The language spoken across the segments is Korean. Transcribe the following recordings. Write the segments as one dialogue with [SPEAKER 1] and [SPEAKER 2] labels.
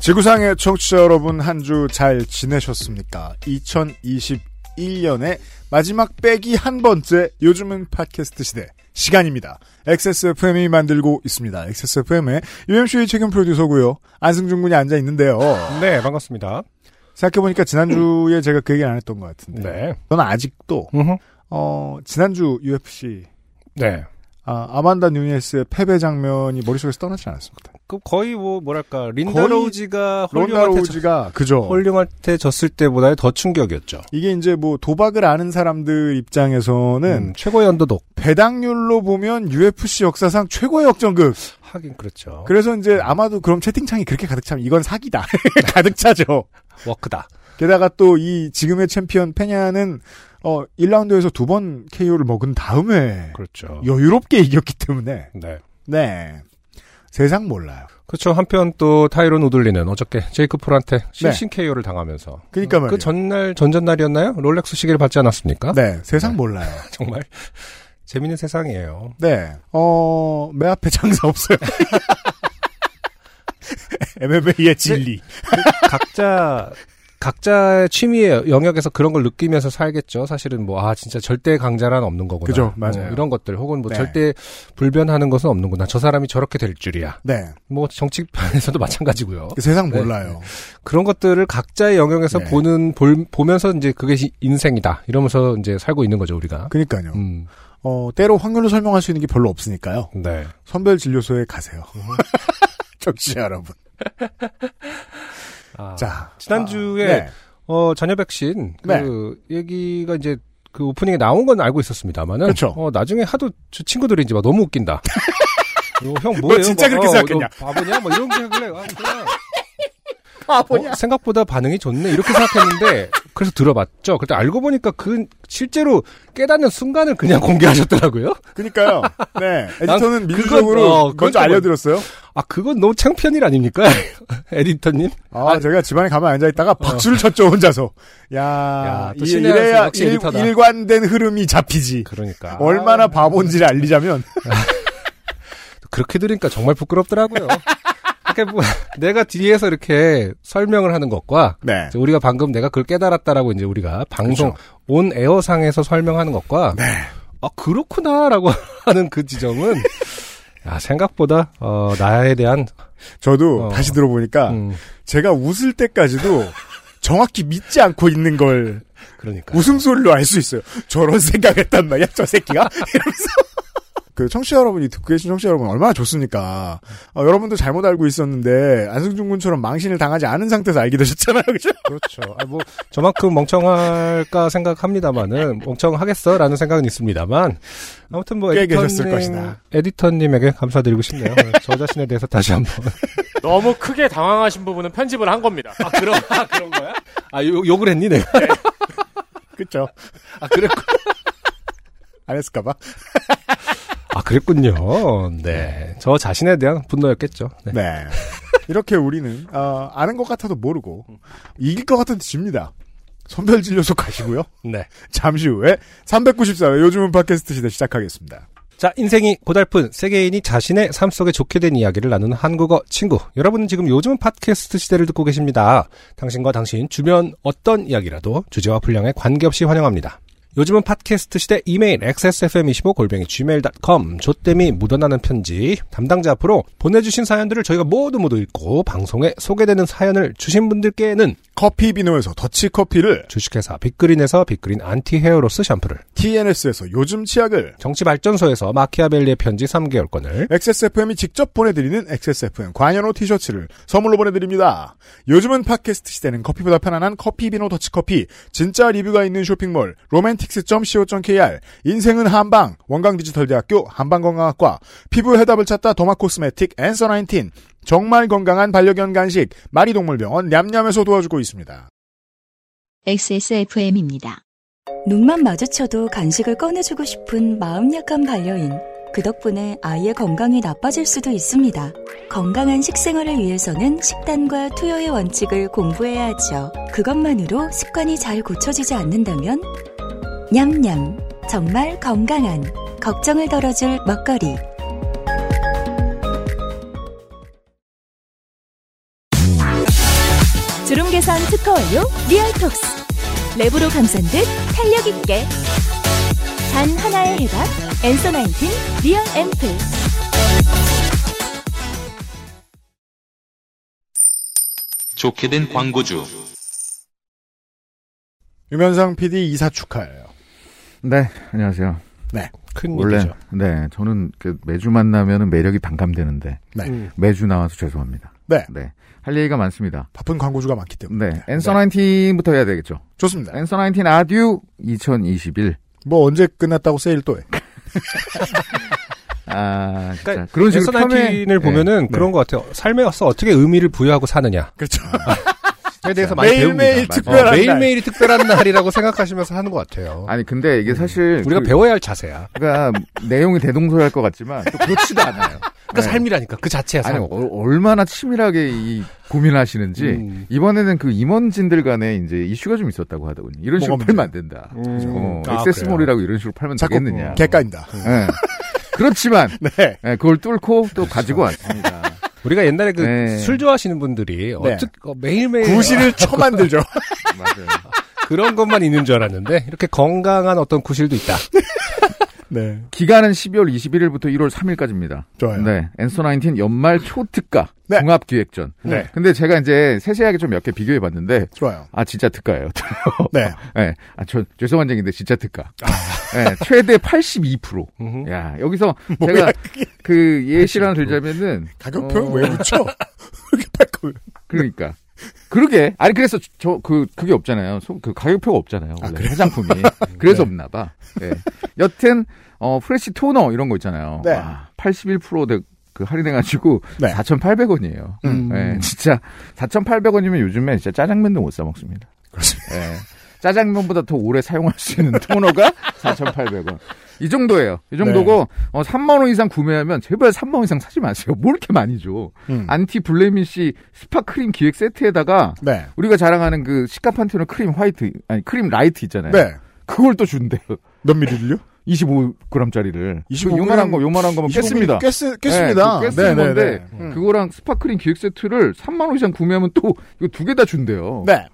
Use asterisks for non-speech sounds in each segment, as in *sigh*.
[SPEAKER 1] 지구상의 청취자 여러분 한 주 잘 지내셨습니까? 2021년의 마지막 빼기 한 번째 요즘은 팟캐스트 시대 시간입니다. XSFM이 만들고 있습니다. XSFM의 UMC의 책임 프로듀서고요. 안승준 군이 앉아 있는데요.
[SPEAKER 2] 네, 반갑습니다.
[SPEAKER 1] 생각해보니까 지난주에 제가 그 얘기를 안 했던 것 같은데
[SPEAKER 2] 네.
[SPEAKER 1] 저는 아직도
[SPEAKER 2] 음흠.
[SPEAKER 1] 어, 지난주 UFC
[SPEAKER 2] 네.
[SPEAKER 1] 아, 아만다 뉴니스의 패배 장면이 머릿속에서 떠나지 않았습니다.
[SPEAKER 2] 그 거의 뭐 뭐랄까 린다
[SPEAKER 1] 거의
[SPEAKER 2] 로우지가
[SPEAKER 1] 론다
[SPEAKER 2] 홀링한테 졌-
[SPEAKER 1] 로우지가 그죠.
[SPEAKER 2] 홀링한테 졌을 때보다 더 충격이었죠.
[SPEAKER 1] 이게 이제 뭐 도박을 아는 사람들 입장에서는
[SPEAKER 2] 음, 최고의 언더독.
[SPEAKER 1] 배당률로 보면 UFC 역사상 최고의 역전극.
[SPEAKER 2] 하긴 그렇죠.
[SPEAKER 1] 그래서 이제 아마도 그럼 채팅창이 그렇게 가득 차면 이건 사기다. *laughs*
[SPEAKER 2] 네.
[SPEAKER 1] 가득 차죠.
[SPEAKER 2] 워크다.
[SPEAKER 1] 게다가 또 이 지금의 챔피언 페냐는 어 1라운드에서 두 번 KO를 먹은 다음에
[SPEAKER 2] 그렇죠.
[SPEAKER 1] 여유롭게 이겼기 때문에
[SPEAKER 2] 네.
[SPEAKER 1] 네. 세상 몰라요.
[SPEAKER 2] 그렇죠. 한편 또 타이론 우들리는 어저께 제이크 폴한테 실신 KO를 당하면서
[SPEAKER 1] 그러니까 말이에요.
[SPEAKER 2] 네. 그 전날 전전날이었나요? 롤렉스 시계를 받지 않았습니까?
[SPEAKER 1] 네, 세상 몰라요.
[SPEAKER 2] *laughs* 정말 재밌는 세상이에요.
[SPEAKER 1] 네. 어, 매 앞에 장사 없어요. *laughs*
[SPEAKER 2] 네.
[SPEAKER 1] MMA의 진리.
[SPEAKER 2] 각자 각자의 취미의 영역에서 그런 걸 느끼면서 살겠죠. 사실은 뭐 아 진짜 절대 강자란 없는 거구나.
[SPEAKER 1] 그죠, 맞아요.
[SPEAKER 2] 어, 이런 것들 혹은 뭐
[SPEAKER 1] 네.
[SPEAKER 2] 절대 불변하는 것은 없는구나. 저 사람이 저렇게 될 줄이야.
[SPEAKER 1] 네. 그
[SPEAKER 2] 뭐 정치판에서도 *laughs* 마찬가지고요.
[SPEAKER 1] 세상
[SPEAKER 2] 네.
[SPEAKER 1] 몰라요.
[SPEAKER 2] 그런 것들을 각자의 영역에서
[SPEAKER 1] 네.
[SPEAKER 2] 보는 볼, 보면서 이제 그게 시- 인생이다. 이러면서 이제 살고 있는 거죠 우리가.
[SPEAKER 1] 그러니까요.
[SPEAKER 2] 음,
[SPEAKER 1] 어, 때로 확률로 설명할 수 있는 게 별로 없으니까요.
[SPEAKER 2] 네.
[SPEAKER 1] 선별 진료소에 가세요.
[SPEAKER 2] *laughs*
[SPEAKER 1] 적시 여러분.
[SPEAKER 2] 아,
[SPEAKER 1] 자.
[SPEAKER 2] 지난주에
[SPEAKER 1] 아, 네.
[SPEAKER 2] 어, 자녀 백신 그 얘기가 이제 그 오프닝에 나온 건 알고 있었습니다만은
[SPEAKER 1] 그쵸.
[SPEAKER 2] 어, 나중에 하도 저 친구들이 이제 막 너무 웃긴다. 어, 형 뭐예요?
[SPEAKER 1] 너 진짜
[SPEAKER 2] 막,
[SPEAKER 1] 그렇게
[SPEAKER 2] 어,
[SPEAKER 1] 생각했냐?
[SPEAKER 2] 너 바보냐? 뭐 이런 생각을 해. 아, 그냥, 어, 생각보다 반응이 좋네. 이렇게 생각했는데 그래서 들어봤죠. 그때 알고 보니까 그 실제로 깨닫는 순간을 그냥 공개하셨더라고요.
[SPEAKER 1] 그니까요. 네. 에디터는
[SPEAKER 2] 난
[SPEAKER 1] 민주적으로
[SPEAKER 2] 그건- 어,
[SPEAKER 1] 먼저
[SPEAKER 2] 그건-
[SPEAKER 1] 알려드렸어요.
[SPEAKER 2] 아 그건 너무 창피한 일 아닙니까? *laughs* 에디터님.
[SPEAKER 1] 아,
[SPEAKER 2] 아,
[SPEAKER 1] 제가 집안에 가만히 앉아있다가 박수를 쳤죠, 혼자서. 야,
[SPEAKER 2] 야, 또
[SPEAKER 1] 이-
[SPEAKER 2] 신의 한
[SPEAKER 1] 이래야
[SPEAKER 2] 역시 에디터다.
[SPEAKER 1] 일, 관된 흐름이 잡히지.
[SPEAKER 2] 그러니까
[SPEAKER 1] 얼마나 바본지를 알리자면. *laughs*
[SPEAKER 2] 그렇게 들으니까 정말 부끄럽더라고요. 이렇게 뭐, 내가 뒤에서 이렇게 설명을 하는 것과
[SPEAKER 1] 네.
[SPEAKER 2] 이제 우리가 방금 내가 그걸 깨달았다라고 이제 우리가 방송
[SPEAKER 1] 그렇죠.
[SPEAKER 2] 온 에어상에서 설명하는 것과
[SPEAKER 1] 네.
[SPEAKER 2] 아 그렇구나라고 *laughs* 하는 그 지점은 야, 생각보다 어, 나에 대한
[SPEAKER 1] 저도
[SPEAKER 2] 어.
[SPEAKER 1] 다시 들어보니까
[SPEAKER 2] 음,
[SPEAKER 1] 제가 웃을 때까지도 정확히 믿지 않고 있는 걸
[SPEAKER 2] 그러니까
[SPEAKER 1] 웃음소리로 알 수 있어요. 저런 생각했단 말이야, 저 새끼가? *laughs* 이러면서. 그 청취자 여러분이 듣고 계신 청취자 여러분 얼마나 좋습니까? 어, 여러분도 잘못 알고 있었는데 안승준 군처럼 망신을 당하지 않은 상태에서 알게 되셨잖아요, *laughs* 그죠?
[SPEAKER 2] 그렇죠. 아, 뭐 저만큼 멍청할까 생각합니다만은 멍청하겠어라는 생각은 있습니다만 아무튼 뭐
[SPEAKER 1] 꽤
[SPEAKER 2] 에디터님,
[SPEAKER 1] 계셨을 것이다.
[SPEAKER 2] 에디터님에게 감사드리고 싶네요. 저 자신에 대해서 다시 한번
[SPEAKER 3] 너무 크게 당황하신 부분은 편집을 한 겁니다.
[SPEAKER 2] 아, *laughs* 그런, 아, 그런 거야? 아, 욕, 욕을 했니, 내가?
[SPEAKER 1] 그렇죠.
[SPEAKER 2] 아, 그랬,
[SPEAKER 1] 안 했을까봐.
[SPEAKER 2] 아, 그랬군요. 네. 저 자신에 대한 분노였겠죠. 네.
[SPEAKER 1] 네. 이렇게 우리는 어, 아는 것 같아도 모르고 이길 것 같아도 집니다. 선별 진료소 가시고요.
[SPEAKER 2] 네.
[SPEAKER 1] 잠시 후에 394회 요즘은 팟캐스트 시대 시작하겠습니다.
[SPEAKER 2] 자, 인생이 고달픈 세계인이 자신의 삶 속에 좋게 된 이야기를 나누는 한국어 친구. 여러분은 지금 요즘 팟캐스트 시대를 듣고 계십니다. 당신과 당신 주변 어떤 이야기라도 주제와 분량에 관계없이 환영합니다. 요즘은 팟캐스트 시대 이메일 xsfm25골뱅이 gmail.com 조땜이 묻어나는 편지 담당자 앞으로 보내주신 사연들을 저희가 모두 모두 읽고 방송에 소개되는 사연을 주신 분들께는
[SPEAKER 1] 커피 비노에서 더치 커피를
[SPEAKER 2] 주식회사 빅그린에서 빅그린 안티 헤어로스 샴푸를
[SPEAKER 1] TNS에서 요즘 치약을
[SPEAKER 2] 정치발전소에서 마키아벨리의 편지 3개월권을
[SPEAKER 1] XSFM이 직접 보내드리는 XSFM 관현호 티셔츠를 선물로 보내드립니다. 요즘은 팟캐스트 시대는 커피보다 편안한 커피비노 더치커피, 진짜 리뷰가 있는 쇼핑몰, 로맨틱 팟캐스틱스.co.kr 인생은 한방 원광디지털대학교 한방건강학과 피부 해답을 찾다 더마코스메틱 앤서 19 정말 건강한 반려견 간식 마리동물병원 냠냠에서 도와주고 있습니다.
[SPEAKER 4] XSFM입니다.
[SPEAKER 5] 눈만 마주쳐도 간식을 꺼내주고 싶은 마음 약한 반려인. 그 덕분에 아이의 건강이 나빠질 수도 있습니다. 건강한 식생활을 위해서는 식단과 투여의 원칙을 공부해야 하죠. 그것만으로 습관이 잘 고쳐지지 않는다면 냠냠 정말 건강한 걱정을 덜어줄 먹거리. 주름 개선 특허 완료 리얼톡스 랩으로 감싼 듯 탄력 있게 단 하나의 해답 엔서 19 리얼 앰플
[SPEAKER 6] 좋게 된 광고주.
[SPEAKER 1] 유면상 PD 이사 축하해요.
[SPEAKER 7] 네, 안녕하세요.
[SPEAKER 2] 큰
[SPEAKER 7] 원래
[SPEAKER 2] 일이죠.
[SPEAKER 7] 네, 저는 그 매주 만나면은 매력이 반감되는데
[SPEAKER 1] 네.
[SPEAKER 2] 음.
[SPEAKER 7] 매주 나와서 죄송합니다.
[SPEAKER 1] 네.
[SPEAKER 7] 할 얘기가 많습니다.
[SPEAKER 1] 바쁜 광고주가 많기 때문에.
[SPEAKER 7] 네, 엔서 19부터 해야 되겠죠.
[SPEAKER 1] 좋습니다.
[SPEAKER 2] 네.
[SPEAKER 7] 엔서 19 아듀 2021.
[SPEAKER 1] 뭐 언제 끝났다고 세일 또 해.
[SPEAKER 7] 아, 진짜.
[SPEAKER 2] 그러니까
[SPEAKER 7] 그런 식으로 폄훼-
[SPEAKER 2] 에서나틴을
[SPEAKER 7] 네,
[SPEAKER 2] 보면은
[SPEAKER 7] 네.
[SPEAKER 2] 그런 것 같아요. 삶에 와서 어떻게 의미를 부여하고 사느냐.
[SPEAKER 1] 그렇죠.
[SPEAKER 7] 에 아. 대해서 많이 배웁니다.
[SPEAKER 1] 매일매일
[SPEAKER 7] 많이.
[SPEAKER 1] 특별한
[SPEAKER 2] 어,
[SPEAKER 1] 날.
[SPEAKER 2] 매일매일이
[SPEAKER 7] 네.
[SPEAKER 2] 특별한 날이라고 생각하시면서 하는 것 같아요.
[SPEAKER 7] 어. 아니 근데 이게 사실
[SPEAKER 2] 음. 우리가
[SPEAKER 7] 그-
[SPEAKER 2] 배워야 할 자세야.
[SPEAKER 7] 그러니까 내용이 대동소이할 것 같지만 또 그렇지도 않아요.
[SPEAKER 2] 그러니까
[SPEAKER 7] 네.
[SPEAKER 2] 삶이라니까 그 자체야
[SPEAKER 7] 아니
[SPEAKER 2] 삶.
[SPEAKER 7] 어- 얼마나 치밀하게 이 고민하시는지
[SPEAKER 2] 음.
[SPEAKER 7] 이번에는 그 임원진들 간에 이제 이슈가 좀 있었다고 하더군요. 이런 식으로
[SPEAKER 1] 뭐가
[SPEAKER 7] 팔면 안 된다.
[SPEAKER 2] 음.
[SPEAKER 7] 어,
[SPEAKER 2] 아,
[SPEAKER 7] 액세스몰이라고 이런 식으로 팔면
[SPEAKER 1] 자꾸 음.
[SPEAKER 7] 되겠느냐.
[SPEAKER 1] 개까인다.
[SPEAKER 7] 예. 그렇지만
[SPEAKER 1] 네.
[SPEAKER 7] 예, 그걸 뚫고 또 가지고 왔습니다.
[SPEAKER 2] 우리가 옛날에 그
[SPEAKER 7] 네.
[SPEAKER 2] 술 좋아하시는 분들이 어떻게 어, 매일매일
[SPEAKER 1] 구실을 처만들죠. *laughs*
[SPEAKER 7] 맞아요.
[SPEAKER 2] 그런 것만 있는 줄 알았는데 이렇게 건강한 어떤 구실도 있다.
[SPEAKER 1] 네.
[SPEAKER 7] 기간은 12월 21일부터 1월 3일까지입니다.
[SPEAKER 1] 좋아요.
[SPEAKER 7] 네, 엔서 19 연말 초특가
[SPEAKER 1] 네.
[SPEAKER 7] 종합기획전.
[SPEAKER 1] 네.
[SPEAKER 7] 근데 제가 이제 세세하게 좀 몇 개 비교해 봤는데
[SPEAKER 1] 좋아요.
[SPEAKER 7] 아 진짜 특가예요. *laughs*
[SPEAKER 1] 네.
[SPEAKER 7] 예. 아, 저, 죄송한 얘기인데 진짜 특가. 예, 최대 82%.
[SPEAKER 2] 음흠.
[SPEAKER 7] 야, 여기서
[SPEAKER 1] *laughs* 뭐야,
[SPEAKER 7] 제가 그 예시라는 들자면은
[SPEAKER 1] 가격
[SPEAKER 7] 어,
[SPEAKER 1] 표현 왜 붙여? *laughs* 이렇게 팔걸.
[SPEAKER 7] 그러니까. *laughs* 그러게. 아니 그래서 저 그 그게 없잖아요. 소- 그 가격표가 없잖아요. 원래 *laughs* 화장품이. 그래서 없나 봐. 예. 여튼 어 프레시 토너 이런 거 있잖아요.
[SPEAKER 1] 네.
[SPEAKER 7] 와, 81%그 할인해 가지고
[SPEAKER 1] 네. 음.
[SPEAKER 7] 4,800원이에요. 예, 진짜 4,800원이면 요즘에 진짜 짜장면도 못 사 먹습니다.
[SPEAKER 1] 그렇습니다.
[SPEAKER 7] 예. 짜장면보다 더 오래 사용할 수 있는
[SPEAKER 1] *laughs*
[SPEAKER 7] 토너가 4,800원. 이 정도예요. 이 정도고
[SPEAKER 1] 네.
[SPEAKER 7] 어 3만 원 이상 구매하면 제발 3만 원 이상 사지 마세요. 뭘 이렇게 많이 줘.
[SPEAKER 1] 음.
[SPEAKER 7] 안티 블레미쉬 스파크림 기획 세트에다가
[SPEAKER 1] 네.
[SPEAKER 7] 우리가 자랑하는 그 시카판테노 크림 화이트 아니 크림 라이트 있잖아요.
[SPEAKER 1] 네.
[SPEAKER 7] 그걸 또 준대요.
[SPEAKER 1] 몇 미리를요?
[SPEAKER 7] 어, 25g짜리를. 그
[SPEAKER 1] 25g?
[SPEAKER 7] 요만한 거 요만한 거면 깼습니다.
[SPEAKER 1] 깼, 깼습니다.
[SPEAKER 7] 네, 깼는 건데 그거랑 스파크링 기획 세트를 3만 원 이상 구매하면 또 이거 두 개 다 준대요.
[SPEAKER 1] 네.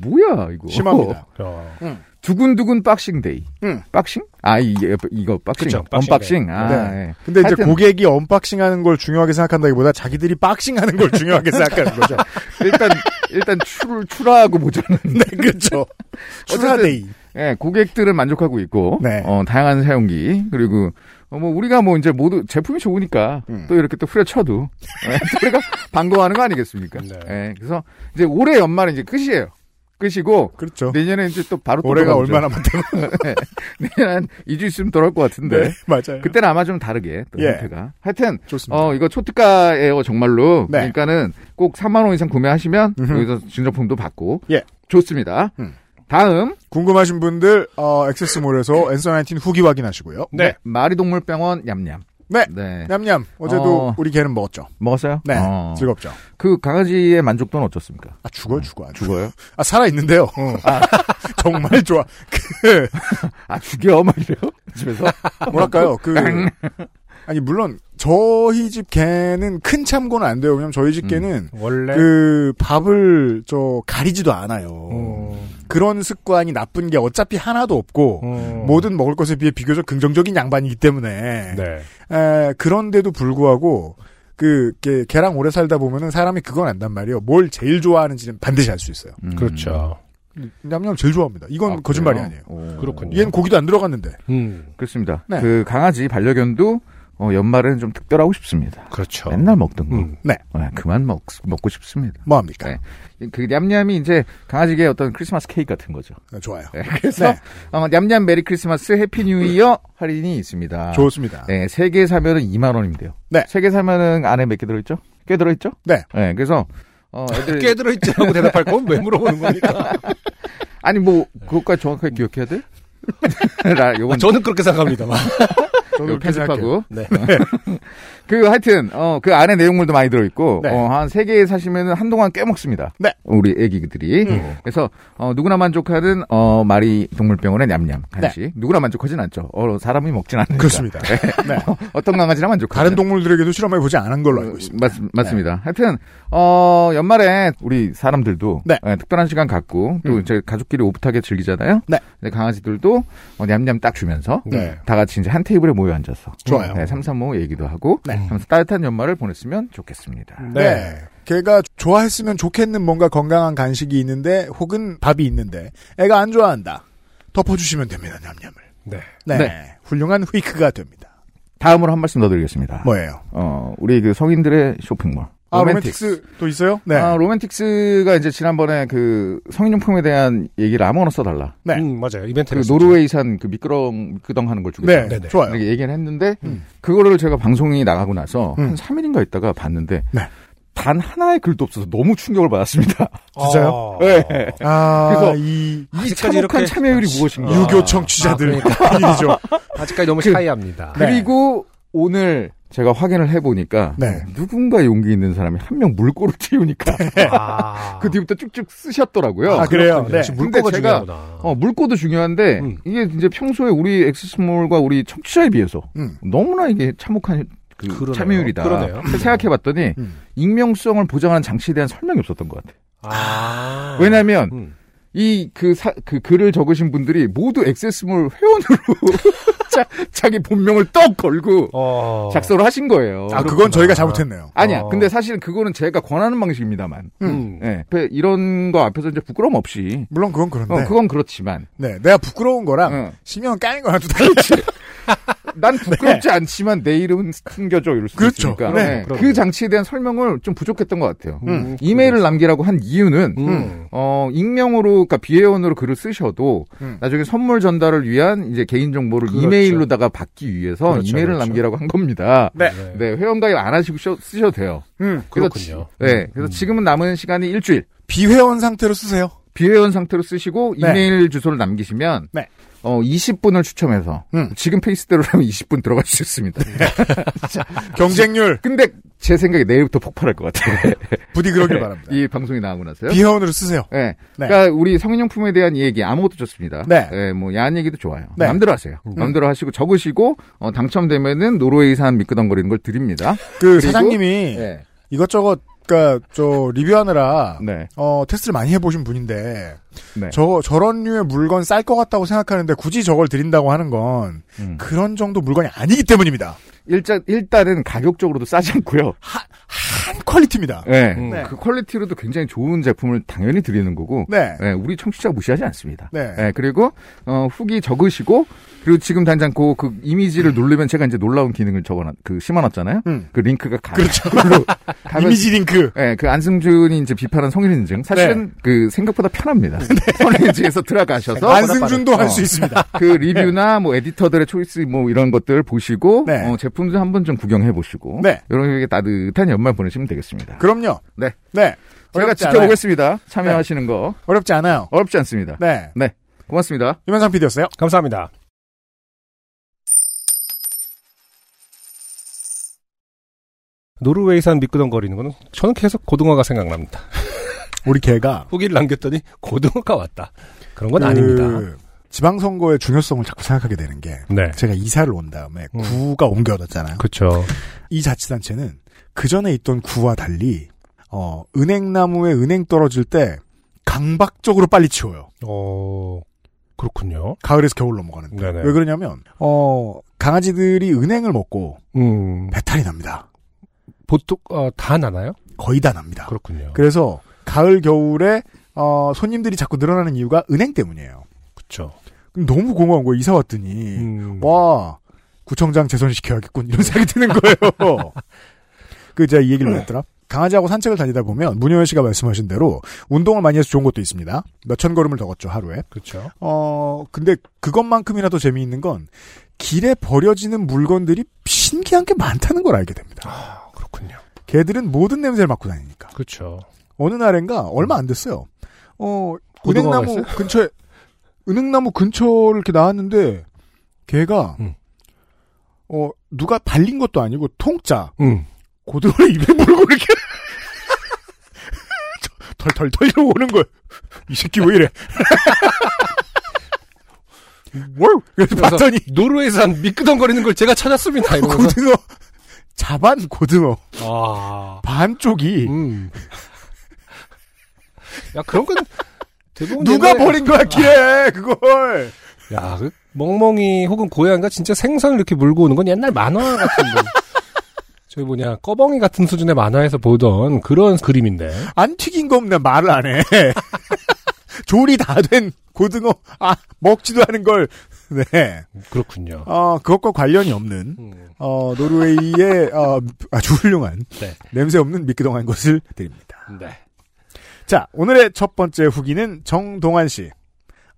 [SPEAKER 7] 뭐야 이거?
[SPEAKER 1] 심합니다.
[SPEAKER 2] 어.
[SPEAKER 7] *laughs* 두근두근 박싱데이.
[SPEAKER 1] 음.
[SPEAKER 7] 박싱? 아 이, 이거 박싱.
[SPEAKER 2] 그쵸, 박싱데이.
[SPEAKER 7] 언박싱. 아,
[SPEAKER 1] 네.
[SPEAKER 7] 예.
[SPEAKER 1] 근데 이제
[SPEAKER 7] 하여튼
[SPEAKER 1] 고객이 언박싱하는 걸 중요하게 생각한다기보다 자기들이 박싱하는 걸 중요하게 생각하는
[SPEAKER 7] *laughs*
[SPEAKER 1] 거죠.
[SPEAKER 7] 일단 일단 출 출하하고 보자는.
[SPEAKER 1] 네, *laughs* 그렇죠. 추라데이.
[SPEAKER 7] 예, 고객들은 만족하고 있고,
[SPEAKER 1] 네.
[SPEAKER 7] 어, 다양한 사용기, 그리고, 어, 뭐, 우리가 뭐, 이제 모두 제품이 좋으니까,
[SPEAKER 1] 음.
[SPEAKER 7] 또 이렇게
[SPEAKER 1] *laughs*
[SPEAKER 7] 또 후려쳐도, 예, 또 우리가 반가워하는 거 아니겠습니까?
[SPEAKER 2] 네.
[SPEAKER 7] 예, 그래서, 이제 올해 연말은 이제 끝이에요. 끝이고,
[SPEAKER 1] 그렇죠.
[SPEAKER 7] 내년에 이제 또 바로 또
[SPEAKER 1] 올해가
[SPEAKER 7] 돌아오죠.
[SPEAKER 1] 얼마나 많다고.
[SPEAKER 7] 내년 *laughs* 한 2주 있으면 돌아올 것 같은데,
[SPEAKER 1] 네. *laughs* 맞아요.
[SPEAKER 7] 그때는 아마 좀 다르게, 또
[SPEAKER 1] 예.
[SPEAKER 7] 형태가. 하여튼,
[SPEAKER 1] 좋습니다.
[SPEAKER 7] 어, 이거 초특가예요, 정말로.
[SPEAKER 1] 네.
[SPEAKER 7] 그러니까는 꼭 3만원 이상 구매하시면,
[SPEAKER 1] 음흠.
[SPEAKER 7] 여기서 증정품도 받고,
[SPEAKER 1] 예.
[SPEAKER 7] 좋습니다.
[SPEAKER 1] 음.
[SPEAKER 7] 다음,
[SPEAKER 1] 궁금하신 분들 어,
[SPEAKER 7] *laughs*
[SPEAKER 1] 액세스몰에서 엔서 19 후기 확인하시고요.
[SPEAKER 2] 네.
[SPEAKER 7] 마리동물병원 얌얌.
[SPEAKER 1] 네.
[SPEAKER 7] 네.
[SPEAKER 1] 냠냠. 어제도
[SPEAKER 7] 어.
[SPEAKER 1] 우리 개는 먹었죠.
[SPEAKER 7] 먹었어요?
[SPEAKER 1] 네.
[SPEAKER 7] 어.
[SPEAKER 1] 즐겁죠.
[SPEAKER 7] 그 강아지의 만족도는 어떻습니까?
[SPEAKER 1] 아 죽어 죽어 아주.
[SPEAKER 7] 죽어요? 어.
[SPEAKER 1] 아 살아 *laughs* 있는데요. 정말 좋아. 그
[SPEAKER 7] 아, 죽여? 막 이래요? *laughs* 집에서?
[SPEAKER 1] 뭐랄까요? 그 아니 물론 저희 집 개는 큰 참고는 안 돼요. 왜냐면 저희 집
[SPEAKER 7] 음.
[SPEAKER 1] 개는
[SPEAKER 2] 원래
[SPEAKER 1] 그 밥을 저 가리지도 않아요.
[SPEAKER 7] 어.
[SPEAKER 2] 음.
[SPEAKER 1] 그런 습관이 나쁜 게 어차피 하나도 없고
[SPEAKER 7] 어.
[SPEAKER 2] 음.
[SPEAKER 1] 모든 먹을 것에 비해 비교적 긍정적인 양반이기 때문에
[SPEAKER 2] 네.
[SPEAKER 1] 에, 그런데도 불구하고 그 개, 개랑 오래 살다 보면은 사람이 그건 안단 말이에요. 뭘 제일 좋아하는지는 반드시 알 수 있어요.
[SPEAKER 7] 음.
[SPEAKER 2] 그렇죠.
[SPEAKER 1] 냠냠 제일 좋아합니다. 이건
[SPEAKER 7] 아,
[SPEAKER 1] 거짓말이
[SPEAKER 7] 그래요?
[SPEAKER 1] 아니에요.
[SPEAKER 7] 오.
[SPEAKER 2] 그렇군요.
[SPEAKER 1] 얘는 고기도 안 들어갔는데.
[SPEAKER 2] 음.
[SPEAKER 7] 그렇습니다.
[SPEAKER 1] 네.
[SPEAKER 7] 그 강아지 반려견도 어, 연말에는 좀 특별하고 싶습니다.
[SPEAKER 2] 그렇죠.
[SPEAKER 7] 맨날 먹던 거.
[SPEAKER 2] 음.
[SPEAKER 1] 네.
[SPEAKER 7] 아, 그만 먹, 먹고 싶습니다.
[SPEAKER 1] 뭐합니까?
[SPEAKER 7] 네. 그 냠냠이 이제 강아지계 어떤 크리스마스 케이크 같은 거죠.
[SPEAKER 1] 네, 좋아요.
[SPEAKER 7] 네, 그래서
[SPEAKER 1] 네.
[SPEAKER 7] 어, 냠냠 메리 크리스마스 해피 뉴 이어 할인이
[SPEAKER 1] 아.
[SPEAKER 7] 있습니다.
[SPEAKER 1] 좋습니다.
[SPEAKER 7] 네, 세 개 사면은 2만 원인데요.
[SPEAKER 1] 네.
[SPEAKER 7] 세 개 사면은 안에 몇 개 들어있죠? 꽤 들어있죠?
[SPEAKER 1] 네.
[SPEAKER 7] 네, 그래서 어,
[SPEAKER 1] *laughs*
[SPEAKER 7] 애들
[SPEAKER 2] 깨 들어있지라고 대답할 거면 왜 물어보는
[SPEAKER 7] *laughs*
[SPEAKER 2] 겁니까?
[SPEAKER 7] 아니 뭐 그것까지 정확하게 기억해야 돼? *laughs* 나 요건
[SPEAKER 2] 저는 그렇게 생각합니다만.
[SPEAKER 1] 저도
[SPEAKER 7] 요
[SPEAKER 1] 아, 그렇게 생각해요.
[SPEAKER 7] 편집하고
[SPEAKER 2] 네.
[SPEAKER 7] *laughs* 그 하여튼 어, 그 안에 내용물도 많이 들어있고
[SPEAKER 1] 네.
[SPEAKER 7] 어, 한 세 개 사시면은 한동안 꽤 먹습니다.
[SPEAKER 1] 네. 음.
[SPEAKER 7] 우리 애기들이 그래서 어, 누구나 만족하는 어, 마리 동물병원의 냠냠
[SPEAKER 1] 네.
[SPEAKER 7] 간식 누구나 만족하진 않죠. 어, 사람이 먹진 않으니까
[SPEAKER 1] 그렇습니다. 네.
[SPEAKER 7] *laughs* 어떤 강아지나 만족하죠.
[SPEAKER 1] 다른 동물들에게도 실험해 보지 않은 걸로 알고 있습니다.
[SPEAKER 7] 맞,
[SPEAKER 1] 네.
[SPEAKER 7] 맞습니다. 하여튼 어 연말에 우리 사람들도
[SPEAKER 1] 네. 음.
[SPEAKER 7] 예, 특별한 시간 갖고 또 이제 가족끼리 오붓하게 즐기잖아요.
[SPEAKER 1] 네.
[SPEAKER 7] 근데 강아지들도 어, 냠냠 딱 주면서
[SPEAKER 1] 네.
[SPEAKER 7] 다 같이 이제 한 테이블에 모여 앉아서
[SPEAKER 1] 좋아요.
[SPEAKER 7] 네, 삼삼오오 얘기도 하고
[SPEAKER 1] 네.
[SPEAKER 7] 하면서 따뜻한 연말을 보냈으면 좋겠습니다.
[SPEAKER 1] 네. 걔가 좋아했으면 좋겠는 뭔가 건강한 간식이 있는데 혹은 밥이 있는데 애가 안 좋아한다. 덮어주시면 됩니다. 냠냠을.
[SPEAKER 2] 네.
[SPEAKER 1] 네.
[SPEAKER 7] 네.
[SPEAKER 1] 훌륭한 휘크가 됩니다.
[SPEAKER 7] 다음으로 한 말씀 더 드리겠습니다.
[SPEAKER 1] 뭐예요?
[SPEAKER 7] 어 우리 그 성인들의 쇼핑몰
[SPEAKER 1] 아,
[SPEAKER 7] 로맨틱스.
[SPEAKER 1] 로맨틱스도 있어요? 네.
[SPEAKER 7] 아, 로맨틱스가 이제 지난번에 그 성인용품에 대한 얘기를 아무거나 써달라.
[SPEAKER 1] 네.
[SPEAKER 2] 음, 맞아요.
[SPEAKER 7] 그
[SPEAKER 2] 이벤트를.
[SPEAKER 7] 노르웨이산 그 미끄덩 미끄덩 하는 걸 주겠다.
[SPEAKER 1] 네.
[SPEAKER 2] 네네.
[SPEAKER 1] 좋아요.
[SPEAKER 7] 이렇게 얘기를 했는데 그거를 제가 방송이 나가고 나서
[SPEAKER 1] 음.
[SPEAKER 7] 한 3일인가 있다가 봤는데
[SPEAKER 1] 네.
[SPEAKER 7] 단 하나의 글도 없어서 너무 충격을 받았습니다.
[SPEAKER 2] 진짜요?
[SPEAKER 7] 네.
[SPEAKER 1] 아,
[SPEAKER 7] 그래서
[SPEAKER 1] 이
[SPEAKER 7] 이
[SPEAKER 2] 아. *laughs* 아직까지
[SPEAKER 7] 참혹한
[SPEAKER 2] 어. 이렇게-
[SPEAKER 7] 참여율이 무엇인가?
[SPEAKER 2] 아.
[SPEAKER 1] 유교 네. 청취자들
[SPEAKER 2] 아,
[SPEAKER 7] 그러니까.
[SPEAKER 1] *laughs* 일이죠.
[SPEAKER 2] 아직까지 너무
[SPEAKER 7] 그-
[SPEAKER 2] 샤이합니다.
[SPEAKER 1] 네.
[SPEAKER 7] 그리고 오늘 제가 확인을 해보니까
[SPEAKER 1] 네.
[SPEAKER 7] 누군가 용기 있는 사람이 한 명 물꼬를 *laughs* 틔우니까
[SPEAKER 2] 아.
[SPEAKER 7] 그 뒤부터 쭉쭉 쓰셨더라고요.
[SPEAKER 1] 아, 그래요?
[SPEAKER 2] 그렇군요.
[SPEAKER 1] 네.
[SPEAKER 2] 역시 물고가
[SPEAKER 7] 근데 제가-
[SPEAKER 2] 중요하구나.
[SPEAKER 7] 어, 물꼬도 중요한데
[SPEAKER 2] 음.
[SPEAKER 7] 이게 이제 평소에 우리 엑스스몰과 우리 청취자에 비해서
[SPEAKER 1] 음.
[SPEAKER 7] 너무나 이게 참혹한 그
[SPEAKER 2] 그러네요.
[SPEAKER 7] 참여율이다.
[SPEAKER 2] 그러네요.
[SPEAKER 7] 생각해봤더니
[SPEAKER 1] 음.
[SPEAKER 7] 익명성을 보장하는 장치에 대한 설명이 없었던 것 같아요.
[SPEAKER 2] 아.
[SPEAKER 7] 왜냐하면
[SPEAKER 2] 음.
[SPEAKER 7] 이 그 그 글을 적으신 분들이 모두 액세스몰 회원으로 *laughs* 자, 자기 본명을 떡 걸고
[SPEAKER 2] 어.
[SPEAKER 7] 작성을 하신 거예요.
[SPEAKER 1] 아, 그건 저희가 잘못했네요.
[SPEAKER 7] 아니야.
[SPEAKER 2] 어.
[SPEAKER 7] 근데 사실은 그거는 제가 권하는 방식입니다만.
[SPEAKER 2] 음.
[SPEAKER 7] 예. 앞에 이런 거 앞에서 이제 부끄러움 없이.
[SPEAKER 1] 물론 그건 그런데.
[SPEAKER 7] 어, 그건 그렇지만.
[SPEAKER 1] 네. 내가 부끄러운 거랑
[SPEAKER 7] 응.
[SPEAKER 1] 심형 까인 거랑 또 다르지.
[SPEAKER 7] 난
[SPEAKER 2] 네.
[SPEAKER 7] 부끄럽지 않지만 내 이름은 숨겨줘 이럴 수
[SPEAKER 1] 그렇죠.
[SPEAKER 7] 있으니까.
[SPEAKER 1] 네,
[SPEAKER 7] 예,
[SPEAKER 2] 그럼요. 그렇죠.
[SPEAKER 7] 그 장치에 대한 설명을 좀 부족했던 것 같아요.
[SPEAKER 1] 음.
[SPEAKER 7] 이메일을 남기라고 한 이유는
[SPEAKER 2] 음.
[SPEAKER 7] 어, 익명으로, 그러니까 비회원으로 글을 쓰셔도
[SPEAKER 1] 음.
[SPEAKER 7] 나중에 선물 전달을 위한 이제 개인정보를
[SPEAKER 2] 그렇죠.
[SPEAKER 7] 이메일로다가 받기 위해서
[SPEAKER 2] 그렇죠,
[SPEAKER 7] 이메일을
[SPEAKER 2] 그렇죠.
[SPEAKER 7] 남기라고 한 겁니다.
[SPEAKER 1] 네.
[SPEAKER 7] 네, 회원가입 안 하시고 셔- 쓰셔도 돼요.
[SPEAKER 1] 음.
[SPEAKER 7] 그래서
[SPEAKER 2] 그렇군요. 음.
[SPEAKER 7] 지- 네, 그래서 지금은 남은 시간이 일주일.
[SPEAKER 1] 비회원 상태로 쓰세요.
[SPEAKER 7] 비회원 상태로 쓰시고
[SPEAKER 1] 네.
[SPEAKER 7] 이메일 주소를 남기시면
[SPEAKER 1] 네.
[SPEAKER 7] 어, 20분을 추첨해서
[SPEAKER 1] 음.
[SPEAKER 7] 지금 페이스대로라면 20분 들어갈 수 있습니다.
[SPEAKER 1] 경쟁률
[SPEAKER 7] 근데 제 생각에 내일부터 폭발할 것 같아요.
[SPEAKER 1] 부디 그러길 바랍니다.
[SPEAKER 7] 네.
[SPEAKER 2] 네.
[SPEAKER 7] *laughs* 이 방송이 나오고 나서요.
[SPEAKER 1] 비회원으로 쓰세요.
[SPEAKER 7] 예. 그러니까 우리 성인용품에 대한 얘기 아무것도 좋습니다.
[SPEAKER 1] 네.
[SPEAKER 7] 예, 뭐 야한 얘기도 좋아요.
[SPEAKER 1] 네.
[SPEAKER 7] 마음대로 하세요. 마음대로 하시고 적으시고 어, 당첨되면은 노르웨이산 미끄덩거리는 걸 드립니다.
[SPEAKER 1] 그
[SPEAKER 7] 그리고-
[SPEAKER 1] 사장님이
[SPEAKER 7] 예.
[SPEAKER 1] 이것저것 그러니까 저 리뷰하느라
[SPEAKER 7] 네.
[SPEAKER 1] 어 테스트를 많이 해보신 분인데
[SPEAKER 7] 네.
[SPEAKER 1] 저 저런 류의 물건 쌀 것 같다고 생각하는데 굳이 저걸 드린다고 하는 건
[SPEAKER 7] 음.
[SPEAKER 1] 그런 정도 물건이 아니기 때문입니다.
[SPEAKER 7] 일단 일단은 가격적으로도 싸지 않고요.
[SPEAKER 1] 한 퀄리티입니다.
[SPEAKER 7] 예.
[SPEAKER 2] 음.
[SPEAKER 1] 네.
[SPEAKER 7] 그 퀄리티로도 굉장히 좋은 제품을 당연히 드리는 거고.
[SPEAKER 1] 네.
[SPEAKER 7] 예, 우리 청취자 무시하지 않습니다.
[SPEAKER 1] 네.
[SPEAKER 7] 예, 그리고 어, 후기 적으시고 그리고 지금 당장 그, 그 이미지를 누르면 제가 이제 놀라운 기능을 적어 그 심어놨잖아요.
[SPEAKER 1] 음.
[SPEAKER 7] 그 링크가 가요.
[SPEAKER 1] 그렇죠. *laughs*
[SPEAKER 7] 가면
[SPEAKER 1] 이미지 링크.
[SPEAKER 7] 예, 그 안승준이 이제 비판한 성인인증 사실은
[SPEAKER 1] 네.
[SPEAKER 7] 그 생각보다 편합니다. *laughs* 성인인증에서 들어가셔서
[SPEAKER 1] 네. 안승준도 할 수
[SPEAKER 7] 어, *laughs*
[SPEAKER 1] 있습니다.
[SPEAKER 7] 그 리뷰나 뭐 에디터들의 초이스 뭐 이런 것들 보시고
[SPEAKER 1] 네.
[SPEAKER 7] 어, 제품도 한번 좀 구경해 보시고
[SPEAKER 1] 네.
[SPEAKER 7] 이런 식의 따뜻한 연말 보내시면 되겠습니다.
[SPEAKER 1] 그럼요.
[SPEAKER 7] 네.
[SPEAKER 1] 네.
[SPEAKER 7] 제가
[SPEAKER 1] 어렵지 않아요.
[SPEAKER 7] 지켜보겠습니다. 참여하시는 거
[SPEAKER 1] 어렵지 않아요.
[SPEAKER 7] 어렵지 않습니다.
[SPEAKER 1] 네.
[SPEAKER 7] 고맙습니다.
[SPEAKER 1] 유면상 PD였어요.
[SPEAKER 2] 감사합니다. 노르웨이산 미끄덩거리는 거는 저는 계속 고등어가 생각납니다.
[SPEAKER 1] 우리 개가
[SPEAKER 2] 후기를 남겼더니 고등어가 왔다. 그런 건
[SPEAKER 1] 그
[SPEAKER 2] 아닙니다.
[SPEAKER 1] 지방선거의 중요성을 자꾸 생각하게 되는 게
[SPEAKER 2] 네.
[SPEAKER 1] 제가 이사를 온 다음에
[SPEAKER 2] 음.
[SPEAKER 1] 구가 옮겨왔잖아요.
[SPEAKER 2] 그렇죠.
[SPEAKER 1] 이 자치단체는 그 전에 있던 구와 달리 어, 은행나무에 은행 떨어질 때 강박적으로 빨리 치워요.
[SPEAKER 2] 어, 그렇군요.
[SPEAKER 1] 가을에서 겨울 넘어가는데
[SPEAKER 2] 네네.
[SPEAKER 1] 왜 그러냐면 어, 강아지들이 은행을 먹고
[SPEAKER 2] 음,
[SPEAKER 1] 배탈이 납니다.
[SPEAKER 2] 보통, 어, 다 나나요?
[SPEAKER 1] 거의 다 납니다.
[SPEAKER 2] 아, 그렇군요.
[SPEAKER 1] 그래서 가을 겨울에 어, 손님들이 자꾸 늘어나는 이유가 은행 때문이에요.
[SPEAKER 2] 그렇죠.
[SPEAKER 1] 그럼 너무 고마운 거예요. 이사 왔더니
[SPEAKER 2] 음,
[SPEAKER 1] 와 구청장 재선시켜야겠군 이런 생각이 드는 거예요.
[SPEAKER 2] *laughs*
[SPEAKER 1] 그 제가 이 얘기를 왜 했더라? 강아지하고 산책을 다니다 보면 문효연 씨가 말씀하신 대로 운동을 많이 해서 좋은 것도 있습니다. 몇 천 걸음을 더 걷죠 하루에.
[SPEAKER 2] 그렇죠.
[SPEAKER 1] 어 근데 그것만큼이라도 재미있는 건 길에 버려지는 물건들이 신기한 게 많다는 걸 알게 됩니다.
[SPEAKER 2] 아, 그렇군요.
[SPEAKER 1] 개들은 모든 냄새를 맡고 다니니까.
[SPEAKER 2] 그렇죠.
[SPEAKER 1] 어느 날엔가 얼마 안 됐어요. 어,
[SPEAKER 2] 고등어가
[SPEAKER 1] 은행나무 근처에 은행나무 근처를 이렇게 나왔는데 걔가
[SPEAKER 2] 음.
[SPEAKER 1] 어 누가 발린 것도 아니고 통짜
[SPEAKER 2] 응.
[SPEAKER 1] 고등어를 입에 물고 이렇게 *laughs* 저- 털털털 이러고 오는 거예요. 이 새끼 왜 이래? *laughs* 월 그래서
[SPEAKER 2] 그래서
[SPEAKER 1] 봤더니
[SPEAKER 2] 노르웨이에서 한 미끄덩거리는 걸 제가 찾았습니다. 이러면서.
[SPEAKER 1] 고등어 자반 고등어
[SPEAKER 2] 아.
[SPEAKER 1] 반쪽이
[SPEAKER 2] *laughs* 음. 야, 그런 건 대부분
[SPEAKER 1] 누가
[SPEAKER 2] 옛날에-
[SPEAKER 1] 버린 거야 길에 그걸
[SPEAKER 2] 야, 그 멍멍이 혹은 고양이가 진짜 생선을 이렇게 물고 오는 건 옛날 만화 같은 *laughs* 거. 저희 뭐냐, 꺼벙이 같은 수준의 만화에서 보던 그런 그림인데.
[SPEAKER 1] 안 튀긴 거 없나 말을 안 해. *laughs* 조리 다 된 고등어, 아, 먹지도 않은 걸. 네.
[SPEAKER 2] 그렇군요.
[SPEAKER 1] 어, 그것과 관련이 없는,
[SPEAKER 2] 음.
[SPEAKER 1] 어, 노르웨이의, 어, 아주 훌륭한,
[SPEAKER 2] 네.
[SPEAKER 1] 냄새 없는 미끄덩한 것을 드립니다.
[SPEAKER 2] 네.
[SPEAKER 1] 자, 오늘의 첫 번째 후기는 정동환 씨.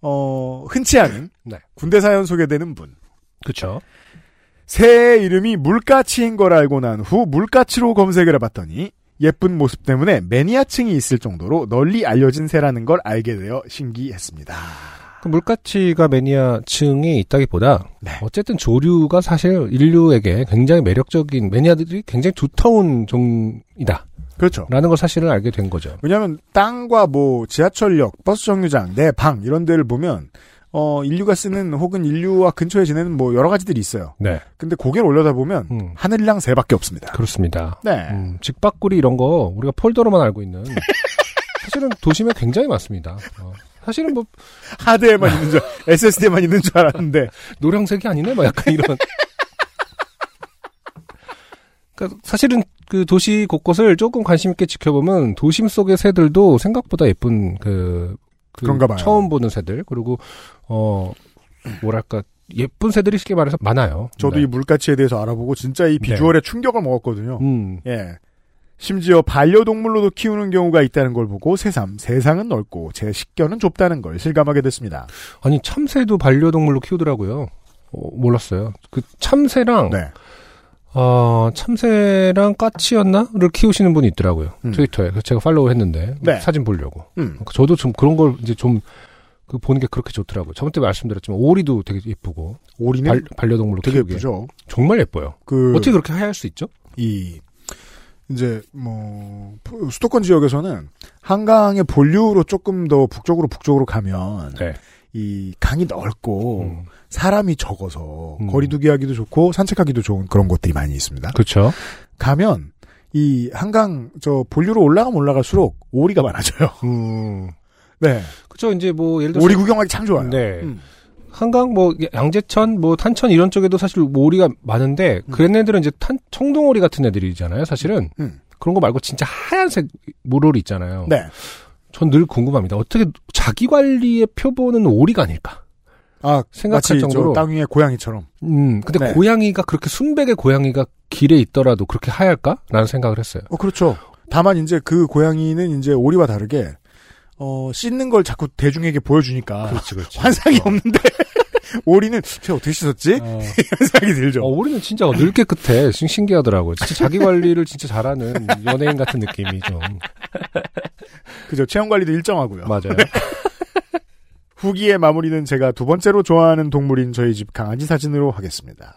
[SPEAKER 1] 어, 흔치 않은
[SPEAKER 2] 네.
[SPEAKER 1] 군대 사연 소개되는 분.
[SPEAKER 2] 그쵸.
[SPEAKER 1] 새의 이름이 물가치인 걸 알고 난 후 물가치로 검색을 해봤더니 예쁜 모습 때문에 매니아층이 있을 정도로 널리 알려진 새라는 걸 알게 되어 신기했습니다.
[SPEAKER 2] 그 물가치가 매니아층이 있다기보다
[SPEAKER 1] 네.
[SPEAKER 2] 어쨌든 조류가 사실 인류에게 굉장히 매력적인 매니아들이 굉장히 두터운 종이다라는
[SPEAKER 1] 그렇죠.
[SPEAKER 2] 걸 사실을 알게 된 거죠.
[SPEAKER 1] 왜냐하면 땅과 뭐 지하철역, 버스 정류장, 내 방 이런 데를 보면 어 인류가 쓰는 혹은 인류와 근처에 지내는 뭐 여러 가지들이 있어요.
[SPEAKER 2] 네,
[SPEAKER 1] 근데 고개를 올려다 보면
[SPEAKER 2] 음.
[SPEAKER 1] 하늘이랑 새밖에 없습니다.
[SPEAKER 2] 그렇습니다.
[SPEAKER 1] 네.
[SPEAKER 2] 음, 직박구리 이런 거 우리가 폴더로만 알고
[SPEAKER 1] *laughs*
[SPEAKER 2] 있는 사실은 도심에 굉장히 많습니다. 어, 사실은 뭐
[SPEAKER 1] 하드에만 있는
[SPEAKER 2] *laughs*
[SPEAKER 1] 줄, SSD에만 있는 줄 알았는데
[SPEAKER 2] 노량색이 아니네, 막 약간 이런. 그러니까 사실은 그 도시 곳곳을 조금 관심 있게 지켜보면 도심 속의 새들도 생각보다 예쁜 그, 그
[SPEAKER 1] 그런가 봐요.
[SPEAKER 2] 처음 보는 새들 그리고 어 뭐랄까 예쁜 새들이 쉽게 말해서 많아요.
[SPEAKER 1] 저도
[SPEAKER 2] 네.
[SPEAKER 1] 이 물가치에 대해서 알아보고 진짜 이 비주얼에 충격을 먹었거든요.
[SPEAKER 2] 음,
[SPEAKER 1] 예. 심지어 반려동물로도 키우는 경우가 있다는 걸 보고 새삼 세상은 넓고 제 식견은 좁다는 걸 실감하게 됐습니다.
[SPEAKER 2] 아니 참새도 반려동물로 키우더라고요. 어, 몰랐어요. 그 참새랑
[SPEAKER 1] 네.
[SPEAKER 2] 어, 참새랑 까치였나를 키우시는 분이 있더라고요.
[SPEAKER 1] 음.
[SPEAKER 2] 트위터에. 그래서 제가 팔로우 했는데
[SPEAKER 1] 네.
[SPEAKER 2] 사진 보려고.
[SPEAKER 1] 음.
[SPEAKER 2] 그러니까 저도 좀 그런 걸 이제 좀, 그, 보는 게 그렇게 좋더라고요. 저번 때 말씀드렸지만, 오리도 되게 예쁘고,
[SPEAKER 1] 오리는
[SPEAKER 2] 발, 반려동물로
[SPEAKER 1] 네. 되게
[SPEAKER 2] 키우기.
[SPEAKER 1] 예쁘죠.
[SPEAKER 2] 정말 예뻐요.
[SPEAKER 1] 그 음.
[SPEAKER 2] 어떻게 그렇게 하얄 수 있죠?
[SPEAKER 1] 이 이제 뭐 수도권 지역에서는 한강의 본류로 조금 더 북쪽으로 북쪽으로 가면
[SPEAKER 2] 네.
[SPEAKER 1] 이 강이 넓고
[SPEAKER 2] 음.
[SPEAKER 1] 사람이 적어서
[SPEAKER 2] 음.
[SPEAKER 1] 거리두기 하기도 좋고 산책하기도 좋은 그런 곳들이 많이 있습니다.
[SPEAKER 2] 그렇죠.
[SPEAKER 1] 가면 이 한강 저 본류로 올라가면 올라갈수록 오리가 많아져요. *laughs*
[SPEAKER 2] 음.
[SPEAKER 1] 네.
[SPEAKER 2] 그렇죠. 이제 뭐, 예를 들어서.
[SPEAKER 1] 오리 구경하기 참 좋아요.
[SPEAKER 2] 네.
[SPEAKER 1] 음.
[SPEAKER 2] 한강 뭐, 양재천, 뭐, 탄천 이런 쪽에도 사실 뭐 오리가 많은데, 그 애들은 이제 탄, 청동오리 같은 애들이잖아요, 사실은.
[SPEAKER 1] 음.
[SPEAKER 2] 그런 거 말고 진짜 하얀색 물오리 있잖아요.
[SPEAKER 1] 네.
[SPEAKER 2] 전 늘 궁금합니다. 어떻게 자기 관리의 표본은 오리가 아닐까?
[SPEAKER 1] 아,
[SPEAKER 2] 생각할
[SPEAKER 1] 마치
[SPEAKER 2] 정도로.
[SPEAKER 1] 저땅 위에 고양이처럼.
[SPEAKER 2] 음, 근데
[SPEAKER 1] 네.
[SPEAKER 2] 고양이가 그렇게 순백의 고양이가 길에 있더라도 그렇게 하얄까? 라는 생각을 했어요.
[SPEAKER 1] 어, 그렇죠. 다만 이제 그 고양이는 이제 오리와 다르게 어, 씻는 걸 자꾸 대중에게 보여주니까
[SPEAKER 2] 그렇지.
[SPEAKER 1] 환상이 없는데 *laughs* 오리는 쟤 어떻게 씻었지?
[SPEAKER 2] 어,
[SPEAKER 1] 환상이 들죠.
[SPEAKER 2] 어, 우리는 진짜 늘 깨끗해. 신- 신기하더라고요. 진짜 자기 관리를 진짜 잘하는 연예인 같은 느낌이 좀.
[SPEAKER 1] 그죠. 체형 관리도 일정하고요.
[SPEAKER 2] 맞아요.
[SPEAKER 1] 후기의 마무리는 제가 두 번째로 좋아하는 동물인 저희 집 강아지 사진으로 하겠습니다.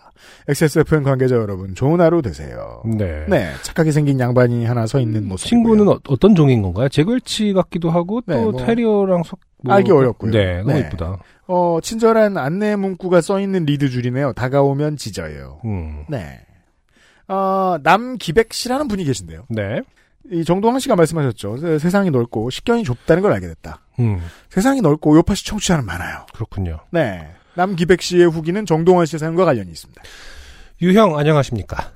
[SPEAKER 1] XSFM 관계자 여러분, 좋은 하루 되세요.
[SPEAKER 2] 네.
[SPEAKER 1] 네, 착하게 생긴 양반이 하나 서 있는 모습.
[SPEAKER 2] 친구는 어, 떤 종인 건가요? 제글치 같기도 하고 또
[SPEAKER 1] 네, 뭐.
[SPEAKER 2] 테리어랑 속 뭐-
[SPEAKER 1] 알기 어렵고요.
[SPEAKER 2] 네, 너무
[SPEAKER 1] 네.
[SPEAKER 2] 이쁘다.
[SPEAKER 1] 어, 친절한 안내 문구가 써 있는 리드 줄이네요. 다가오면 짖어요.
[SPEAKER 2] 음.
[SPEAKER 1] 네. 어, 남기백 씨라는 분이 계신데요.
[SPEAKER 2] 네.
[SPEAKER 1] 이 정동환 씨가 말씀하셨죠. 세- 세상이 넓고 식견이 좁다는 걸 알게 됐다.
[SPEAKER 2] 음.
[SPEAKER 1] 세상이 넓고 요파시 청취자는 많아요.
[SPEAKER 2] 그렇군요.
[SPEAKER 1] 네. 남기백 씨의 후기는 정동환 씨의 사연과 관련이 있습니다.
[SPEAKER 2] 유형 안녕하십니까?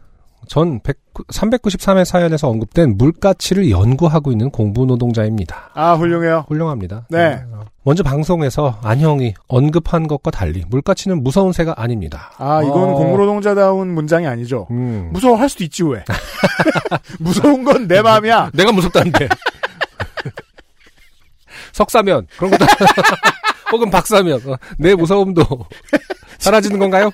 [SPEAKER 2] 전 100, 393회 사연에서 언급된 물가치를 연구하고 있는 공부 노동자입니다.
[SPEAKER 1] 아, 훌륭해요.
[SPEAKER 2] 훌륭합니다.
[SPEAKER 1] 네.
[SPEAKER 2] 어, 먼저 방송에서 안형이 언급한 것과 달리 물가치는 무서운 새가 아닙니다.
[SPEAKER 1] 아, 이건
[SPEAKER 2] 어.
[SPEAKER 1] 공로노동자다운 문장이 아니죠.
[SPEAKER 2] 음.
[SPEAKER 1] 무서워할 수도 있지, 왜? *laughs* 무서운 건 내 마음이야.
[SPEAKER 2] 내가 무섭다는데. *laughs* 석사면 그런 거다. *laughs* 혹은 박사면 어, 내
[SPEAKER 1] *laughs*
[SPEAKER 2] 무서움도 사라지는 건가요?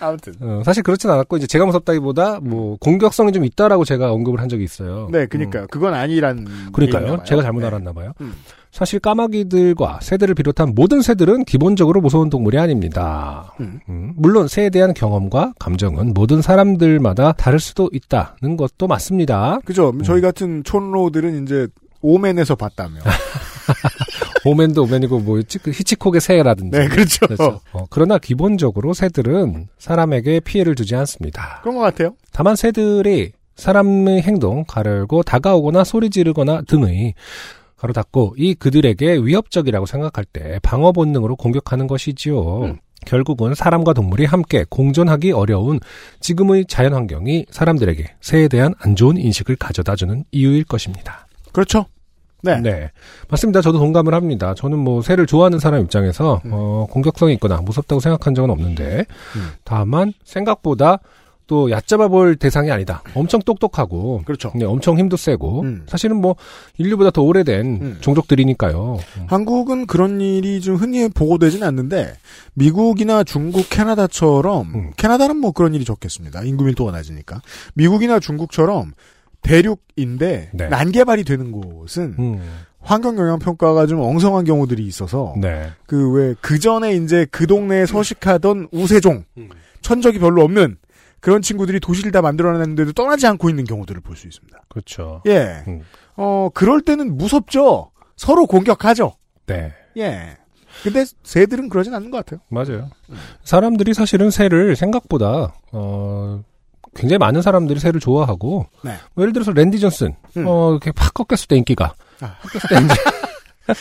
[SPEAKER 1] 아무튼.
[SPEAKER 2] 어, 사실 그렇진 않았고 이제 제가 무섭다기보다 뭐 공격성이 좀 있다라고 제가 언급을 한 적이 있어요.
[SPEAKER 1] 네, 그니까요. 그건 아니란. 얘기인가
[SPEAKER 2] 음. 그러니까요.
[SPEAKER 1] 봐요.
[SPEAKER 2] 제가 잘못
[SPEAKER 1] 네.
[SPEAKER 2] 알았나 봐요.
[SPEAKER 1] 음.
[SPEAKER 2] 사실 까마귀들과 새들을 비롯한 모든 새들은 기본적으로 무서운 동물이 아닙니다.
[SPEAKER 1] 음.
[SPEAKER 2] 음, 물론 새에 대한 경험과 감정은 모든 사람들마다 다를 수도 있다는 것도
[SPEAKER 1] *laughs*
[SPEAKER 2] 맞습니다.
[SPEAKER 1] 네. 그죠. 저희 같은 촌로들은 이제
[SPEAKER 2] *laughs*
[SPEAKER 1] 오맨에서 봤다며.
[SPEAKER 2] 오맨도 오맨이고 뭐였지? 그 히치콕의 새라든지.
[SPEAKER 1] 네, 그렇죠.
[SPEAKER 2] 그렇죠. 어, 그러나 기본적으로 새들은 사람에게 피해를 주지 않습니다.
[SPEAKER 1] 그런 것 같아요.
[SPEAKER 2] 다만 새들이 사람의 행동 가르고 다가오거나 소리 지르거나 등의 가로 닫고 이 그들에게 위협적이라고 생각할 때 방어 본능으로 공격하는 것이지요. 결국은 사람과 동물이 함께 공존하기 어려운 지금의 자연 환경이 사람들에게 새에 대한 안 좋은 인식을 가져다주는 이유일 것입니다.
[SPEAKER 1] 그렇죠. 네.
[SPEAKER 2] 네. 맞습니다. 저도 동감을 합니다. 저는 뭐 새를 좋아하는 사람 입장에서
[SPEAKER 1] 음.
[SPEAKER 2] 어, 공격성이 있거나 무섭다고 생각한 적은 없는데 다만 생각보다 또 얕잡아 볼 대상이 아니다. 엄청 똑똑하고
[SPEAKER 1] 그렇죠.
[SPEAKER 2] 네, 엄청 힘도 세고
[SPEAKER 1] 음.
[SPEAKER 2] 사실은 뭐 인류보다 더 오래된
[SPEAKER 1] 음.
[SPEAKER 2] 종족들이니까요.
[SPEAKER 1] 한국은 그런 일이 좀 흔히 보고되진 않는데 미국이나 중국, 캐나다처럼
[SPEAKER 2] 음.
[SPEAKER 1] 캐나다는 뭐 그런 일이 적겠습니다. 인구 밀도가 낮으니까 미국이나 중국처럼 대륙인데
[SPEAKER 2] 네.
[SPEAKER 1] 난개발이 되는 곳은
[SPEAKER 2] 음.
[SPEAKER 1] 환경 영향 평가가 좀 엉성한 경우들이 있어서
[SPEAKER 2] 네. 음.
[SPEAKER 1] 그 왜 그 전에 이제 그 동네에 서식하던 우세종 천적이 별로 없는 그런 친구들이 도시를 다 만들어냈는데도 떠나지 않고 있는 경우들을 볼 수 있습니다.
[SPEAKER 2] 그렇죠.
[SPEAKER 1] 예,
[SPEAKER 2] 음.
[SPEAKER 1] 어 그럴 때는 무섭죠. 서로 공격하죠.
[SPEAKER 2] 네.
[SPEAKER 1] 예. 근데 새들은 그러진 않는 것 같아요.
[SPEAKER 2] 맞아요.
[SPEAKER 1] 음.
[SPEAKER 2] 사람들이 사실은 새를 생각보다 어 굉장히 많은 사람들이 새를 좋아하고
[SPEAKER 1] 네.
[SPEAKER 2] 뭐 예를 들어서 랜디 존슨
[SPEAKER 1] 음.
[SPEAKER 2] 어 이렇게 팍 꺾였을 때 인기가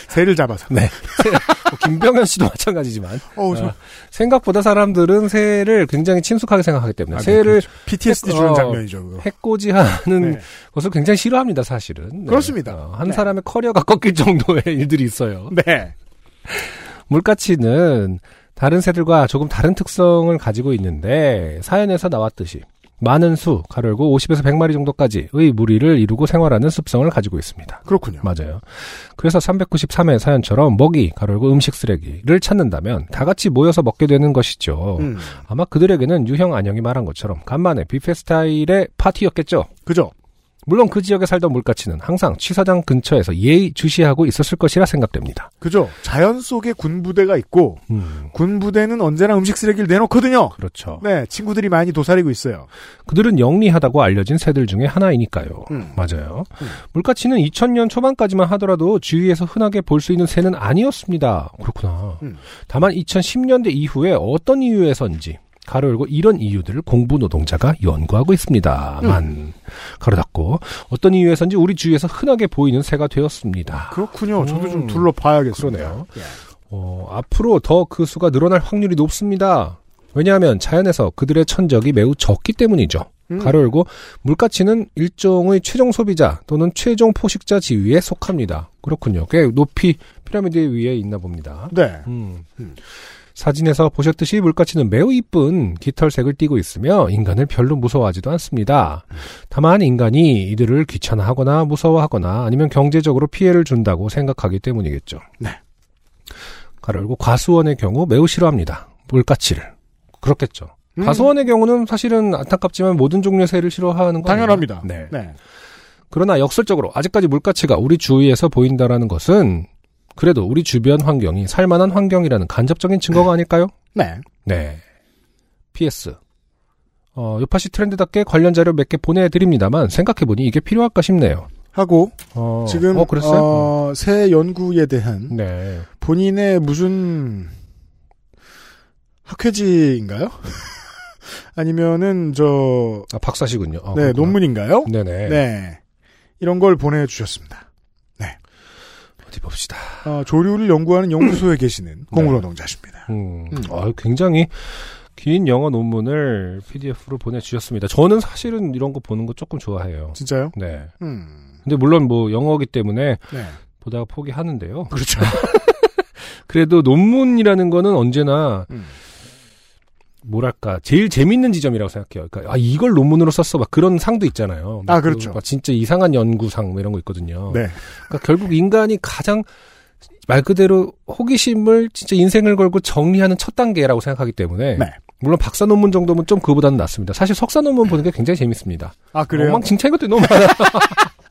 [SPEAKER 1] 새를 잡아서.
[SPEAKER 2] 네. 뭐 김병현 씨도 *laughs* 마찬가지지만
[SPEAKER 1] 어우, 저
[SPEAKER 2] 아, 생각보다 사람들은 새를 굉장히 친숙하게 생각하기 때문에
[SPEAKER 1] 아, 네,
[SPEAKER 2] 새를
[SPEAKER 1] PTSD
[SPEAKER 2] 어,
[SPEAKER 1] 주는 장면이죠, 그거.
[SPEAKER 2] 해코지하는
[SPEAKER 1] 네.
[SPEAKER 2] 것을 굉장히 싫어합니다, 사실은. 네.
[SPEAKER 1] 그렇습니다.
[SPEAKER 2] 어, 한
[SPEAKER 1] 네.
[SPEAKER 2] 사람의 커리어가 *laughs* 꺾일 정도의 일들이 있어요.
[SPEAKER 1] 네.
[SPEAKER 2] 물가치는 다른 새들과 조금 다른 특성을 가지고 있는데 사연에서 나왔듯이 많은 수, 가열고 50에서 100마리 정도까지의 무리를 이루고 생활하는 습성을 가지고 있습니다.
[SPEAKER 1] 그렇군요.
[SPEAKER 2] 맞아요. 그래서 393회 사연처럼 먹이, 가열고 음식 쓰레기를 찾는다면 다 같이 모여서 먹게 되는 것이죠.
[SPEAKER 1] 음,
[SPEAKER 2] 아마 그들에게는 유형 안녕이 말한 것처럼 간만에 뷔페 스타일의 파티였겠죠.
[SPEAKER 1] 그죠?
[SPEAKER 2] 물론 그 지역에 살던 물가치는 항상 취사장 근처에서 예의 주시하고 있었을 것이라 생각됩니다.
[SPEAKER 1] 그죠? 자연 속에 군부대가 있고, 군부대는 언제나 음식 쓰레기를 내놓거든요.
[SPEAKER 2] 음, 그렇죠.
[SPEAKER 1] 네, 친구들이 많이 도사리고 있어요.
[SPEAKER 2] 그들은 영리하다고 알려진 새들 중에 하나이니까요.
[SPEAKER 1] 음.
[SPEAKER 2] 맞아요. 물가치는 2000년 초반까지만 하더라도 주위에서 흔하게 볼 수 있는 새는 아니었습니다. 그렇구나.
[SPEAKER 1] 음.
[SPEAKER 2] 다만 2010년대 이후에 어떤 이유에선지 가로 열고 이런 이유들을 공부 노동자가 연구하고 있습니다만
[SPEAKER 1] 음.
[SPEAKER 2] 가로 닫고 어떤 이유에선지 우리 주위에서 흔하게 보이는 새가 되었습니다.
[SPEAKER 1] 그렇군요. 저도 좀 예.
[SPEAKER 2] 음,
[SPEAKER 1] 둘러봐야겠어요.
[SPEAKER 2] 그러네요. 어, 앞으로 더 그 수가 늘어날 확률이 높습니다. 왜냐하면 자연에서 그들의 천적이 매우 적기 때문이죠.
[SPEAKER 1] 음.
[SPEAKER 2] 가로 열고 물가치는 일종의 최종 소비자 또는 최종 포식자 지위에 속합니다. 그렇군요. 꽤 높이 피라미드 위에 있나 봅니다.
[SPEAKER 1] 네.
[SPEAKER 2] 음.
[SPEAKER 1] 음.
[SPEAKER 2] 사진에서 보셨듯이 물가치는 매우 이쁜 깃털색을 띠고 있으며 인간을 별로 무서워하지도 않습니다. 다만 인간이 이들을 귀찮아하거나 무서워하거나 아니면 경제적으로 피해를 준다고 생각하기 때문이겠죠.
[SPEAKER 1] 네.
[SPEAKER 2] 가로고 과수원의 경우 매우 싫어합니다. 물가치를. 그렇겠죠.
[SPEAKER 1] 음,
[SPEAKER 2] 과수원의 경우는 사실은 안타깝지만 모든 종류의 새를 싫어하는 거
[SPEAKER 1] 당연합니다.
[SPEAKER 2] 아닌가요? 음. 네.
[SPEAKER 1] 네.
[SPEAKER 2] 그러나 역설적으로 아직까지 물가치가 우리 주위에서 보인다라는 것은 그래도 우리 주변 환경이 살만한 환경이라는 간접적인 증거가 아닐까요?
[SPEAKER 1] 네.
[SPEAKER 2] 네. PS. 어, 요파시 트렌드답게 관련 자료 몇 개 보내드립니다만 생각해보니 이게 필요할까 싶네요.
[SPEAKER 1] 하고,
[SPEAKER 2] 어,
[SPEAKER 1] 지금,
[SPEAKER 2] 어, 그랬어요?
[SPEAKER 1] 어, 새 연구에 대한
[SPEAKER 2] 네.
[SPEAKER 1] 본인의 무슨 학회지인가요? *laughs* 아니면은 저
[SPEAKER 2] 아, 박사시군요. 어,
[SPEAKER 1] 네,
[SPEAKER 2] 그렇구나.
[SPEAKER 1] 논문인가요?
[SPEAKER 2] 네네.
[SPEAKER 1] 네. 이런 걸 보내주셨습니다. 아,
[SPEAKER 2] 어디 봅시다. 네.
[SPEAKER 1] 어, 조류를 연구하는 연구소에 계시는 공로노동자십니다.
[SPEAKER 2] 음,
[SPEAKER 1] 음.
[SPEAKER 2] 아, 굉장히 긴 영어 논문을 PDF로 보내주셨습니다. 저는 사실은 이런 거 보는 거 조금 좋아해요.
[SPEAKER 1] 진짜요?
[SPEAKER 2] 네.
[SPEAKER 1] 음.
[SPEAKER 2] 근데 물론 뭐 영어기 때문에
[SPEAKER 1] 네.
[SPEAKER 2] 보다가 포기하는데요.
[SPEAKER 1] 그렇죠.
[SPEAKER 2] 그래도 논문이라는 거는 언제나
[SPEAKER 1] 음.
[SPEAKER 2] 뭐랄까 제일 재밌는 지점이라고 생각해요. 그러니까 아 이걸 논문으로 썼어 막 그런 상도 있잖아요. 막
[SPEAKER 1] 아, 그렇죠.
[SPEAKER 2] 그, 막 진짜 이상한 연구상 뭐 이런 거 있거든요.
[SPEAKER 1] *laughs* 네.
[SPEAKER 2] 그러니까 결국 인간이 가장 말 그대로 호기심을 진짜 인생을 걸고 정리하는 첫 단계라고 생각하기 때문에
[SPEAKER 1] 네.
[SPEAKER 2] 물론 박사 논문 정도면 좀 그보다는 낫습니다. 사실 석사 논문 보는 게 굉장히 재밌습니다.
[SPEAKER 1] 아 그래요?
[SPEAKER 2] 엉망진창인 것도 너무 많아요.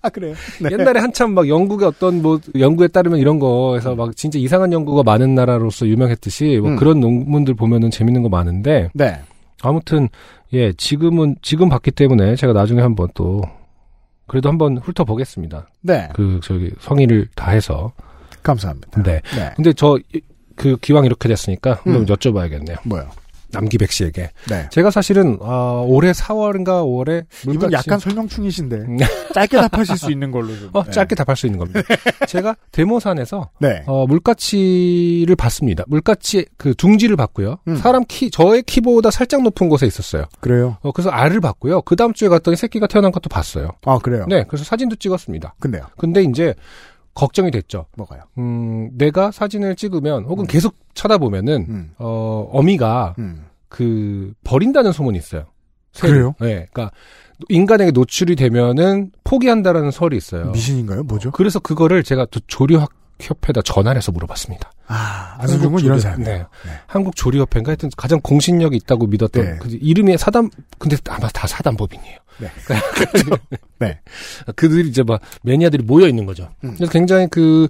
[SPEAKER 1] 아 그래요? 네.
[SPEAKER 2] 옛날에 한참 막 영국의 어떤 뭐 연구에 따르면 이런 거에서 막 진짜 이상한 연구가 많은 나라로서 유명했듯이 뭐
[SPEAKER 1] 음.
[SPEAKER 2] 그런 논문들 보면은 재밌는 거 많은데
[SPEAKER 1] 네.
[SPEAKER 2] 아무튼 예 지금은 지금 봤기 때문에 제가 나중에 한번 또 그래도 한번 훑어보겠습니다.
[SPEAKER 1] 네.
[SPEAKER 2] 그 저기 성의를 다해서
[SPEAKER 1] 감사합니다.
[SPEAKER 2] 네.
[SPEAKER 1] 네.
[SPEAKER 2] 근데 저 그 기왕 이렇게 됐으니까 한번
[SPEAKER 1] 음.
[SPEAKER 2] 여쭤봐야겠네요.
[SPEAKER 1] 뭐요?
[SPEAKER 2] 남기백 씨에게
[SPEAKER 1] 네.
[SPEAKER 2] 제가 사실은 아, 올해 4월인가 5월에
[SPEAKER 1] 이분 약간 설명충이신데
[SPEAKER 2] 음.
[SPEAKER 1] *laughs* 짧게 답하실 수 있는 걸로 좀.
[SPEAKER 2] 어,
[SPEAKER 1] *laughs* 네.
[SPEAKER 2] 짧게 답할 수 있는 겁니다. 제가 데모산에서
[SPEAKER 1] 네.
[SPEAKER 2] 어, 물가치를 봤습니다. 물가치 그 둥지를 봤고요.
[SPEAKER 1] 음.
[SPEAKER 2] 사람 키 저의 키보다 살짝 높은 곳에 있었어요.
[SPEAKER 1] 그래요.
[SPEAKER 2] 어, 그래서 알을 봤고요. 그 다음 주에 갔더니 새끼가 태어난 것도 봤어요.
[SPEAKER 1] 아 그래요.
[SPEAKER 2] 네, 그래서 사진도 찍었습니다.
[SPEAKER 1] 근데요.
[SPEAKER 2] 근데 이제 걱정이 됐죠.
[SPEAKER 1] 뭐가요?
[SPEAKER 2] 음, 내가 사진을 찍으면 혹은 계속 쳐다보면은
[SPEAKER 1] 음.
[SPEAKER 2] 어, 어미가
[SPEAKER 1] 음.
[SPEAKER 2] 그 버린다는 소문이 있어요.
[SPEAKER 1] 그래요?
[SPEAKER 2] 네, 그러니까 인간에게 노출이 되면은 포기한다라는 설이 있어요.
[SPEAKER 1] 미신인가요? 뭐죠?
[SPEAKER 2] 그래서 그거를 제가 또 조류학 협회에다 전화해서 물어봤습니다.
[SPEAKER 1] 아, 안승준은 이런 사람.
[SPEAKER 2] 네. 한국 조리협회인가 하여튼 가장 공신력이 있다고 믿었던
[SPEAKER 1] 네.
[SPEAKER 2] 그 이름이 사단 근데 아마 다 사단법인이에요. *laughs*
[SPEAKER 1] 네. *laughs* 네.
[SPEAKER 2] 네. 그들이 이제 막 매니아들이 모여 있는 거죠.
[SPEAKER 1] 음.
[SPEAKER 2] 그래서 굉장히 그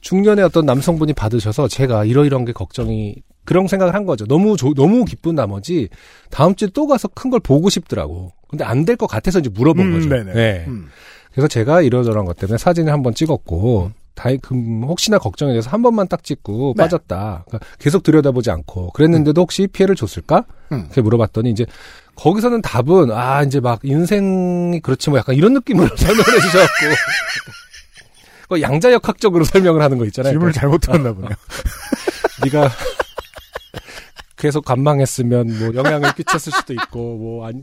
[SPEAKER 2] 중년의 어떤 남성분이 받으셔서 제가 이러이러한 게 걱정이 그런 생각을 한 거죠. 너무 조- 너무 기쁜 나머지 다음 주에 또 가서 큰 걸 보고 싶더라고. 근데 안 될 것 같아서 이제 물어본
[SPEAKER 1] 음,
[SPEAKER 2] 거죠.
[SPEAKER 1] 네네.
[SPEAKER 2] 네.
[SPEAKER 1] 음.
[SPEAKER 2] 그래서 제가 이러저러한 것 때문에 사진을 한번 찍었고 다이 금 혹시나 걱정이 돼서 한 번만 딱 찍고
[SPEAKER 1] 네.
[SPEAKER 2] 빠졌다. 그러니까 계속 들여다보지 않고 그랬는데도 혹시 피해를 줬을까?
[SPEAKER 1] 음.
[SPEAKER 2] 그렇게 물어봤더니 이제 거기서는 답은 아 이제 막 인생이 그렇지 뭐 약간 이런 느낌으로 *laughs* 설명해 주셔갖고 그 양자역학적으로 설명을 하는 거 있잖아요. 그러니까
[SPEAKER 1] 질문을 잘못 들었나 보네요.
[SPEAKER 2] 네가 계속 관망했으면 뭐 영향을 끼쳤을 수도 있고 뭐 아니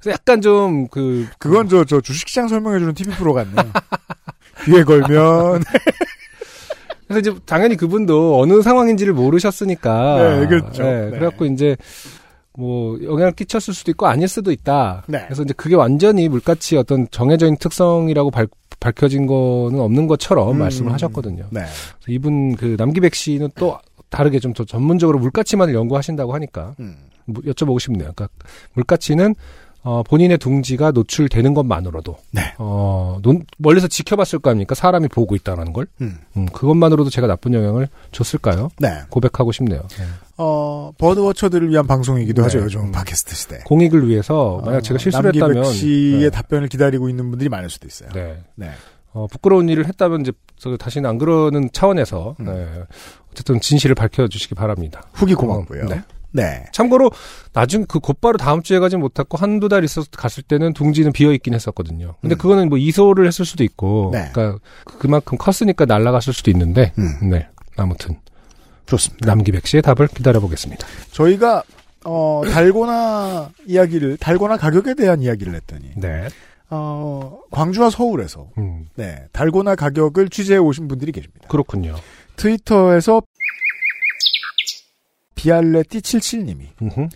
[SPEAKER 2] 그래서 약간 좀그
[SPEAKER 1] 그건 저, 저 주식시장 설명해주는 TV 프로 같네요. *laughs* 귀에 걸면.
[SPEAKER 2] *laughs* 그래서 이제 당연히 그분도 어느 상황인지를 모르셨으니까.
[SPEAKER 1] 네, 그렇죠. 네.
[SPEAKER 2] 그래갖고 이제 뭐 영향을 끼쳤을 수도 있고 아닐 수도 있다.
[SPEAKER 1] 네.
[SPEAKER 2] 그래서 이제 그게 완전히 물같이 어떤 정해져 있는 특성이라고 발- 밝혀진 거는 없는 것처럼
[SPEAKER 1] 음,
[SPEAKER 2] 말씀을
[SPEAKER 1] 음,
[SPEAKER 2] 하셨거든요.
[SPEAKER 1] 네.
[SPEAKER 2] 그래서 이분 그 남기백 씨는 또 다르게 좀 더 전문적으로 물가치만을 연구하신다고 하니까
[SPEAKER 1] 음.
[SPEAKER 2] 뭐 여쭤보고 싶네요. 그러니까 물가치는 어, 본인의 둥지가 노출되는 것만으로도
[SPEAKER 1] 네.
[SPEAKER 2] 어, 논- 멀리서 지켜봤을 거 아닙니까? 사람이 보고 있다는 걸.
[SPEAKER 1] 음.
[SPEAKER 2] 음, 그것만으로도 제가 나쁜 영향을 줬을까요?
[SPEAKER 1] 네.
[SPEAKER 2] 고백하고 싶네요.
[SPEAKER 1] 어, 버드워처들을 위한 방송이기도
[SPEAKER 2] 네.
[SPEAKER 1] 하죠, 요즘
[SPEAKER 2] 음.
[SPEAKER 1] 팟캐스트 시대.
[SPEAKER 2] 공익을 위해서 만약 제가 실수를 했다면
[SPEAKER 1] 아, 남기백 씨의
[SPEAKER 2] 네.
[SPEAKER 1] 답변을 기다리고 있는 분들이 많을 수도 있어요.
[SPEAKER 2] 네.
[SPEAKER 1] 네.
[SPEAKER 2] 어, 부끄러운 일을 했다면 이제 저 다시는 안 그러는 차원에서
[SPEAKER 1] 음.
[SPEAKER 2] 네. 어쨌든 진실을 밝혀 주시기 바랍니다.
[SPEAKER 1] 후기 고맙고요.
[SPEAKER 2] 어, 네.
[SPEAKER 1] 네.
[SPEAKER 2] 참고로 나중 그 곧바로 다음 주에 가지 못했고 한두 달 있어서 갔을 때는 둥지는 비어 있긴 했었거든요. 근데
[SPEAKER 1] 음.
[SPEAKER 2] 그거는 뭐 이소를 했을 수도 있고
[SPEAKER 1] 네.
[SPEAKER 2] 그러니까 그만큼 컸으니까 날아갔을 수도 있는데
[SPEAKER 1] 음.
[SPEAKER 2] 네. 아무튼
[SPEAKER 1] 좋습니다.
[SPEAKER 2] 남기백 씨의 답을 기다려 보겠습니다.
[SPEAKER 1] 저희가, 어, 달고나 이야기를, 달고나 가격에 대한 이야기를 했더니,
[SPEAKER 2] 네.
[SPEAKER 1] 어, 광주와 서울에서,
[SPEAKER 2] 음.
[SPEAKER 1] 네, 달고나 가격을 취재해 오신 분들이 계십니다.
[SPEAKER 2] 그렇군요.
[SPEAKER 1] 트위터에서 비알레띠77님이
[SPEAKER 2] 음흠.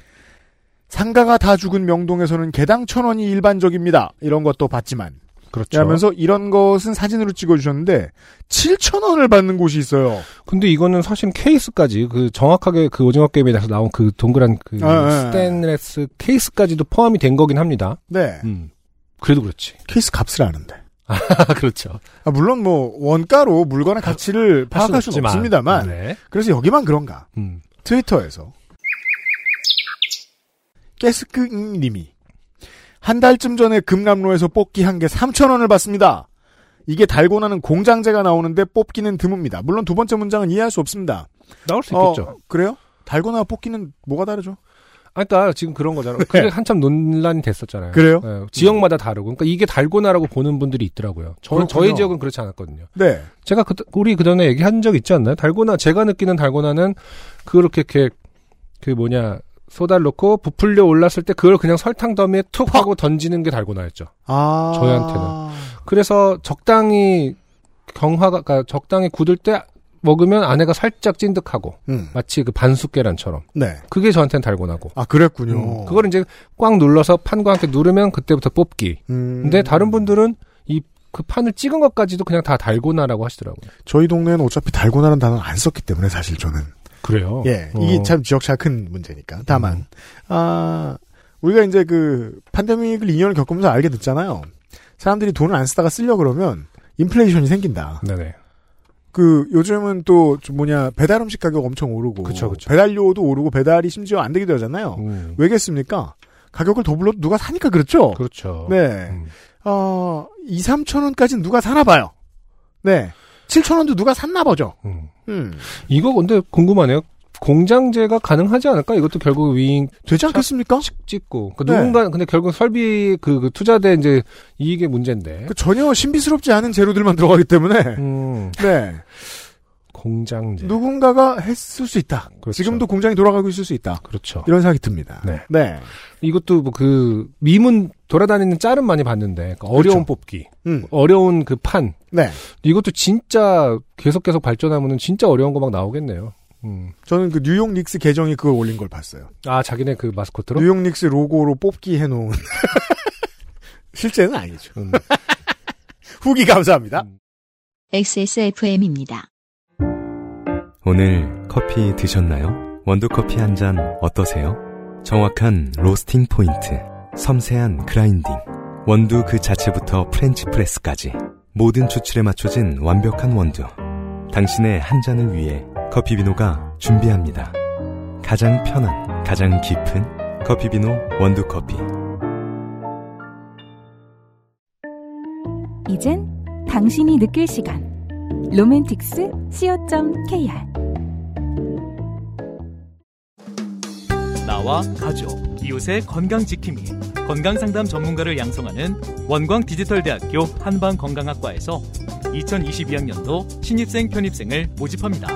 [SPEAKER 1] 상가가 다 죽은 명동에서는 개당 천 원이 일반적입니다. 이런 것도 봤지만.
[SPEAKER 2] 그렇죠.
[SPEAKER 1] 하면서 이런 것은 사진으로 찍어주셨는데, 7천 원을 받는 곳이 있어요.
[SPEAKER 2] 근데 이거는 사실 케이스까지 그 정확하게 그 오징어 게임에 대해서 나온 그 동그란 그
[SPEAKER 1] 아, 아, 아.
[SPEAKER 2] 스테인레스 케이스까지도 포함이 된 거긴 합니다.
[SPEAKER 1] 네.
[SPEAKER 2] 음. 그래도 그렇지.
[SPEAKER 1] 케이스 값을 아는데.
[SPEAKER 2] 아, 그렇죠.
[SPEAKER 1] 아, 물론 뭐, 원가로 물건의 가치를
[SPEAKER 2] 할 수는
[SPEAKER 1] 파악할 수는
[SPEAKER 2] 없지만.
[SPEAKER 1] 없습니다만.
[SPEAKER 2] 네.
[SPEAKER 1] 그래서 여기만 그런가.
[SPEAKER 2] 음.
[SPEAKER 1] 트위터에서. 깨스크님이. 한 달쯤 전에 금남로에서 뽑기 한 개 3천 원을 받습니다. 이게 달고나는 공장제가 나오는데 뽑기는 드뭅니다. 물론 두 번째 문장은 이해할 수 없습니다.
[SPEAKER 2] 나올 수 있겠죠.
[SPEAKER 1] 어, 그래요? 달고나 뽑기는 뭐가 다르죠?
[SPEAKER 2] 아, 그러니까 지금 그런 거잖아요. 그게 한참 논란이 됐었잖아요.
[SPEAKER 1] 예. 그래요?
[SPEAKER 2] 예, 지역마다 다르고. 그러니까 이게 달고나라고 보는 분들이 있더라고요. 저,
[SPEAKER 1] 그렇군요.
[SPEAKER 2] 저희 지역은 그렇지 않았거든요.
[SPEAKER 1] 네.
[SPEAKER 2] 제가 그, 우리 그전에 얘기한 적 있지 않나요? 달고나, 제가 느끼는 달고나는 그렇게 이렇게 그 뭐냐, 소다를 넣고 부풀려 올랐을 때 그걸 그냥 설탕 더미에 툭 하고 던지는 게 달고나였죠.
[SPEAKER 1] 아.
[SPEAKER 2] 저희한테는. 그래서 적당히 경화가 그러니까 적당히 굳을 때 먹으면 안에가 살짝 찐득하고
[SPEAKER 1] 음.
[SPEAKER 2] 마치 그 반숙 계란처럼
[SPEAKER 1] 네.
[SPEAKER 2] 그게 저한테는 달고나고
[SPEAKER 1] 아, 그랬군요.
[SPEAKER 2] 음, 그걸 이제 꽉 눌러서 판과 함께 누르면 그때부터 뽑기.
[SPEAKER 1] 음.
[SPEAKER 2] 근데 다른 분들은 이 그 판을 찍은 것까지도 그냥 다 달고나라고 하시더라고요.
[SPEAKER 1] 저희 동네는 어차피 달고나라는 단어를 안 썼기 때문에 사실 저는.
[SPEAKER 2] 그래요.
[SPEAKER 1] 예,
[SPEAKER 2] 어. 음.
[SPEAKER 1] 이게 참 지역차 큰 문제니까. 다만, 아, 우리가 이제 그, 팬데믹을 2년을 겪으면서 알게 됐잖아요. 사람들이 돈을 안 쓰다가 쓰려 그러면, 인플레이션이 생긴다.
[SPEAKER 2] 네네.
[SPEAKER 1] 그, 요즘은 또, 좀 뭐냐, 배달 음식 가격 엄청 오르고,
[SPEAKER 2] 그쵸, 그쵸.
[SPEAKER 1] 배달료도 오르고, 배달이 심지어 안 되기도 하잖아요.
[SPEAKER 2] 음.
[SPEAKER 1] 왜겠습니까? 가격을 더 불러도 누가 사니까 그렇죠?
[SPEAKER 2] 그렇죠.
[SPEAKER 1] 네.
[SPEAKER 2] 음.
[SPEAKER 1] 어, 2, 3천 원까지는 누가 사나 봐요. 네. 7천 원도 누가 샀나 보죠.
[SPEAKER 2] 음.
[SPEAKER 1] 음.
[SPEAKER 2] 이거 근데 궁금하네요. 공장제가 가능하지 않을까? 이것도 결국 윙
[SPEAKER 1] 되지 않겠습니까?
[SPEAKER 2] 찍고 그
[SPEAKER 1] 네.
[SPEAKER 2] 누군가 근데 결국 설비 그, 그 투자된 이제 이익의 문제인데.
[SPEAKER 1] 그 전혀 신비스럽지 않은 재료들만 들어가기 때문에
[SPEAKER 2] 음,
[SPEAKER 1] 네
[SPEAKER 2] 공장제.
[SPEAKER 1] 누군가가 했을 수 있다.
[SPEAKER 2] 그렇죠.
[SPEAKER 1] 지금도 공장이 돌아가고 있을 수 있다.
[SPEAKER 2] 그렇죠.
[SPEAKER 1] 이런 생각이 듭니다.
[SPEAKER 2] 네.
[SPEAKER 1] 네.
[SPEAKER 2] 이것도 뭐 그 미문 돌아다니는 짤은 많이 봤는데 그 어려운
[SPEAKER 1] 그렇죠.
[SPEAKER 2] 뽑기,
[SPEAKER 1] 음.
[SPEAKER 2] 어려운 그 판.
[SPEAKER 1] 네.
[SPEAKER 2] 이것도 진짜 계속 계속 발전하면은 진짜 어려운 거 막 나오겠네요. 음.
[SPEAKER 1] 저는 그 뉴욕 닉스 계정이 그걸 올린 걸 봤어요.
[SPEAKER 2] 아 자기네 그 마스코트로.
[SPEAKER 1] 뉴욕 닉스 로고로 뽑기 해놓은 *laughs* 실제는 아니죠.
[SPEAKER 2] 음.
[SPEAKER 1] 후기 감사합니다.
[SPEAKER 4] XSFM입니다.
[SPEAKER 8] 오늘 커피 드셨나요? 원두커피 한 잔 어떠세요? 정확한 로스팅 포인트, 섬세한 그라인딩, 원두 그 자체부터 프렌치 프레스까지 모든 추출에 맞춰진 완벽한 원두. 당신의 한 잔을 위해 커피비노가 준비합니다. 가장 편한, 가장 깊은 커피비노 원두커피.
[SPEAKER 9] 이젠 당신이 느낄 시간. 로맨틱스 co.kr
[SPEAKER 10] 나와 가족, 이웃의 건강지킴이 건강상담 전문가를 양성하는 원광디지털대학교 한방건강학과에서 2022학년도 신입생 편입생을 모집합니다.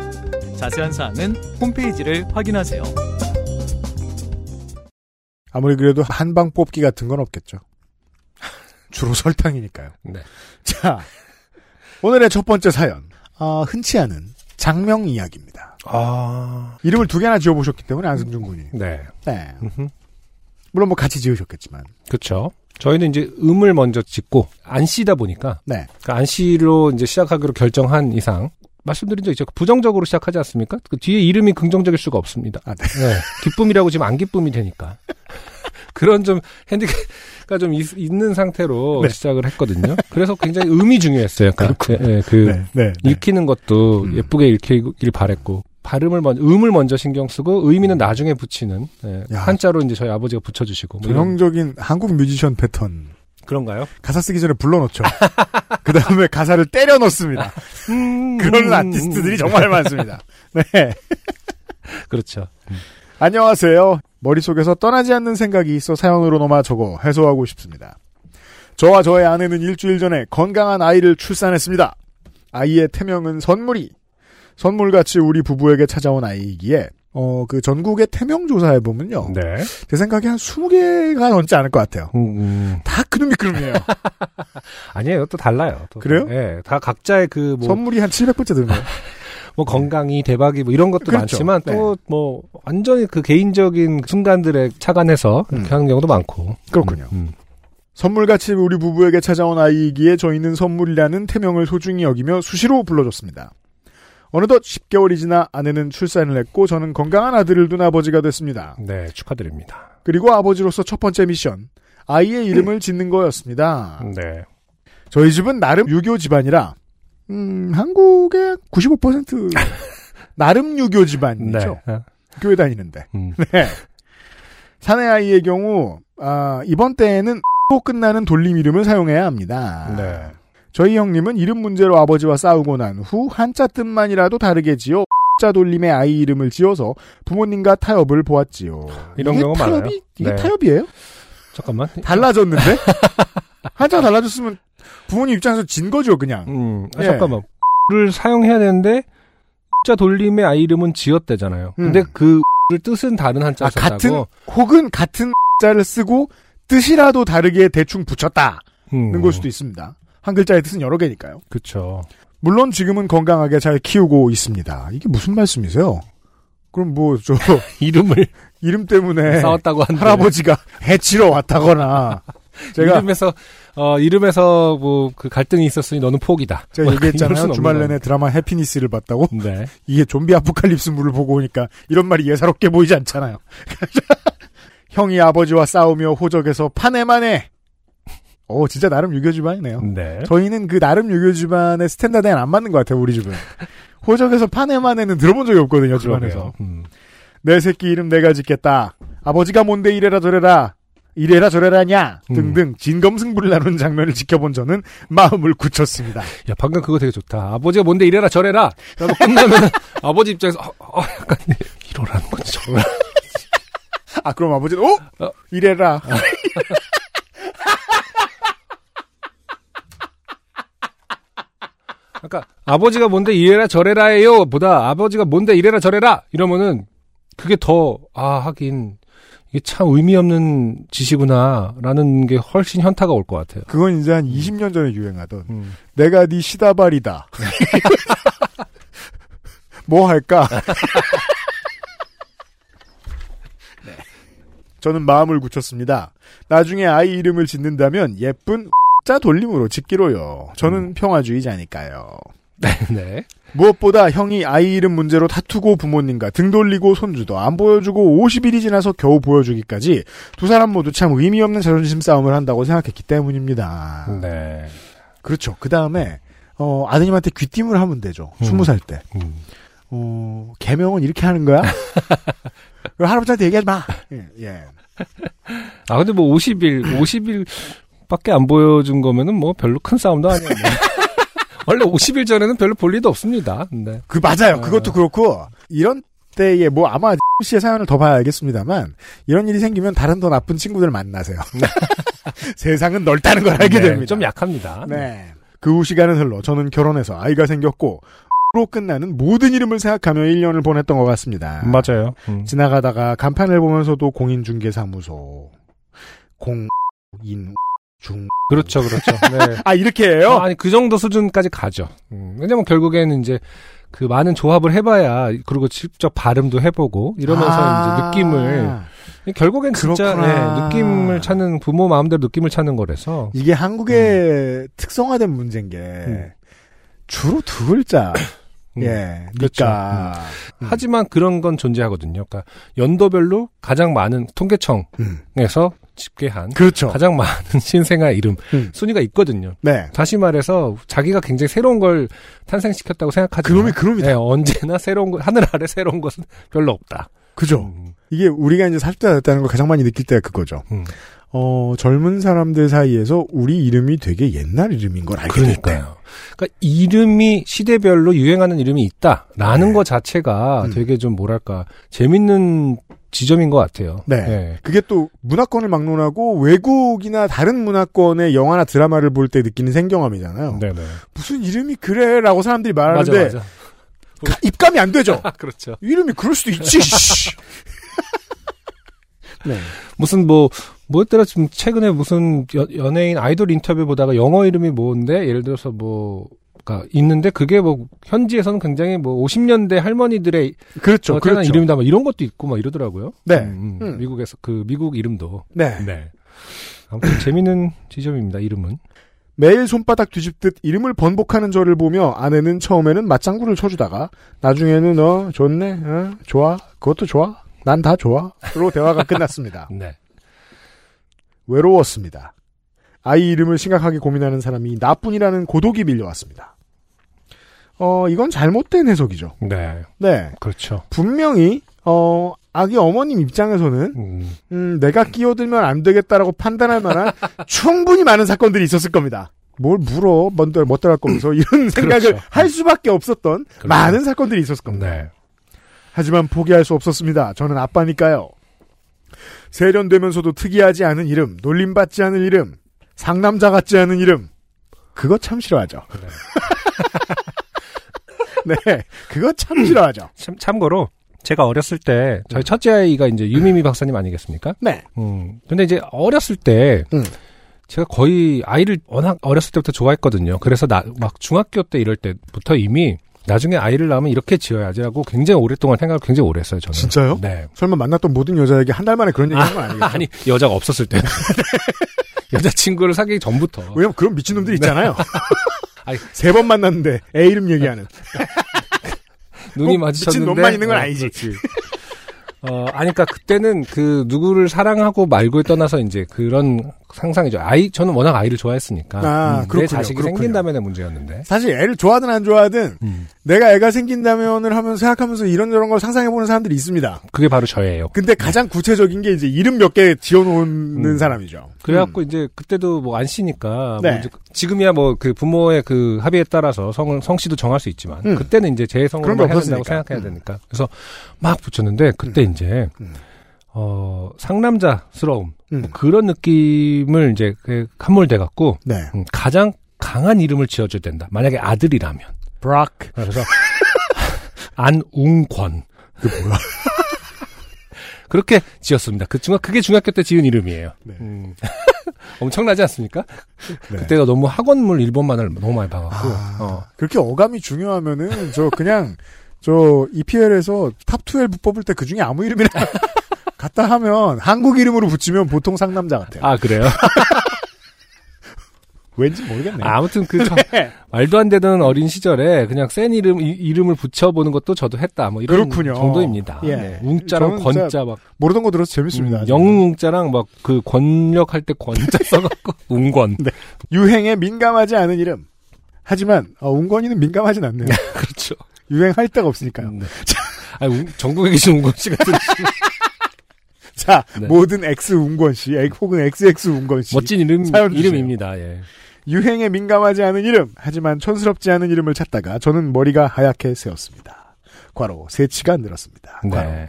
[SPEAKER 10] 자세한 사항은 홈페이지를 확인하세요.
[SPEAKER 1] 아무리 그래도 한방 뽑기 같은 건 없겠죠. *laughs* 주로 설탕이니까요.
[SPEAKER 2] 네.
[SPEAKER 1] 자, 오늘의 첫 번째 사연. 아, 흔치 않은 장명 이야기입니다.
[SPEAKER 2] 아.
[SPEAKER 1] 이름을 두 개나 지어보셨기 때문에 안승준 군이.
[SPEAKER 2] 네.
[SPEAKER 1] 네.
[SPEAKER 2] 음흠.
[SPEAKER 1] 물론 뭐 같이 지으셨겠지만.
[SPEAKER 2] 그렇죠. 저희는 이제 음을 먼저 짓고 안 씨다 보니까
[SPEAKER 1] 네.
[SPEAKER 2] 그러니까 안 씨로 이제 시작하기로 결정한 이상 말씀드린 적 있죠. 그 부정적으로 시작하지 않습니까? 그 뒤에 이름이 긍정적일 수가 없습니다.
[SPEAKER 1] 아, 네.
[SPEAKER 2] 네. 기쁨이라고 지금 안 기쁨이 되니까. *laughs* 그런 좀 핸디캡가 좀 있, 는 상태로
[SPEAKER 1] 네.
[SPEAKER 2] 시작을 했거든요. 그래서 굉장히 음이 중요했어요. 그러니까 예, 예, 그
[SPEAKER 1] 네. 네. 네.
[SPEAKER 2] 읽히는 것도
[SPEAKER 1] 음.
[SPEAKER 2] 예쁘게 읽히길 바랬고 발음을 먼저 음을 먼저 신경 쓰고 의미는 나중에 붙이는 예,
[SPEAKER 1] 야.
[SPEAKER 2] 한자로 이제 저희 아버지가 붙여주시고 뭐 이런-
[SPEAKER 1] 전형적인 한국 뮤지션 패턴.
[SPEAKER 2] 그런가요?
[SPEAKER 1] 가사 쓰기 전에
[SPEAKER 2] *laughs*
[SPEAKER 1] 불러넣죠. 그 다음에 가사를 때려 넣습니다.
[SPEAKER 2] 음.
[SPEAKER 1] 그런 아티스트들이
[SPEAKER 2] *laughs*
[SPEAKER 1] 정말 많습니다. 네.
[SPEAKER 2] 그렇죠.
[SPEAKER 1] 안녕하세요. 머릿속에서 떠나지 않는 생각이 있어 사연으로 넘어 적어 해소하고 싶습니다. 저와 저의 아내는 일주일 전에 건강한 아이를 출산했습니다. 아이의 태명은 선물이. 선물같이 우리 부부에게 찾아온 아이이기에, 어, 그 전국의 태명 조사해보면요.
[SPEAKER 2] 네.
[SPEAKER 1] 제 생각에 한 20개가 넘지 않을 것 같아요.
[SPEAKER 2] 음, 음.
[SPEAKER 1] 다 그놈이 *laughs* 그놈이에요.
[SPEAKER 2] 아니에요. 또 달라요. 또.
[SPEAKER 1] 그래요?
[SPEAKER 2] 예. 다 각자의 그 뭐
[SPEAKER 1] 선물이 한 700번째 드는 거예요.
[SPEAKER 2] 뭐 건강이 대박이 뭐 이런 것도
[SPEAKER 1] 그렇죠.
[SPEAKER 2] 많지만
[SPEAKER 1] 네.
[SPEAKER 2] 또 뭐 완전히 그 개인적인 순간들에 착안해서 이렇게
[SPEAKER 1] 음.
[SPEAKER 2] 하는 경우도 많고.
[SPEAKER 1] *laughs* 그렇군요.
[SPEAKER 2] 음, 음.
[SPEAKER 1] 선물같이 우리 부부에게 찾아온 아이이기에 저희는 선물이라는 태명을 소중히 여기며 수시로 불러줬습니다. 어느덧 10개월이 지나 아내는 출산을 했고 저는 건강한 아들을 둔 아버지가 됐습니다.
[SPEAKER 2] 네, 축하드립니다.
[SPEAKER 1] 그리고 아버지로서 첫 번째 미션, 아이의 이름을 짓는 거였습니다.
[SPEAKER 2] 네.
[SPEAKER 1] 저희 집은 나름 유교 집안이라, 음, 한국의 *laughs* 95% 나름 유교
[SPEAKER 2] 네.
[SPEAKER 1] 집안이죠.
[SPEAKER 2] 아,
[SPEAKER 1] 교회 다니는데.
[SPEAKER 2] 음.
[SPEAKER 1] *laughs* 네. 사내 아이의 경우 아, 이번 때에는 또 끝나는 돌림 이름을 사용해야 합니다.
[SPEAKER 2] 네.
[SPEAKER 1] 저희 형님은 이름 문제로 아버지와 싸우고 난 후 한자 뜻만이라도 다르게 지어 자 돌림의 아이 이름을 지어서 부모님과 타협을 보았지요.
[SPEAKER 2] 이런
[SPEAKER 1] 이게
[SPEAKER 2] 경우
[SPEAKER 1] 타협이,
[SPEAKER 2] 많아요.
[SPEAKER 1] 이게
[SPEAKER 2] 네.
[SPEAKER 1] 타협이에요?
[SPEAKER 2] 잠깐만. *laughs*
[SPEAKER 1] 달라졌는데 한자 가 달라졌으면 부모님 입장에서 진 거죠 그냥.
[SPEAKER 2] 음. 아,
[SPEAKER 1] 예.
[SPEAKER 2] 잠깐만. 를 사용해야 되는데 자 돌림의 아이 이름은 지었대잖아요.
[SPEAKER 1] 음.
[SPEAKER 2] 근데 그 를 뜻은 다른 한자
[SPEAKER 1] 아,
[SPEAKER 2] 썼다고.
[SPEAKER 1] 같은 혹은 같은 자를 쓰고 뜻이라도 다르게 대충 붙였다는
[SPEAKER 2] 음.
[SPEAKER 1] 걸 수도 있습니다. 한 글자의 뜻은 여러 개니까요.
[SPEAKER 2] 그렇죠.
[SPEAKER 1] 물론 지금은 건강하게 잘 키우고 있습니다. 이게 무슨 말씀이세요? 그럼 뭐 저 *laughs*
[SPEAKER 2] 이름을 *laughs*
[SPEAKER 1] 이름 때문에
[SPEAKER 2] 싸웠다고 한데.
[SPEAKER 1] 네. 할아버지가 해치러 왔다거나 제가
[SPEAKER 2] 이름에서 어 이름에서 뭐 그 갈등이 있었으니 너는 포기다.
[SPEAKER 1] 제가
[SPEAKER 2] 뭐 이럴
[SPEAKER 1] 얘기했잖아요.
[SPEAKER 2] 수는
[SPEAKER 1] 주말
[SPEAKER 2] 없는
[SPEAKER 1] 내내 드라마 해피니스를 봤다고
[SPEAKER 2] 거니까.
[SPEAKER 1] *laughs*
[SPEAKER 2] 네.
[SPEAKER 1] 이게 좀비 아포칼립스물을 보고 오니까 이런 말이 예사롭게 보이지 않잖아요. *laughs* 형이 아버지와 싸우며 호적에서 파내만해. 오 진짜 나름 유교 집안이네요.
[SPEAKER 2] 네.
[SPEAKER 1] 저희는 그 나름 유교 집안의 스탠다드에는 안 맞는 것 같아요, 우리
[SPEAKER 2] *laughs*
[SPEAKER 1] 집은. 호적에서 파내만해는 들어본 적이 없거든요,
[SPEAKER 2] 그러네요.
[SPEAKER 1] 집안에서.
[SPEAKER 2] 음.
[SPEAKER 1] 내 새끼 이름 내가 짓겠다. 아버지가 뭔데 이래라 저래라. 이래라 저래라냐
[SPEAKER 2] 음.
[SPEAKER 1] 등등 진검승부를 나눈 장면을 지켜본 저는 마음을
[SPEAKER 2] *laughs*
[SPEAKER 1] 굳혔습니다.
[SPEAKER 2] 야 방금 그거 되게 좋다. 아버지가 뭔데 이래라 저래라. 라고 *laughs* 끝나면 아버지 입장에서 어, 어, 약간 이러라는 거지 정말.
[SPEAKER 1] 아 그럼 아버지는 오
[SPEAKER 2] 어.
[SPEAKER 1] 이래라
[SPEAKER 2] 그러니까 아버지가 뭔데 이래라 저래라예요 보다 아버지가 뭔데 이래라 저래라 이러면은 그게 더 아 하긴 이게 참 의미 없는 짓이구나라는 게 훨씬 현타가 올 것
[SPEAKER 1] *laughs*
[SPEAKER 2] 같아요.
[SPEAKER 1] 그건 이제 한 20년 전에 유행하던
[SPEAKER 2] 음.
[SPEAKER 1] 내가 네 시다발이다. *laughs* 뭐 할까? 네. 저는 마음을 굳혔습니다. 나중에 아이 이름을 짓는다면 예쁜 자 돌림으로 짓기로요. 저는 평화주의자니까요.
[SPEAKER 2] 네.
[SPEAKER 1] 무엇보다 형이 아이 이름 문제로 다투고 부모님과 등 돌리고 손주도 안 보여주고 50일이 지나서 겨우 보여주기까지 두 사람 모두 참 의미 없는 자존심 싸움을 한다고 생각했기 때문입니다.
[SPEAKER 2] 네.
[SPEAKER 1] 그렇죠. 그 다음에 어, 아드님한테 귀띔을 하면 되죠.
[SPEAKER 2] 음.
[SPEAKER 1] 스무 살 때.
[SPEAKER 2] 음.
[SPEAKER 1] 어, 개명은 이렇게
[SPEAKER 2] *laughs*
[SPEAKER 1] 하는 거야? 그럼 할아버지한테 얘기하지 마. 예, 예.
[SPEAKER 2] 아 근데 뭐 50일 50일 밖에 안 보여준 거면은 뭐 별로 큰 싸움도 아니에요.
[SPEAKER 1] *laughs*
[SPEAKER 2] 뭐. 원래 50일 전에는 별로 볼 일도 없습니다. 네.
[SPEAKER 1] 그 맞아요. 그것도 그렇고 이런 때에 뭐 아마 씨의 사연을 더 봐야 알겠습니다만 이런 일이 생기면 다른 더 나쁜
[SPEAKER 2] *laughs*
[SPEAKER 1] 친구들 만나세요. 세상은 넓다는 걸 알게
[SPEAKER 2] 네,
[SPEAKER 1] 됩니다.
[SPEAKER 2] 좀 약합니다.
[SPEAKER 1] 네. 그 후 시간은 흘러 저는 결혼해서 아이가 생겼고 *laughs* 로 끝나는 모든 이름을 생각하며 1년을 보냈던 것 같습니다.
[SPEAKER 2] 맞아요. 음.
[SPEAKER 1] 지나가다가 간판을 보면서도 공인중개사무소 공인중
[SPEAKER 2] 그렇죠, 그렇죠. *laughs* 네.
[SPEAKER 1] 아 이렇게 해요?
[SPEAKER 2] 아니 그 정도 수준까지 가죠. 음, 왜냐면 결국에는 이제 그 많은 조합을 해봐야 그리고 직접 발음도 해보고 이러면서
[SPEAKER 1] 아.
[SPEAKER 2] 이제 느낌을 결국엔 진짜
[SPEAKER 1] 그렇구나.
[SPEAKER 2] 네, 느낌을 찾는 부모 마음대로 느낌을 찾는 거라서
[SPEAKER 1] 이게
[SPEAKER 2] 음.
[SPEAKER 1] 한국의 특성화된 문제인 게 주로 두 글자
[SPEAKER 2] 음,
[SPEAKER 1] 예
[SPEAKER 2] 그렇죠.
[SPEAKER 1] 그러니까 음.
[SPEAKER 2] 하지만 그런 건 존재하거든요. 그러니까 연도별로 가장 많은 통계청에서
[SPEAKER 1] 음.
[SPEAKER 2] 집계한
[SPEAKER 1] 그렇죠
[SPEAKER 2] 가장 많은 *laughs* 신생아 이름
[SPEAKER 1] 음.
[SPEAKER 2] 순위가 있거든요.
[SPEAKER 1] 네
[SPEAKER 2] 다시 말해서 자기가 굉장히 새로운 걸 탄생시켰다고 생각하지만
[SPEAKER 1] 그놈이 그놈이다
[SPEAKER 2] 네, 언제나 새로운 것, 하늘 아래 새로운 것은 별로 없다.
[SPEAKER 1] 그죠
[SPEAKER 2] 음,
[SPEAKER 1] 이게 우리가 이제 40대가 됐다는 걸 가장 많이 느낄 때가 그거죠
[SPEAKER 2] 음.
[SPEAKER 1] 어 젊은 사람들 사이에서 우리 이름이 되게 옛날 이름인 걸 알게 될때
[SPEAKER 2] 그러니까요. 그러니까 이름이 시대별로 유행하는 이름이 있다라는
[SPEAKER 1] 네.
[SPEAKER 2] 것 자체가
[SPEAKER 1] 음.
[SPEAKER 2] 되게 좀 뭐랄까 재밌는 지점인 것 같아요.
[SPEAKER 1] 네. 그게 또 문화권을 막론하고 외국이나 다른 문화권의 영화나 드라마를 볼 때 느끼는 생경함이잖아요.
[SPEAKER 2] 네, 네.
[SPEAKER 1] 무슨 이름이 그래라고 사람들이
[SPEAKER 2] 맞아,
[SPEAKER 1] 말하는데
[SPEAKER 2] 맞아. *laughs*
[SPEAKER 1] 가- 입감이 안 되죠.
[SPEAKER 2] 아, 그렇죠.
[SPEAKER 1] 이름이 그럴 수도 *laughs* 있지. 씨. 네.
[SPEAKER 2] 무슨 뭐 뭐였더라 지금 최근에 무슨 여- 연예인 아이돌 인터뷰 보다가 영어 이름이 뭔데 예를 들어서 뭐 그러니까 있는데 그게 뭐 현지에서는 굉장히 뭐 50년대 할머니들의
[SPEAKER 1] 그렇죠.
[SPEAKER 2] 어, 태어난
[SPEAKER 1] 그렇죠.
[SPEAKER 2] 이름이다 막 이런 것도 있고 막 이러더라고요.
[SPEAKER 1] 네.
[SPEAKER 2] 음, 음.
[SPEAKER 1] 음.
[SPEAKER 2] 미국에서 그 미국 이름도
[SPEAKER 1] 네.
[SPEAKER 2] 네. 아무튼 재미있는 지점입니다. 이름은.
[SPEAKER 1] 매일 손바닥 뒤집듯 이름을 번복하는 저를 보며 아내는 처음에는 맞장구를 쳐주다가 나중에는 어 좋네, 어, 좋아, 그것도 좋아, 난 다 좋아로 대화가 끝났습니다.
[SPEAKER 2] 네.
[SPEAKER 1] 외로웠습니다. 아이 이름을 심각하게 고민하는 사람이 나뿐이라는 고독이 밀려왔습니다. 어, 이건 잘못된 해석이죠.
[SPEAKER 2] 네.
[SPEAKER 1] 네.
[SPEAKER 2] 그렇죠.
[SPEAKER 1] 분명히, 어, 아기 어머님 입장에서는,
[SPEAKER 2] 음.
[SPEAKER 1] 음, 내가 끼어들면 안 되겠다라고 판단할
[SPEAKER 2] *laughs*
[SPEAKER 1] 만한 충분히 많은 사건들이 있었을 겁니다. 뭘 물어, 먼저 멋들할 거면서
[SPEAKER 2] *laughs*
[SPEAKER 1] 이런 생각을
[SPEAKER 2] 그렇죠.
[SPEAKER 1] 할 수밖에 없었던
[SPEAKER 2] 그렇죠.
[SPEAKER 1] 많은 사건들이 있었을 겁니다.
[SPEAKER 2] 네.
[SPEAKER 1] 하지만 포기할 수 없었습니다. 저는 아빠니까요. 세련되면서도 특이하지 않은 이름, 놀림받지 않은 이름, 상남자 같지 않은 이름. 그거 참 싫어하죠. 네, 그거 참 싫어하죠.
[SPEAKER 2] *laughs* 참, 참고로 제가 어렸을 때 저희 첫째 아이가 이제 유미미 박사님 아니겠습니까?
[SPEAKER 1] 네.
[SPEAKER 2] 음. 근데 이제 어렸을 때
[SPEAKER 1] 음.
[SPEAKER 2] 제가 거의 아이를 워낙 어렸을 때부터 좋아했거든요. 그래서 나 막 중학교 때 이럴 때부터 이미 나중에 아이를 낳으면 이렇게 지어야지라고 굉장히 오랫동안 생각을 굉장히 오래 했어요. 저는.
[SPEAKER 1] 진짜요?
[SPEAKER 2] 네.
[SPEAKER 1] 설마 만났던 모든 여자에게 한 달 만에 그런 얘기 한 건 아니겠죠?
[SPEAKER 2] 아니 여자가 없었을 때 *laughs* 여자친구를 사귀기 전부터
[SPEAKER 1] 왜냐면 그런 미친놈들 있잖아요.
[SPEAKER 2] 네. *laughs* 아니, 아.
[SPEAKER 1] 세 번 만났는데 애 이름 얘기하는.
[SPEAKER 2] 눈이
[SPEAKER 1] 꼭
[SPEAKER 2] 마주쳤는데
[SPEAKER 1] 뭐 미친 놈만 있는 건
[SPEAKER 2] 어,
[SPEAKER 1] 아니지.
[SPEAKER 2] 그렇지. 어, 아니, 그니까, 그때는 그, 누구를 사랑하고 말고에 떠나서 이제 그런 상상이죠. 아이, 저는 워낙 아이를 좋아했으니까. 음,
[SPEAKER 1] 아,
[SPEAKER 2] 내
[SPEAKER 1] 그렇군요.
[SPEAKER 2] 자식이
[SPEAKER 1] 그렇군요.
[SPEAKER 2] 생긴다면의 문제였는데.
[SPEAKER 1] 사실 애를 좋아하든 안 좋아하든
[SPEAKER 2] 음.
[SPEAKER 1] 내가 애가 생긴다면을 하면 생각하면서 이런저런 걸 상상해보는 사람들이 있습니다.
[SPEAKER 2] 그게 바로 저예요.
[SPEAKER 1] 근데 가장 구체적인 게 이제 이름 몇 개 지어놓는
[SPEAKER 2] 음.
[SPEAKER 1] 사람이죠.
[SPEAKER 2] 그래갖고 이제 그때도 뭐 안 쉬니까 뭐
[SPEAKER 1] 네.
[SPEAKER 2] 이제 지금이야 뭐 그 부모의 그 합의에 따라서 성은 성씨도 정할 수 있지만
[SPEAKER 1] 음.
[SPEAKER 2] 그때는 이제 제 성으로
[SPEAKER 1] 그런 거
[SPEAKER 2] 해야 된다고
[SPEAKER 1] 없었으니까. 음.
[SPEAKER 2] 생각해야 되니까 그래서 막 붙였는데 그때 이제 어 상남자스러움
[SPEAKER 1] 음.
[SPEAKER 2] 뭐 그런 느낌을 이제 그 함몰돼 갖고
[SPEAKER 1] 네.
[SPEAKER 2] 음, 가장 강한 이름을 지어줘야 된다. 만약에 아들이라면
[SPEAKER 1] 브락.
[SPEAKER 2] 그래서 *laughs* 안웅권 그 뭐야? *laughs* 그렇게 지었습니다. 그 중학 그게 중학교 때 지은 이름이에요.
[SPEAKER 1] 네.
[SPEAKER 2] 음. *laughs* 엄청나지 않습니까?
[SPEAKER 1] 네. 아.
[SPEAKER 2] 그때가 너무 학원물 일본만을 너무 많이 봐갖고 어.
[SPEAKER 1] 그렇게 어감이 중요하면은 저 그냥 저 EPL에서 탑12 뽑을 때 그 중에 아무 이름이나 *laughs* 갖다 하면 한국 이름으로 붙이면 보통 상남자 같아요.
[SPEAKER 2] 아 그래요?
[SPEAKER 1] 왠지 *laughs* 모르겠네요.
[SPEAKER 2] 아, 무튼그 저- 말도 안 되는 어린 시절에 그냥 센 이름 이, 름을 붙여보는 것도 저도 했다 뭐 이런
[SPEAKER 1] 그렇군요.
[SPEAKER 2] 정도입니다.
[SPEAKER 1] 예.
[SPEAKER 2] 네. 웅자랑
[SPEAKER 1] 저는 진짜
[SPEAKER 2] 권자 막
[SPEAKER 1] 모르던 거 들어서 재밌습니다.
[SPEAKER 2] 음, 영웅자랑 막 그 권력할 때
[SPEAKER 1] *laughs*
[SPEAKER 2] 권자 써갖고 웅권
[SPEAKER 1] 네. 유행에 민감하지 않은 이름. 하지만 어, 웅건이는 민감하진 않네요. 음,
[SPEAKER 2] 그렇죠.
[SPEAKER 1] *laughs* 유행할 데가 없으니까요.
[SPEAKER 2] 네. 아니, 웅- 전국에 계신 웅권 씨가
[SPEAKER 1] 자,
[SPEAKER 2] 네.
[SPEAKER 1] 모든 X 웅건 씨, X 혹은 XX 웅건 씨.
[SPEAKER 2] 멋진 이름
[SPEAKER 1] 사연 주세요.
[SPEAKER 2] 이름입니다. 예.
[SPEAKER 1] 유행에 민감하지 않은 이름, 하지만 촌스럽지 않은 이름을 찾다가 저는 머리가 하얗게 새었습니다. 과로 세치가 늘었습니다. 과로.
[SPEAKER 2] 네.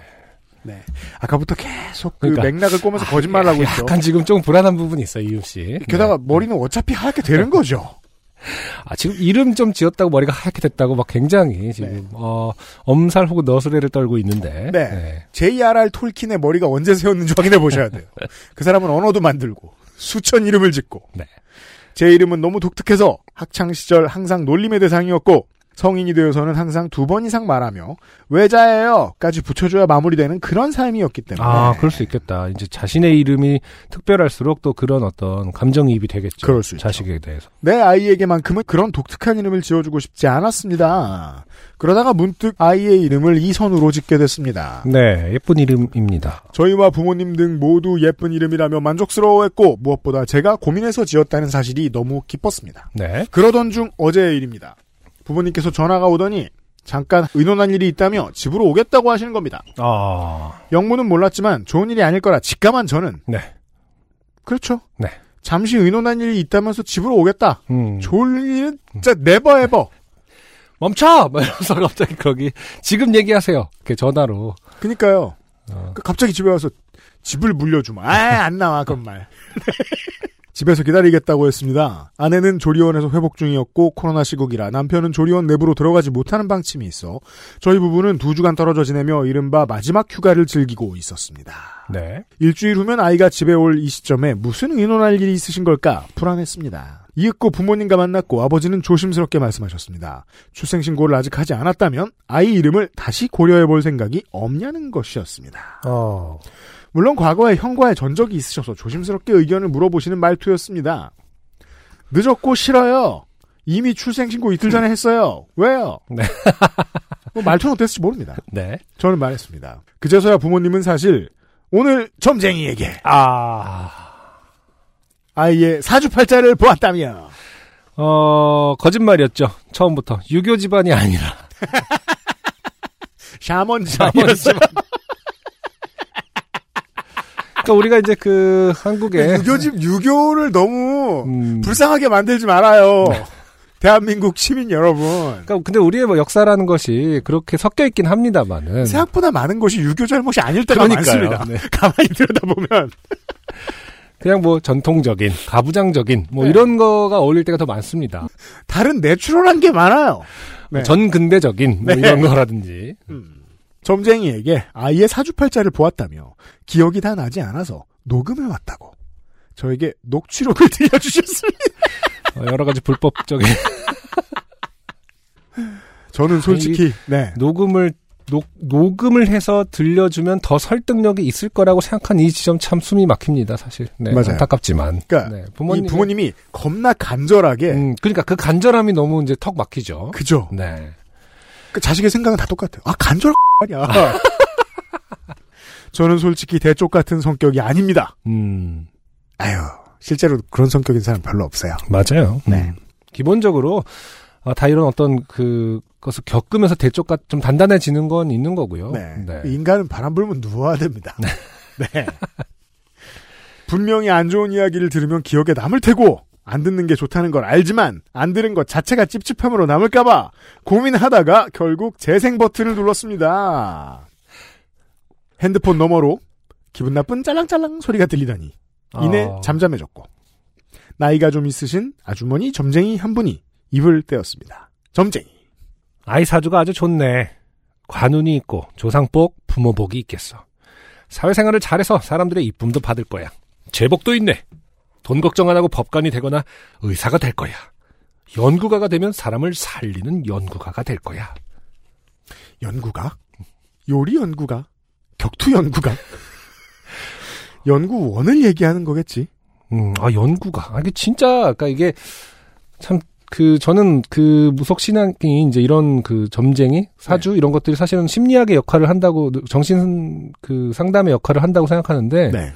[SPEAKER 1] 네. 아까부터 계속 그
[SPEAKER 2] 그러니까.
[SPEAKER 1] 맥락을 꼬면서 거짓말을 하고 있죠. 그
[SPEAKER 2] 약간 지금 좀 불안한 부분이 있어요, 이음 씨.
[SPEAKER 1] 게다가
[SPEAKER 2] 네.
[SPEAKER 1] 머리는 어차피 하얗게 되는 거죠.
[SPEAKER 2] 아, 지금 이름 좀 지었다고 머리가 하얗게 됐다고 막 굉장히 지금 어, 엄살 혹은 너스레를 떨고 있는데.
[SPEAKER 1] 네. JRR 톨킨의 머리가 언제 세웠는지 확인해
[SPEAKER 2] *laughs*
[SPEAKER 1] 보셔야 돼요. 그 사람은 언어도 만들고 수천 이름을 짓고
[SPEAKER 2] 네.
[SPEAKER 1] 제 이름은 너무 독특해서 학창 시절 항상 놀림의 대상이었고 성인이 되어서는 항상 두 번 이상 말하며 외자예요까지 붙여줘야 마무리되는 그런 삶이었기 때문에
[SPEAKER 2] 아, 그럴 수 있겠다. 이제 자신의 이름이 특별할수록 또 그런 어떤 감정이입이 되겠죠.
[SPEAKER 1] 그럴 수 있죠.
[SPEAKER 2] 자식에 대해서.
[SPEAKER 1] 내 아이에게만큼은 그런 독특한 이름을 지어주고 싶지 않았습니다. 그러다가 문득 아이의 이름을 이선우로 짓게 됐습니다.
[SPEAKER 2] 네, 예쁜 이름입니다.
[SPEAKER 1] 저희와 부모님 등 모두 예쁜 이름이라며 만족스러워했고 무엇보다 제가 고민해서 지었다는 사실이 너무 기뻤습니다.
[SPEAKER 2] 네.
[SPEAKER 1] 그러던 중 어제의 일입니다. 부모님께서 전화가 오더니 잠깐 의논한 일이 있다며 집으로 오겠다고 하시는 겁니다.
[SPEAKER 2] 아,
[SPEAKER 1] 영문은 몰랐지만 좋은 일이 아닐 거라 직감한 저는
[SPEAKER 2] 네.
[SPEAKER 1] 그렇죠.
[SPEAKER 2] 네.
[SPEAKER 1] 잠시 의논한 일이 있다면서 집으로 오겠다.
[SPEAKER 2] 음.
[SPEAKER 1] 좋을 일은 진짜 네버 에버.
[SPEAKER 2] 멈춰! 막 이러면서 *laughs* 갑자기 거기 지금 얘기하세요. 이렇게 전화로.
[SPEAKER 1] 그니까요. 그 갑자기 집에 와서 집을 물려주마. 아, 안 나와, 그런 말. *laughs* 집에서 기다리겠다고 했습니다. 아내는 조리원에서 회복 중이었고 코로나 시국이라 남편은 조리원 내부로 들어가지 못하는 방침이 있어 저희 부부는 두 주간 떨어져 지내며 이른바 마지막 휴가를 즐기고 있었습니다.
[SPEAKER 2] 네.
[SPEAKER 1] 일주일 후면 아이가 집에 올 이 시점에 무슨 의논할 일이 있으신 걸까 불안했습니다. 이윽고 부모님과 만났고 아버지는 조심스럽게 말씀하셨습니다. 출생신고를 아직 하지 않았다면 아이 이름을 다시 고려해 볼 생각이 없냐는 것이었습니다.
[SPEAKER 2] 어.
[SPEAKER 1] 물론 과거에 형과의 전적이 있으셔서 조심스럽게 의견을 물어보시는 말투였습니다. 늦었고 싫어요. 이미 출생신고 이틀 전에 했어요. 왜요?
[SPEAKER 2] 네.
[SPEAKER 1] *laughs* 뭐 말투는 어땠을지 모릅니다.
[SPEAKER 2] 네.
[SPEAKER 1] 저는 말했습니다. 그제서야 부모님은 사실 오늘 점쟁이에게
[SPEAKER 2] 아.
[SPEAKER 1] 아이의 사주팔자를 보았다며
[SPEAKER 2] 어, 거짓말이었죠. 처음부터. 유교 집안이 아니라.
[SPEAKER 1] 샤먼 지
[SPEAKER 2] 자본 집안. 그러니까 우리가 이제 그 한국에
[SPEAKER 1] 네, 유교집 유교를 너무
[SPEAKER 2] 음, 네.
[SPEAKER 1] 불쌍하게 만들지 말아요. 대한민국 시민 여러분.
[SPEAKER 2] 그러니까 근데 우리의 뭐 역사라는 것이 그렇게 섞여 있긴 합니다만은
[SPEAKER 1] 생각보다 많은 것이 유교 잘못이 아닐 때가
[SPEAKER 2] 네. 그러니까요.
[SPEAKER 1] 많습니다.
[SPEAKER 2] 네.
[SPEAKER 1] *laughs* 가만히 들여다보면
[SPEAKER 2] 그냥 뭐 전통적인 가부장적인
[SPEAKER 1] 네.
[SPEAKER 2] 뭐 이런 거가 어울릴 때가 더 많습니다.
[SPEAKER 1] 다른 내추럴한 게 많아요. 네.
[SPEAKER 2] 전근대적인 뭐
[SPEAKER 1] 네.
[SPEAKER 2] 이런 거라든지.
[SPEAKER 1] 점쟁이에게 아이의 사주팔자를 보았다며 기억이 다 나지 않아서 녹음해왔다고 저에게 녹취록을 *laughs* 들려주셨습니다.
[SPEAKER 2] 어, 여러 가지 불법적인.
[SPEAKER 1] 저는 솔직히 네.
[SPEAKER 2] 녹음을 녹, 녹음을 해서 들려주면 더 설득력이 있을 거라고 생각한 이 지점 참 숨이 막힙니다, 사실. 네,
[SPEAKER 1] 맞아요.
[SPEAKER 2] 안타깝지만.
[SPEAKER 1] 그러니까
[SPEAKER 2] 네,
[SPEAKER 1] 이
[SPEAKER 2] 부모님이-
[SPEAKER 1] 부모님이 겁나 간절하게
[SPEAKER 2] 음, 그러니까 그 간절함이 너무 이제 턱 막히죠.
[SPEAKER 1] 그죠.
[SPEAKER 2] 네.
[SPEAKER 1] 그 자식의 생각은 다 똑같아요. 아 간절 아니야. *laughs* 저는 솔직히 대쪽 같은 성격이 아닙니다.
[SPEAKER 2] 음,
[SPEAKER 1] 아유 실제로 그런 성격인 사람 별로 없어요.
[SPEAKER 2] 맞아요.
[SPEAKER 1] 네.
[SPEAKER 2] 기본적으로 어, 다 이런 어떤 그 것을 겪으면서 대조가 좀 단단해지는 건 있는 거고요.
[SPEAKER 1] 네.
[SPEAKER 2] 네.
[SPEAKER 1] 인간은 바람 불면 누워야 됩니다. 네. *laughs* 분명히 안 좋은 이야기를 들으면 기억에 남을 테고 안 듣는 게 좋다는 걸 알지만 안 들은 것 자체가 찝찝함으로 남을까봐 고민하다가 결국 재생 버튼을 눌렀습니다. 핸드폰 너머로 기분 나쁜 짤랑짤랑 소리가 들리다니 이내
[SPEAKER 2] 아.
[SPEAKER 1] 잠잠해졌고 나이가 좀 있으신 아주머니 점쟁이 한 분이 입을 떼었습니다. 점쟁이.
[SPEAKER 2] 아이 사주가 아주 좋네. 관운이 있고 조상복, 부모복이 있겠어. 사회생활을 잘해서 사람들의 이쁨도 받을 거야. 제복도 있네. 돈 걱정 안 하고 법관이 되거나 의사가 될 거야. 연구가가 되면 사람을 살리는 연구가가 될 거야.
[SPEAKER 1] 연구가? 요리 연구가? 격투 연구가? 연구원을 얘기하는 거겠지.
[SPEAKER 2] 음, 아 연구가. 아 이게 진짜 아까 이게 참 그 저는 그 무속 신앙이 이제 이런 그 점쟁이 사주 이런 것들이 사실은 심리학의 역할을 한다고 정신 그 상담의 역할을 한다고 생각하는데
[SPEAKER 1] 네.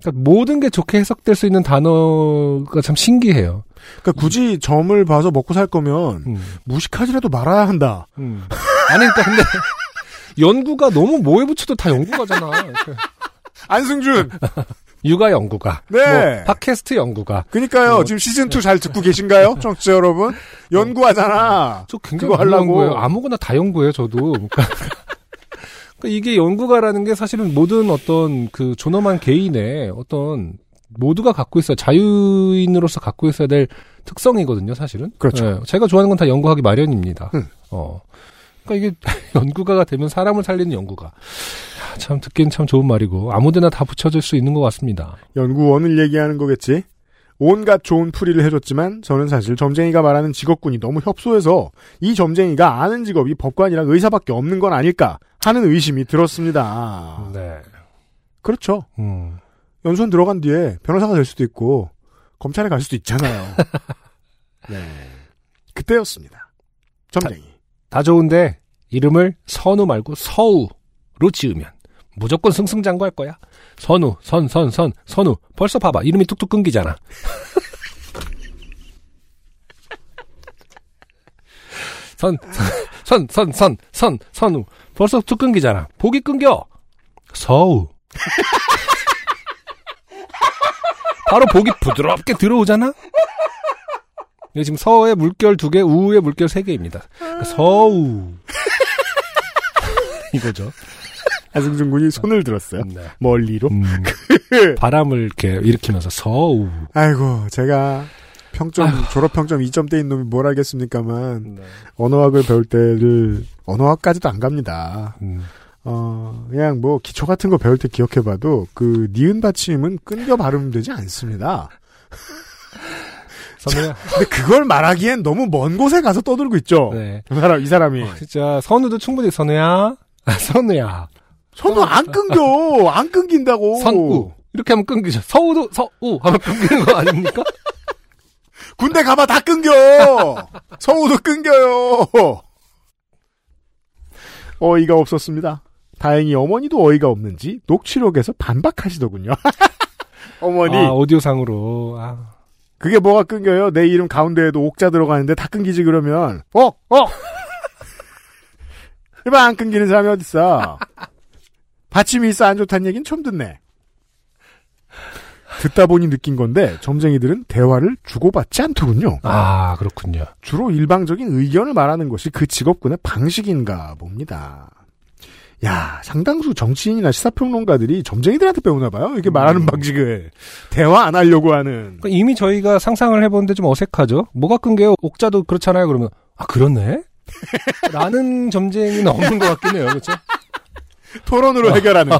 [SPEAKER 2] 그러니까 모든 게 좋게 해석될 수 있는 단어가 참 신기해요.
[SPEAKER 1] 그러니까 굳이 점을 봐서 먹고 살 거면
[SPEAKER 2] 음.
[SPEAKER 1] 무식하지라도 말아야 한다.
[SPEAKER 2] 음. 아니 그러니까 근데 *laughs* 연구가 너무 뭐에 붙여도 다 연구가잖아.
[SPEAKER 1] 안승준.
[SPEAKER 2] 육아 연구가,
[SPEAKER 1] 네.
[SPEAKER 2] 뭐 팟캐스트 연구가.
[SPEAKER 1] 그니까요.
[SPEAKER 2] 뭐,
[SPEAKER 1] 지금 시즌 2 잘
[SPEAKER 2] *laughs*
[SPEAKER 1] 듣고 계신가요, 청취자 여러분? 연구하잖아.
[SPEAKER 2] 저
[SPEAKER 1] 그거
[SPEAKER 2] 굉장히
[SPEAKER 1] 하려고.
[SPEAKER 2] 하려고 거예요. 아무거나 다 연구해요, 저도. 그러니까 *laughs* 이게 연구가라는 게 사실은 모든 어떤 그 존엄한 개인의 어떤 모두가 갖고 있어야 자유인으로서 갖고 있어야 될 특성이거든요, 사실은.
[SPEAKER 1] 그렇죠.
[SPEAKER 2] 예, 제가 좋아하는 건 다 연구하기 마련입니다.
[SPEAKER 1] 음.
[SPEAKER 2] 어. 그러니까 이게 *laughs* 연구가가 되면 사람을 살리는 연구가 야, 참 듣기엔 참 좋은 말이고 아무데나 다 붙여줄 수 있는 것 같습니다.
[SPEAKER 1] 연구원을 얘기하는 거겠지. 온갖 좋은 풀이를 해줬지만 저는 사실 점쟁이가 말하는 직업군이 너무 협소해서 이 점쟁이가 아는 직업이 법관이랑 의사밖에 없는 건 아닐까 하는 의심이 들었습니다.
[SPEAKER 2] 네.
[SPEAKER 1] 그렇죠.
[SPEAKER 2] 음.
[SPEAKER 1] 연수원 들어간 뒤에 변호사가 될 수도 있고 검찰에 갈
[SPEAKER 2] *laughs*
[SPEAKER 1] 수도 있잖아요. 네. 그때였습니다. 점쟁이.
[SPEAKER 2] 다 좋은데 이름을 선우 말고 서우로 지으면 무조건 승승장구할 거야. 선우, 선, 선, 선, 선우. 벌써 봐봐. 이름이 뚝뚝 끊기잖아. *laughs* 선, 선, 선, 선, 선, 선우. 벌써 뚝 끊기잖아. 복이 끊겨. 서우. *laughs* 바로 복이 부드럽게 들어오잖아? 이게 지금 서의 물결 두 개, 우의 물결 세 개입니다. 그러니까 서우. *laughs* 이거죠.
[SPEAKER 1] 안승준 군이 손을 들었어요.
[SPEAKER 2] 네.
[SPEAKER 1] 멀리로.
[SPEAKER 2] 음, 바람을 이렇게 일으키면서 서우.
[SPEAKER 1] 아이고 제가 평점 졸업 평점 2점대인 놈이 뭘
[SPEAKER 2] 네.
[SPEAKER 1] 알겠습니까만 언어학을 배울 때를 언어학까지도 안 갑니다.
[SPEAKER 2] 음,
[SPEAKER 1] 어 그냥 뭐 기초 같은 거 배울 때 기억해봐도 그 니은 받침은 끊겨 발음되지 않습니다.
[SPEAKER 2] 선우야.
[SPEAKER 1] 근데 그걸 말하기엔 너무 먼 곳에 가서 떠들고 있죠.
[SPEAKER 2] 네.
[SPEAKER 1] 이 사람 이 사람이
[SPEAKER 2] 진짜 선우도 충분히 선우야. 아, 선우야.
[SPEAKER 1] 선우 안 끊겨 안 끊긴다고.
[SPEAKER 2] 선우. 이렇게 하면 끊기죠. 서우도 서우 하면 끊기는 거 아닙니까?
[SPEAKER 1] 군대 가봐 다 끊겨. 성우도 끊겨요. 어이가 없었습니다. 다행히 어머니도 어이가 없는지 녹취록에서 반박하시더군요. *laughs*
[SPEAKER 2] *laughs*
[SPEAKER 1] 어머니
[SPEAKER 2] 아, 오디오상으로. 아,
[SPEAKER 1] 그게 뭐가 끊겨요? 내 이름 가운데에도 옥자 들어가는데 다 끊기지 그러면 어 *laughs* 어. 일반 안 끊기는 사람이 어딨어. 받침이 있어 안 좋다는 얘기는 처음 듣네. 듣다 보니 느낀 건데 점쟁이들은 대화를 주고받지 않더군요.
[SPEAKER 2] 아, 그렇군요.
[SPEAKER 1] 주로 일방적인 의견을 말하는 것이 그 직업군의 방식인가 봅니다. 야, 상당수 정치인이나 시사평론가들이 점쟁이들한테 배우나 봐요. 이렇게 말하는 방식을 대화 안 하려고 하는.
[SPEAKER 2] 그러니까 이미 저희가 상상을 해보는데 좀 어색하죠. 뭐가 끊겨요? 옥자도 *laughs* 그렇잖아요. 그러면 아 그렇네. 라는 점쟁이는 없는 것 같긴 해요. 그렇죠?
[SPEAKER 1] 토론으로 해결하는.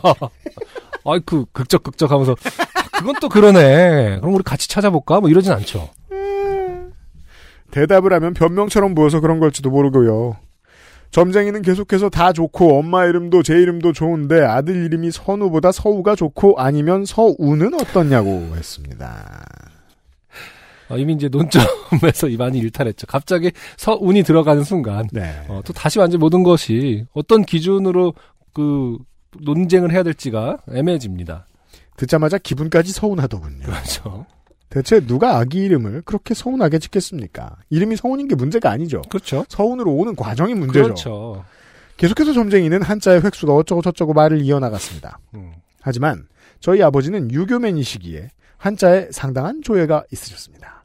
[SPEAKER 2] 아이 그 극적 극적 하면서 아, 그건 또 그러네. 그럼 우리 같이 찾아볼까? 뭐 이러진 않죠.
[SPEAKER 1] 대답을 하면 변명처럼 보여서 그런 걸지도 모르고요. 점쟁이는 계속해서 다 좋고 엄마 이름도 제 이름도 좋은데 아들 이름이 선우보다 서우가 좋고 아니면 서우는 어떻냐고 했습니다.
[SPEAKER 2] 아, 이미 이제 논점에서 *laughs* 이 많이 일탈했죠. 갑자기 서운이 들어가는 순간 어, 또 다시 완전 모든 것이 어떤 기준으로 그 논쟁을 해야 될지가 애매해집니다. *laughs*
[SPEAKER 1] 듣자마자 기분까지 서운하더군요.
[SPEAKER 2] 그렇죠.
[SPEAKER 1] 대체 누가 아기 이름을 그렇게 서운하게 짓겠습니까? 이름이 서운인 게 문제가 아니죠.
[SPEAKER 2] 그렇죠.
[SPEAKER 1] 서운으로 오는 과정이 문제죠.
[SPEAKER 2] 그렇죠.
[SPEAKER 1] 계속해서 점쟁이는 한자의 획수가 어쩌고 저쩌고 말을 이어나갔습니다.
[SPEAKER 2] 음.
[SPEAKER 1] 하지만 저희 아버지는 유교맨이시기에 한자에 상당한 조예가 있으셨습니다.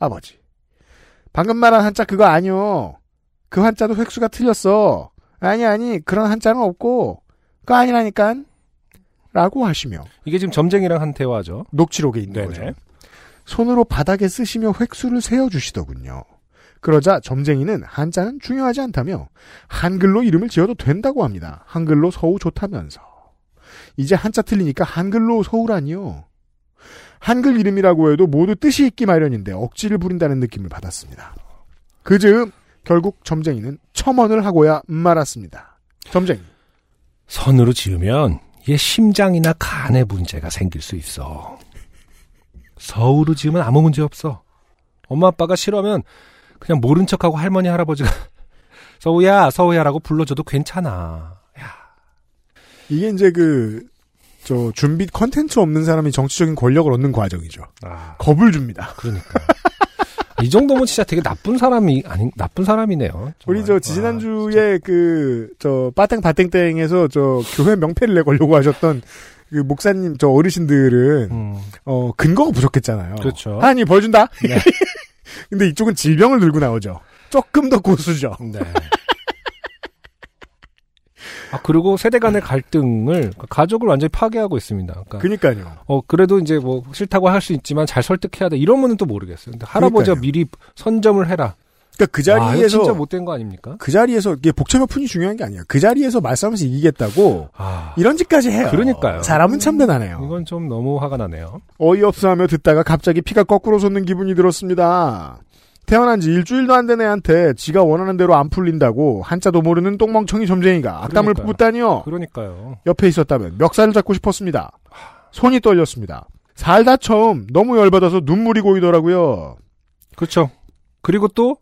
[SPEAKER 1] 아버지. 방금 말한 한자 그거 아니요. 그 한자도 획수가 틀렸어. 아니 아니 그런 한자는 없고 그거 아니라니깐 라고 하시며
[SPEAKER 2] 이게 지금 점쟁이랑 한 대화죠.
[SPEAKER 1] 녹취록에 있는
[SPEAKER 2] 네네.
[SPEAKER 1] 거죠. 손으로 바닥에 쓰시며 획수를 세어주시더군요. 그러자 점쟁이는 한자는 중요하지 않다며 한글로 이름을 지어도 된다고 합니다. 한글로 서우 좋다면서. 이제 한자 틀리니까 한글로 서우라니요. 한글 이름이라고 해도 모두 뜻이 있기 마련인데 억지를 부린다는 느낌을 받았습니다. 그즈음 결국 점쟁이는 첨언을 하고야 말았습니다. 점쟁이.
[SPEAKER 2] 선으로 지으면 얘 심장이나 간에 문제가 생길 수 있어. 서우로 지으면 아무 문제 없어. 엄마 아빠가 싫어하면 그냥 모른 척하고 할머니 할아버지가 *laughs* 서우야 서우야라고 불러줘도 괜찮아.
[SPEAKER 1] 이게 이제 그, 저, 준비 컨텐츠 없는 사람이 정치적인 권력을 얻는 과정이죠.
[SPEAKER 2] 아,
[SPEAKER 1] 겁을 줍니다.
[SPEAKER 2] 그러니까. 이 정도면 진짜 되게 나쁜 사람이 아니 나쁜 사람이네요. 정말.
[SPEAKER 1] 우리 저 지난주에 그, 저, 빠땡 바땡땡에서 저, 교회 명패를 내걸려고 하셨던 그 목사님, 저 어르신들은,
[SPEAKER 2] 음,
[SPEAKER 1] 어, 근거가 부족했잖아요.
[SPEAKER 2] 그렇죠.
[SPEAKER 1] 하나님 벌준다?
[SPEAKER 2] 네.
[SPEAKER 1] *laughs* 근데 이쪽은 질병을 들고 나오죠. 조금 더 고수죠.
[SPEAKER 2] 네. 아 그리고 세대 간의 갈등을 가족을 완전히 파괴하고 있습니다. 그러니까
[SPEAKER 1] *laughs* 그니까요.
[SPEAKER 2] 어, 그래도 이제 뭐 싫다고 할 수 있지만 잘 설득해야 돼. 이러면은 또 모르겠어요. 근데 할아버지가
[SPEAKER 1] 그러니까요.
[SPEAKER 2] 미리 선점을 해라.
[SPEAKER 1] 그니까 그
[SPEAKER 2] 와, 아, 이거 진짜 뭐
[SPEAKER 1] 자리에서,
[SPEAKER 2] 못된 거 아닙니까?
[SPEAKER 1] 그 자리에서, 이게 복채며푼이 중요한 게 아니에요. 그 자리에서 말싸움에서 이기겠다고,
[SPEAKER 2] 아,
[SPEAKER 1] 이런 짓까지 해요.
[SPEAKER 2] 그러니까요. 음.
[SPEAKER 1] 사람은 참대단해요.
[SPEAKER 2] 이건 좀 너무 화가 나네요.
[SPEAKER 1] 어이없어 하며 듣다가 갑자기 피가 거꾸로 솟는 기분이 들었습니다. 태어난 지 일주일도 안 된 애한테 지가 원하는 대로 안 풀린다고 한자도 모르는 똥멍청이 점쟁이가 악담을
[SPEAKER 2] 그러니까요.
[SPEAKER 1] 부었다니요.
[SPEAKER 2] 그러니까요.
[SPEAKER 1] 옆에 있었다면 멱살을 잡고 싶었습니다. 손이 떨렸습니다. 살다 처음 너무 열받아서 눈물이 고이더라고요.
[SPEAKER 2] 그렇죠. 그리고 또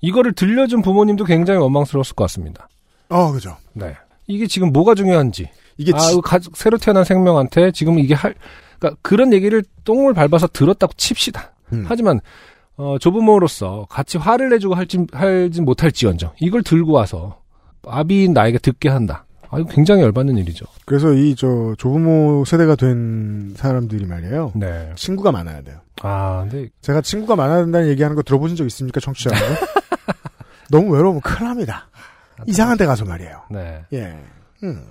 [SPEAKER 2] 이거를 들려준 부모님도 굉장히 원망스러웠을 것 같습니다.
[SPEAKER 1] 어, 그죠.
[SPEAKER 2] 네. 이게 지금 뭐가 중요한지.
[SPEAKER 1] 이게
[SPEAKER 2] 아,
[SPEAKER 1] 지-
[SPEAKER 2] 그 가- 새로 태어난 생명한테 지금 이게 할, 그러니까 그런 얘기를 똥을 밟아서 들었다고 칩시다.
[SPEAKER 1] 음.
[SPEAKER 2] 하지만 어, 조부모로서 같이 화를 내주고 할지 할지 못할지언정 이걸 들고 와서 아비인 나에게 듣게 한다. 아, 이거 굉장히 열받는 일이죠.
[SPEAKER 1] 그래서 이 저 조부모 세대가 된 사람들이 말이에요.
[SPEAKER 2] 네.
[SPEAKER 1] 친구가 많아야 돼요.
[SPEAKER 2] 아, 근데
[SPEAKER 1] 제가 친구가 많아야 된다는 얘기하는 거 들어보신 적 있습니까, 청취자 여러분?
[SPEAKER 2] *laughs*
[SPEAKER 1] 너무 외로우면 큰일 납니다.
[SPEAKER 2] 아,
[SPEAKER 1] 이상한 데 가서 말이에요.
[SPEAKER 2] 네.
[SPEAKER 1] 예. 음.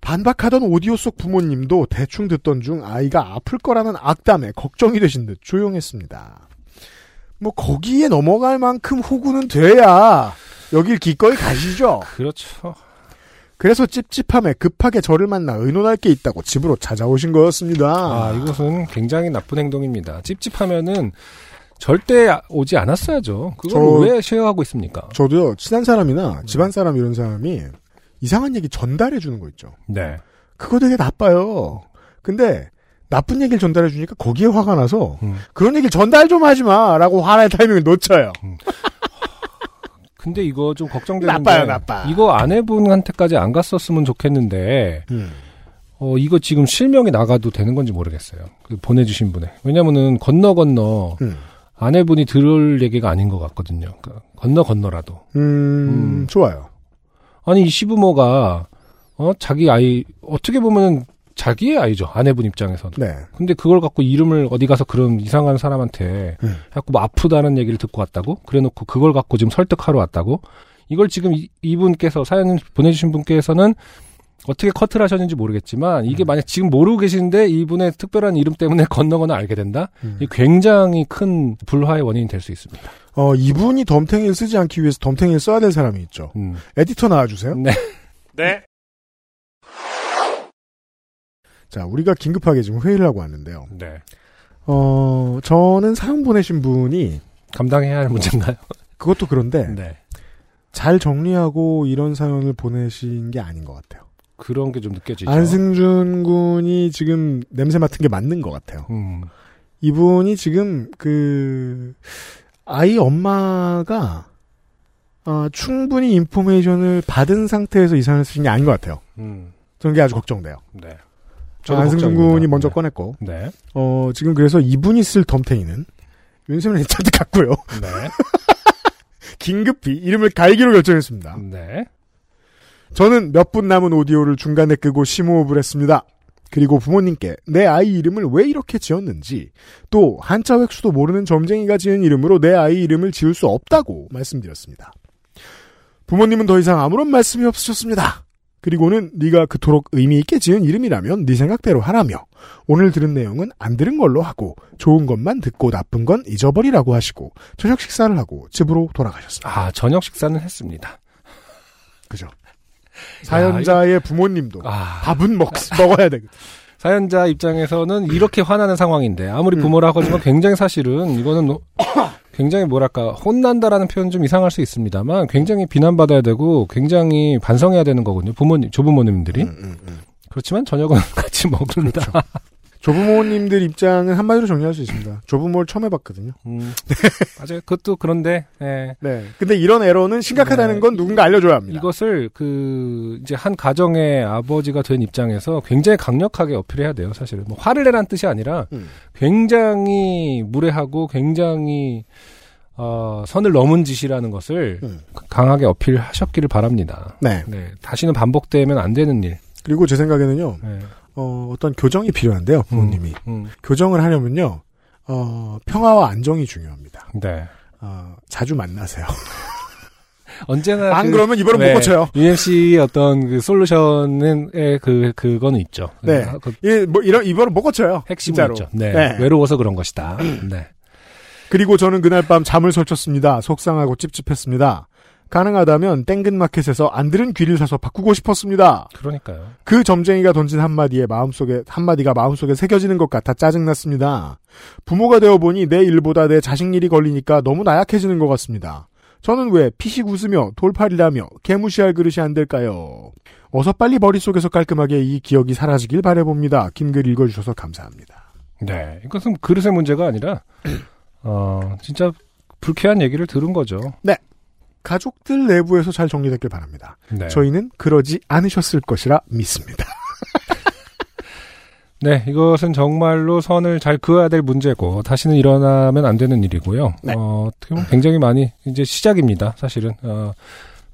[SPEAKER 1] 반박하던 오디오 속 부모님도 대충 듣던 중 아이가 아플 거라는 악담에 걱정이 되신 듯 조용했습니다. 뭐 거기에 넘어갈 만큼 호구는 돼야 여길 기꺼이 가시죠.
[SPEAKER 2] 그렇죠.
[SPEAKER 1] 그래서 찝찝함에 급하게 저를 만나 의논할 게 있다고 집으로 찾아오신 거였습니다.
[SPEAKER 2] 아, 이것은 굉장히 나쁜 행동입니다. 찝찝하면은 절대 오지 않았어야죠. 그걸
[SPEAKER 1] 저-
[SPEAKER 2] 왜 쉐어하고 있습니까?
[SPEAKER 1] 저도요 친한 사람이나
[SPEAKER 2] 네.
[SPEAKER 1] 집안 사람 이런 사람이 이상한 얘기 전달해 주는 거 있죠.
[SPEAKER 2] 네.
[SPEAKER 1] 그거 되게 나빠요. 근데 나쁜 얘기를 전달해 주니까 거기에 화가 나서
[SPEAKER 2] 음.
[SPEAKER 1] 그런 얘기를 전달 좀 하지 마라고 화날 타이밍을 놓쳐요.
[SPEAKER 2] 근데 이거 좀 걱정되는
[SPEAKER 1] 나빠요,
[SPEAKER 2] 게
[SPEAKER 1] 나빠.
[SPEAKER 2] 이거 아내분한테까지 안 갔었으면 좋겠는데 어 이거 지금 실명이 나가도 되는 건지 모르겠어요. 그 보내주신 분의 왜냐면은 건너 건너
[SPEAKER 1] 음.
[SPEAKER 2] 아내분이 들을 얘기가 아닌 것 같거든요. 그러니까 건너 건너라도
[SPEAKER 1] 음,
[SPEAKER 2] 음.
[SPEAKER 1] 좋아요.
[SPEAKER 2] 아니 이 시부모가 어 자기 아이 어떻게 보면은 자기의 아이죠 아내분 입장에서. 는
[SPEAKER 1] 네.
[SPEAKER 2] 근데 그걸 갖고 이름을 어디 가서 그런 이상한 사람한테
[SPEAKER 1] 음.
[SPEAKER 2] 자꾸 뭐 아프다는 얘기를 듣고 왔다고 그래놓고 그걸 갖고 지금 설득하러 왔다고 이걸 지금 이, 분께서 사연 보내주신 분께서는 어떻게 커트를 하셨는지 모르겠지만
[SPEAKER 1] 음.
[SPEAKER 2] 이게 만약 지금 모르고 계시는데 이분의 특별한 이름 때문에 *laughs* 건너거나 알게 된다
[SPEAKER 1] 음.
[SPEAKER 2] 이 굉장히 큰 불화의 원인이 될 수 있습니다.
[SPEAKER 1] 어, 이분이 덤탱이를 쓰지 않기 위해서 덤탱이를 써야 될 사람이 있죠.
[SPEAKER 2] 음.
[SPEAKER 1] 에디터 나와주세요.
[SPEAKER 2] 네.
[SPEAKER 3] 네.
[SPEAKER 1] 자, 우리가 긴급하게 지금 회의를 하고 왔는데요.
[SPEAKER 2] 네.
[SPEAKER 1] 어, 저는 사연 보내신 분이
[SPEAKER 2] 감당해야 할 문제인가요?
[SPEAKER 1] 그것도 그런데
[SPEAKER 2] 네.
[SPEAKER 1] 잘 정리하고 이런 사연을 보내신 게 아닌 것 같아요.
[SPEAKER 2] 그런 게 좀 느껴지죠.
[SPEAKER 1] 안승준 군이 지금 냄새 맡은 게 맞는 것 같아요.
[SPEAKER 2] 음.
[SPEAKER 1] 이분이 지금 그 아이 엄마가 아, 충분히 인포메이션을 받은 상태에서 이 사연을 쓰신 게 아닌 것 같아요.
[SPEAKER 2] 음.
[SPEAKER 1] 저는 게 아주 걱정돼요.
[SPEAKER 2] 네. 저도
[SPEAKER 1] 안승준
[SPEAKER 2] 걱정입니다.
[SPEAKER 1] 군이 먼저
[SPEAKER 2] 네.
[SPEAKER 1] 꺼냈고
[SPEAKER 2] 네.
[SPEAKER 1] 어, 지금 그래서 이분이 쓸 덤탱이는 윤세민 리차드 같고요. *laughs*
[SPEAKER 2] 네.
[SPEAKER 1] 긴급히 이름을 갈기로 결정했습니다.
[SPEAKER 2] 네.
[SPEAKER 1] 저는 몇 분 남은 오디오를 중간에 끄고 심호흡을 했습니다. 그리고 부모님께 내 아이 이름을 왜 이렇게 지었는지, 또 한자 획수도 모르는 점쟁이가 지은 이름으로 내 아이 이름을 지을 수 없다고 말씀드렸습니다. 부모님은 더 이상 아무런 말씀이 없으셨습니다. 그리고는 네가 그토록 의미 있게 지은 이름이라면 네 생각대로 하라며 오늘 들은 내용은 안 들은 걸로 하고 좋은 것만 듣고 나쁜 건 잊어버리라고 하시고 저녁 식사를 하고 집으로 돌아가셨습니다.
[SPEAKER 2] 아, 저녁 식사는 했습니다.
[SPEAKER 1] *laughs* 그죠? 사연자의 부모님도
[SPEAKER 2] 아,
[SPEAKER 1] 밥은 먹, 먹어야 되거든.
[SPEAKER 2] 사연자 입장에서는 이렇게 화나는 상황인데
[SPEAKER 1] 음.
[SPEAKER 2] 아무리 부모라고 하지만 굉장히 사실은 이거는 노- *coughs* 굉장히 뭐랄까 혼난다라는 표현 좀 이상할 수 있습니다만 굉장히 비난받아야 되고 굉장히 반성해야 되는 거거든요 부모님 조부모님들이
[SPEAKER 1] 음,
[SPEAKER 2] 그렇지만 저녁은 *laughs* 같이 먹는다
[SPEAKER 1] 그렇죠. 조부모님들 입장은 한마디로 정리할 수 있습니다. 조부모를 처음 해봤거든요.
[SPEAKER 2] 음, 맞아요 그것도 그런데 예.
[SPEAKER 1] 네. 근데 이런 에러는 심각하다는
[SPEAKER 2] 네.
[SPEAKER 1] 건 누군가 알려줘야 합니다.
[SPEAKER 2] 이것을 그 이제 한 가정의 아버지가 된 입장에서 굉장히 강력하게 어필해야 돼요 사실은 뭐 화를 내라는 뜻이 아니라
[SPEAKER 1] 음.
[SPEAKER 2] 굉장히 무례하고 굉장히 어, 선을 넘은 짓이라는 것을
[SPEAKER 1] 음.
[SPEAKER 2] 강하게 어필하셨기를 바랍니다.
[SPEAKER 1] 네.
[SPEAKER 2] 네, 다시는 반복되면 안 되는 일.
[SPEAKER 1] 그리고 제 생각에는요,
[SPEAKER 2] 네,
[SPEAKER 1] 어, 어떤 교정이 필요한데요, 부모님이.
[SPEAKER 2] 음,
[SPEAKER 1] 교정을 하려면요, 어, 평화와 안정이 중요합니다.
[SPEAKER 2] 네.
[SPEAKER 1] 어, 자주 만나세요.
[SPEAKER 2] 언제나
[SPEAKER 1] 안
[SPEAKER 2] 그-
[SPEAKER 1] 아, 그러면 이번은 못
[SPEAKER 2] 네,
[SPEAKER 1] 고쳐요.
[SPEAKER 2] UMC의 어떤 그 솔루션은 에, 그 그거는 있죠.
[SPEAKER 1] 네.
[SPEAKER 2] 그
[SPEAKER 1] 예, 뭐, 이런, 이번은 못 고쳐요.
[SPEAKER 2] 핵심은
[SPEAKER 1] 진짜로.
[SPEAKER 2] 있죠. 네.
[SPEAKER 1] 네. 음.
[SPEAKER 2] 외로워서 그런 것이다. 네.
[SPEAKER 1] 그리고 저는 그날 밤 잠을 설쳤습니다. 속상하고 찝찝했습니다. 가능하다면 땡근 마켓에서 안 들은 귀를 사서 바꾸고 싶었습니다.
[SPEAKER 2] 그러니까요.
[SPEAKER 1] 그 점쟁이가 던진 한마디에 마음속에 한마디가 마음속에 새겨지는 것 같아 짜증났습니다. 부모가 되어 보니 내 일보다 내 자식 일이 걸리니까 너무 나약해지는 것 같습니다. 저는 왜 피식 웃으며 돌팔이라며 개무시할 그릇이 안 될까요? 어서 빨리 머릿속에서 깔끔하게 이 기억이 사라지길 바라봅니다. 긴 글 읽어주셔서 감사합니다.
[SPEAKER 2] 네. 이것은 그릇의 문제가 아니라 어, 진짜 불쾌한 얘기를 들은 거죠.
[SPEAKER 1] 가족들 내부에서 잘 정리됐길 바랍니다.
[SPEAKER 2] 네.
[SPEAKER 1] 저희는 그러지 않으셨을 것이라 믿습니다.
[SPEAKER 2] 네, 이것은 정말로 선을 잘 그어야 될 문제고 다시는 일어나면 안 되는 일이고요.
[SPEAKER 1] 네.
[SPEAKER 2] 어, 어떻게 보면 굉장히 많이 이제 시작입니다. 사실은 어,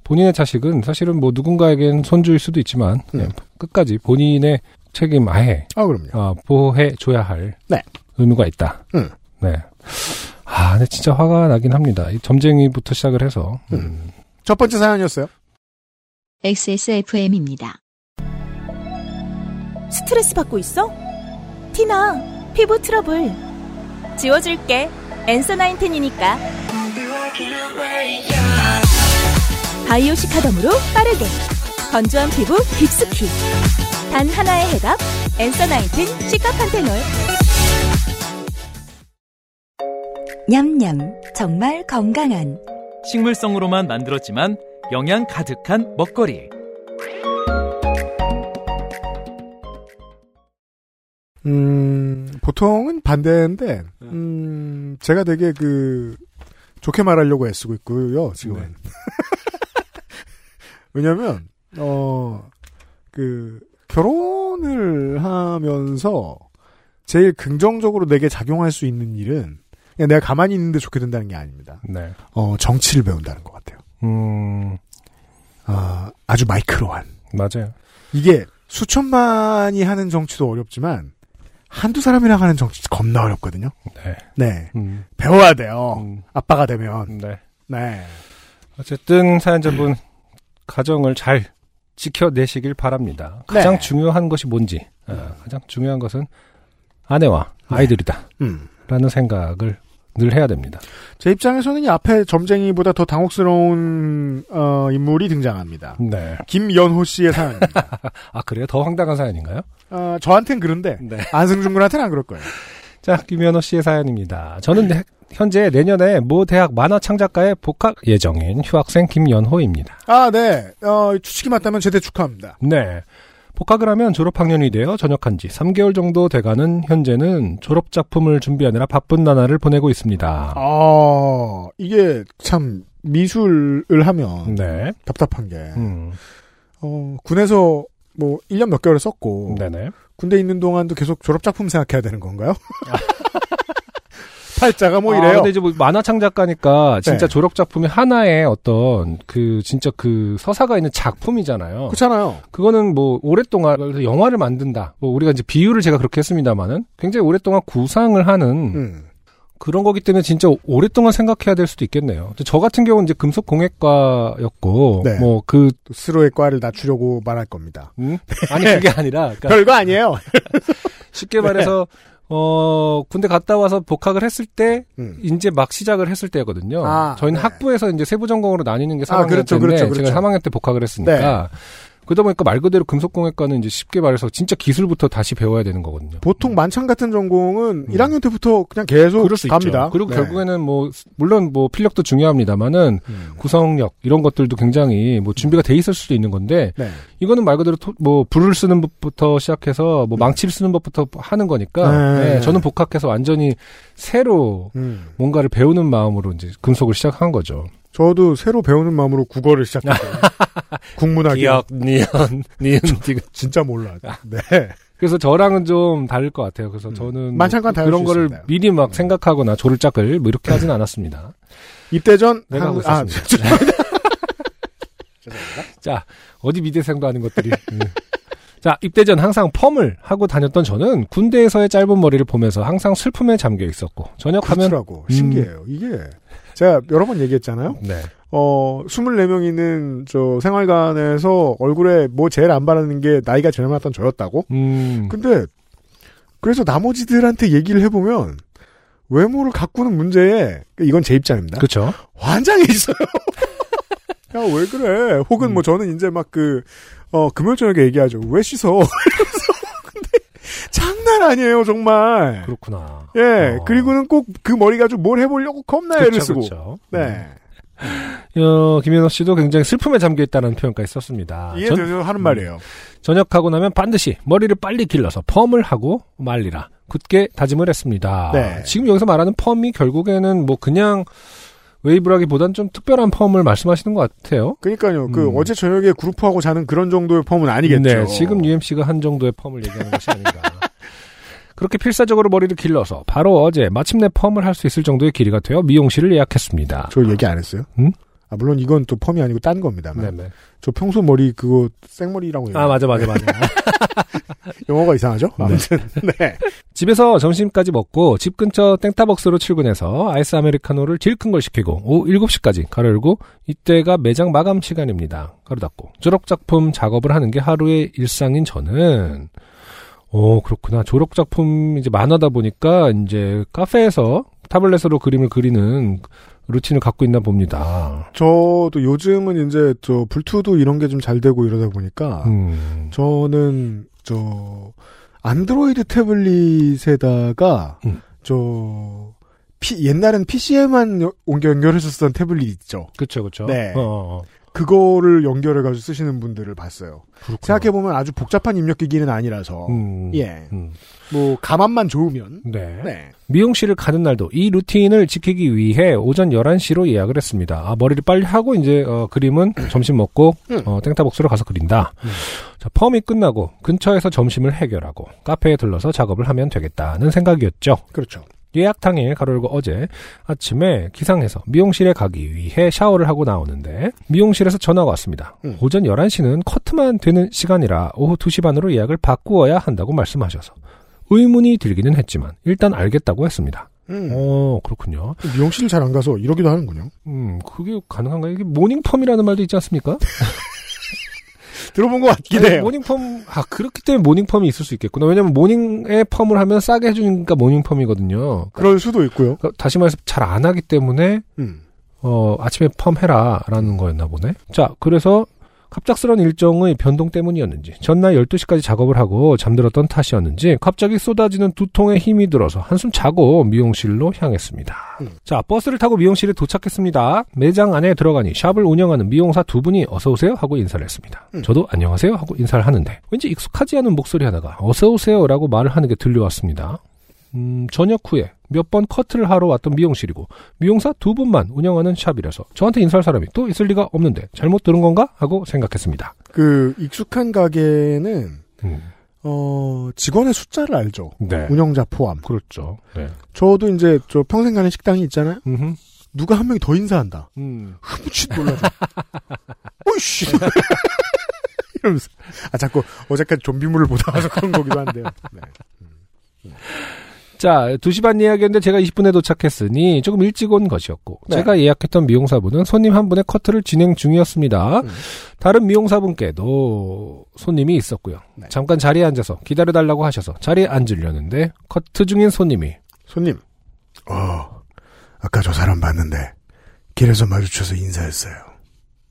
[SPEAKER 2] 본인의 자식은 사실은 뭐 누군가에겐 손주일 수도 있지만
[SPEAKER 1] 음.
[SPEAKER 2] 그냥 끝까지 본인의 책임 아예
[SPEAKER 1] 아 그럼요.
[SPEAKER 2] 어, 보호해 줘야 할
[SPEAKER 1] 네.
[SPEAKER 2] 의무가 있다.
[SPEAKER 1] 음.
[SPEAKER 2] 네. 아, 근데 진짜 화가 나긴 합니다. 이 점쟁이부터 시작을 해서 음.
[SPEAKER 1] 첫 번째 사연이었어요.
[SPEAKER 4] XSFM입니다.
[SPEAKER 11] 스트레스 받고 있어? 티나, 피부 트러블. 지워줄게. 엔서 나인틴이니까. 바이오 시카덤으로 빠르게. 건조한 피부 깊숙이. 단 하나의 해답. 엔서 나인틴 시카판테놀.
[SPEAKER 5] 냠냠 정말 건강한
[SPEAKER 10] 식물성으로만 만들었지만 영양 가득한 먹거리.
[SPEAKER 1] 음, 보통은 반대인데, 음, 제가 되게 그, 좋게 말하려고 애쓰고 있고요, 지금은. *laughs* 왜냐면, 어, 그, 결혼을 하면서 제일 긍정적으로 내게 작용할 수 있는 일은, 그냥 내가 가만히 있는데 좋게 된다는 게 아닙니다.
[SPEAKER 2] 네.
[SPEAKER 1] 어, 정치를 배운다는 것 같아요.
[SPEAKER 2] 음,
[SPEAKER 1] 아, 아주 마이크로한.
[SPEAKER 2] 맞아요.
[SPEAKER 1] 이게 수천만이 하는 정치도 어렵지만, 한두 사람이랑 하는 정치 겁나 어렵거든요.
[SPEAKER 2] 네.
[SPEAKER 1] 네.
[SPEAKER 2] 음,
[SPEAKER 1] 배워야 돼요.
[SPEAKER 2] 음,
[SPEAKER 1] 아빠가 되면.
[SPEAKER 2] 네.
[SPEAKER 1] 네.
[SPEAKER 2] 어쨌든 사연자분 가정을 잘 지켜내시길 바랍니다. 가장
[SPEAKER 1] 네.
[SPEAKER 2] 중요한 것이 뭔지, 아, 가장 중요한 것은 아내와
[SPEAKER 1] 네.
[SPEAKER 2] 아이들이다라는
[SPEAKER 1] 음.
[SPEAKER 2] 생각을 늘 해야 됩니다.
[SPEAKER 1] 제 입장에서는 이 앞에 점쟁이보다 더 당혹스러운 어, 인물이 등장합니다.
[SPEAKER 2] 네.
[SPEAKER 1] 김연호
[SPEAKER 2] *laughs*
[SPEAKER 1] 씨의 사연입니다.
[SPEAKER 2] 아 그래요? 더 황당한 사연인가요?
[SPEAKER 1] 어, 저한텐 그런데 안승준 군한테는 안 그럴 거예요.
[SPEAKER 2] 자 김연호 씨의 사연입니다. 저는 내- 현재 내년에 모 대학 만화 창작과에 복학 예정인 휴학생 김연호입니다.
[SPEAKER 1] 아, 네. 어, 추측이 맞다면 제대 축하합니다.
[SPEAKER 2] 네. 복학을 하면 졸업학년이 되어 전역한 지 3개월 정도 돼가는 현재는 졸업작품을 준비하느라 바쁜 나날을 보내고 있습니다.
[SPEAKER 1] 아, 이게 참 미술을 하면
[SPEAKER 2] 네.
[SPEAKER 1] 답답한 게
[SPEAKER 2] 음.
[SPEAKER 1] 어, 군에서 뭐 1년 몇 개월을 썼고
[SPEAKER 2] 네네.
[SPEAKER 1] 군대 있는 동안도 계속 졸업 작품 생각해야 되는 건가요? *laughs* 팔자가 뭐 이래요.
[SPEAKER 2] 아, 근데 이제 뭐 만화 창작가니까 진짜
[SPEAKER 1] 네.
[SPEAKER 2] 졸업 작품이 하나의 어떤 그 진짜 그 서사가 있는 작품이잖아요.
[SPEAKER 1] 그렇잖아요.
[SPEAKER 2] 그거는 뭐 오랫동안 그래서 영화를 만든다. 뭐 우리가 이제 비유를 제가 그렇게 했습니다만은 굉장히 오랫동안 구상을
[SPEAKER 1] 음.
[SPEAKER 2] 하는 그런 거기 때문에 진짜 오랫동안 생각해야 될 수도 있겠네요. 근데 저 같은 경우는 이제 금속공예과였고
[SPEAKER 1] 네.
[SPEAKER 2] 뭐 그
[SPEAKER 1] 또 스로의 과를 낮추려고 말할 겁니다.
[SPEAKER 2] 음? *laughs* 아니 그게 아니라 그러니까
[SPEAKER 1] 별거 네. 아니에요.
[SPEAKER 2] 쉽게 말해서 어 군대 갔다 와서 복학을 했을 때
[SPEAKER 1] 음.
[SPEAKER 2] 이제 막 시작을 했을 때거든요.
[SPEAKER 1] 아,
[SPEAKER 2] 저희는 학부에서 이제 세부 전공으로 나뉘는 게 3학년
[SPEAKER 1] 아, 그렇죠,
[SPEAKER 2] 때인데
[SPEAKER 1] 그렇죠, 네. 그렇죠.
[SPEAKER 2] 제가 3학년 때 복학을 했으니까 그러다 보니까 말 그대로 금속공예과는 이제 쉽게 말해서 진짜 기술부터 다시 배워야 되는 거거든요.
[SPEAKER 1] 보통 만창 같은 전공은 1학년 때부터 그냥 계속
[SPEAKER 2] 음. 그럴 수
[SPEAKER 1] 갑니다.
[SPEAKER 2] 있죠. 그리고
[SPEAKER 1] 네.
[SPEAKER 2] 결국에는 뭐 물론 뭐 필력도 중요합니다만은
[SPEAKER 1] 음.
[SPEAKER 2] 구성력 이런 것들도 굉장히 뭐 준비가 돼 있을 수도 있는 건데
[SPEAKER 1] 네.
[SPEAKER 2] 이거는 말 그대로 토- 뭐 불을 쓰는 법부터 시작해서 뭐 망치를 쓰는 법부터 하는 거니까
[SPEAKER 1] 네.
[SPEAKER 2] 네, 저는 복학해서 완전히 새로
[SPEAKER 1] 음.
[SPEAKER 2] 뭔가를 배우는 마음으로 이제 금속을 시작한 거죠.
[SPEAKER 1] 저도 새로 배우는 마음으로 국어를 시작했어요.
[SPEAKER 2] *laughs*
[SPEAKER 1] 국문학이
[SPEAKER 2] 니은 니은 디귿.
[SPEAKER 1] 진짜 몰라.
[SPEAKER 2] 아.
[SPEAKER 1] 네.
[SPEAKER 2] 그래서 저랑은 좀 다를 것 같아요. 그래서 저는
[SPEAKER 1] 음. 만찬과 다를
[SPEAKER 2] 그런
[SPEAKER 1] 수
[SPEAKER 2] 거를
[SPEAKER 1] 있습니다. 네.
[SPEAKER 2] 미리 막 생각하거나 조를 짝을 뭐 이렇게 하진 않았습니다.
[SPEAKER 1] 입대 전
[SPEAKER 2] 내가 하고
[SPEAKER 1] 한-
[SPEAKER 2] *laughs*
[SPEAKER 1] 아,
[SPEAKER 2] 있었습니다.
[SPEAKER 1] 죄송합니다.
[SPEAKER 2] 자, 어디 미대생도 아닌 것들이. 음. 자, 입대 전 항상 펌을 하고 다녔던 저는 군대에서의 짧은 머리를 보면서 항상 슬픔에 잠겨 있었고, 저녁하면.
[SPEAKER 1] 그렇더라고.
[SPEAKER 2] 음.
[SPEAKER 1] 아, 신기해요. 이게 제가 여러 번 얘기했잖아요.
[SPEAKER 2] 네.
[SPEAKER 1] 어, 24명 있는 저 생활관에서 얼굴에 뭐 제일 안 바르는 게 나이가 제일 많았던 저였다고?
[SPEAKER 2] 음.
[SPEAKER 1] 근데 그래서 나머지들한테 얘기를 해보면 외모를 가꾸는 문제에 이건 제 입장입니다.
[SPEAKER 2] 그쵸.
[SPEAKER 1] 환장해 있어요. *laughs* 야 왜 그래? 혹은
[SPEAKER 2] 음.
[SPEAKER 1] 뭐 저는 이제 막 그 어, 금요일 저녁에 얘기하죠. 왜 씻어? *laughs* 이러면서 근데 장난 아니에요 정말.
[SPEAKER 2] 그렇구나.
[SPEAKER 1] 예
[SPEAKER 2] 어.
[SPEAKER 1] 그리고는 꼭 그 머리 가지고 뭘 해보려고 겁나 애를
[SPEAKER 2] 그렇죠, 그쵸,
[SPEAKER 1] 쓰고.
[SPEAKER 2] 그쵸.
[SPEAKER 1] 네.
[SPEAKER 2] 어, 김현호 씨도 굉장히 슬픔에 잠겨 있다는 표현까지 썼습니다. 음. 전- 음.
[SPEAKER 1] 이해되죠 하는 말이에요.
[SPEAKER 2] 전역하고 나면 반드시 머리를 빨리 길러서 펌을 하고 말리라. 굳게 다짐을 했습니다.
[SPEAKER 1] 네.
[SPEAKER 2] 지금 여기서 말하는 펌이 결국에는 뭐 그냥 웨이브라기보단 좀 특별한 펌을 말씀하시는 것 같아요.
[SPEAKER 1] 그러니까요. 그
[SPEAKER 2] 음.
[SPEAKER 1] 어제 저녁에 그룹하고 자는 그런 정도의 펌은 아니겠죠.
[SPEAKER 2] 네, 지금 UMC가 한 정도의 펌을 얘기하는 것이
[SPEAKER 1] *laughs*
[SPEAKER 2] 아닌가. 그렇게 필사적으로 머리를 길러서 바로 어제 마침내 펌을 할 수 있을 정도의 길이가 되어 미용실을 예약했습니다.
[SPEAKER 1] 저 얘기 안 했어요?
[SPEAKER 2] 음?
[SPEAKER 1] 아 물론 이건 또 펌이 아니고 딴 겁니다만.
[SPEAKER 2] 네네.
[SPEAKER 1] 저 평소 머리 그거 생머리라고 해요.
[SPEAKER 2] 아 맞아 맞아 맞아.
[SPEAKER 1] 영어가 이상하죠? 아무튼 *laughs* 네.
[SPEAKER 2] 집에서 점심까지 먹고 집 근처 땡타벅스로 출근해서 아이스 아메리카노를 제일 큰 걸 시키고 오후 7시까지 가로 열고 이때가 매장 마감 시간입니다. 가로 닫고 졸업 작품 작업을 하는 게 하루의 일상인 저는 오 그렇구나 졸업 작품 이제 만화다 보니까 이제 카페에서 타블렛으로 그림을 그리는 루틴을 갖고 있나 봅니다.
[SPEAKER 1] 저도 요즘은 이제 저 불투도 이런 게 좀 잘 되고 이러다 보니까
[SPEAKER 2] 음,
[SPEAKER 1] 저는 저 안드로이드 태블릿에다가
[SPEAKER 2] 음.
[SPEAKER 1] 저 피, 옛날엔 PC에만 옮겨 연결했었던 태블릿 있죠.
[SPEAKER 2] 그쵸 그쵸.
[SPEAKER 1] 네.
[SPEAKER 2] 어, 어, 어.
[SPEAKER 1] 그거를 연결해가지고 쓰시는 분들을 봤어요.
[SPEAKER 2] 그렇구나.
[SPEAKER 1] 생각해보면 아주 복잡한 입력기기는 아니라서.
[SPEAKER 2] 음,
[SPEAKER 1] 예.
[SPEAKER 2] 음.
[SPEAKER 1] 뭐, 가만만 좋으면.
[SPEAKER 2] 네.
[SPEAKER 1] 네.
[SPEAKER 2] 미용실을 가는 날도 이 루틴을 지키기 위해 오전 11시로 예약을 했습니다. 아, 머리를 빨리 하고 이제 어, 그림은 *clears throat* 점심 먹고
[SPEAKER 1] 음.
[SPEAKER 2] 어, 땡타복수로 가서 그린다. 자, 펌이 끝나고 근처에서 점심을 해결하고 카페에 들러서 작업을 하면 되겠다는 생각이었죠.
[SPEAKER 1] 그렇죠.
[SPEAKER 2] 예약 당일 가로열고 어제 아침에 기상해서 미용실에 가기 위해 샤워를 하고 나오는데 미용실에서 전화가 왔습니다.
[SPEAKER 1] 음.
[SPEAKER 2] 오전 11시는 커트만 되는 시간이라 오후 2시 반으로 예약을 바꾸어야 한다고 말씀하셔서 의문이 들기는 했지만 일단 알겠다고 했습니다.
[SPEAKER 1] 음.
[SPEAKER 2] 어, 그렇군요.
[SPEAKER 1] 미용실 잘 안 가서 이러기도 하는군요. *laughs*
[SPEAKER 2] 음, 그게 가능한가요? 이게 모닝펌이라는 말도 있지 않습니까?
[SPEAKER 1] 들어본 것 같긴 해요.
[SPEAKER 2] 모닝펌 아 그렇기 때문에 모닝펌이 있을 수 있겠구나. 왜냐면 모닝에 펌을 하면 싸게 해주니까 모닝펌이거든요. 그러니까
[SPEAKER 1] 그럴 수도 있고요.
[SPEAKER 2] 다시 말해서 잘 안 하기 때문에
[SPEAKER 1] 음.
[SPEAKER 2] 어 아침에 펌 해라라는 거였나 보네. 자 그래서 갑작스런 일정의 변동 때문이었는지 전날 12시까지 작업을 하고 잠들었던 탓이었는지 갑자기 쏟아지는 두통에 힘이 들어서 한숨 자고 미용실로 향했습니다. 자 버스를 타고 미용실에 도착했습니다. 매장 안에 들어가니 샵을 운영하는 미용사 두 분이 어서 오세요 하고 인사를 했습니다. 저도 안녕하세요 하고 인사를 하는데 왠지 익숙하지 않은 목소리 하나가 어서 오세요라고 말을 하는 게 들려왔습니다. 음, 저녁 후에 몇 번 커트를 하러 왔던 미용실이고 미용사 두 분만 운영하는 샵이라서 저한테 인사할 사람이 또 있을 리가 없는데 잘못 들은 건가 하고 생각했습니다. 음,
[SPEAKER 1] 그 익숙한 가게는 어 직원의 숫자를 알죠.
[SPEAKER 2] 네.
[SPEAKER 1] 운영자 포함.
[SPEAKER 2] 그렇죠. 네.
[SPEAKER 1] 저도 이제 저 평생 가는 식당이 있잖아요. 누가 한 명이 더 인사한다.
[SPEAKER 2] 음.
[SPEAKER 1] 흠칫 *laughs* 놀라죠. 오이씨. *laughs* 이러면서 아 자꾸 어제까지 좀비물을 보다 와서 그런 거기도 한데요. 네.
[SPEAKER 2] 자, 2시 반 예약이었는데 제가 20분에 도착했으니 조금 일찍 온 것이었고
[SPEAKER 12] 네.
[SPEAKER 2] 제가 예약했던 미용사분은 손님 한 분의 커트를 진행 중이었습니다. 다른 미용사분께도 손님이 있었고요. 잠깐 자리에 앉아서 기다려달라고 하셔서 자리에 앉으려는데 커트 중인 손님이
[SPEAKER 1] 손님 어 아까 저 사람 봤는데 길에서 마주쳐서 인사했어요.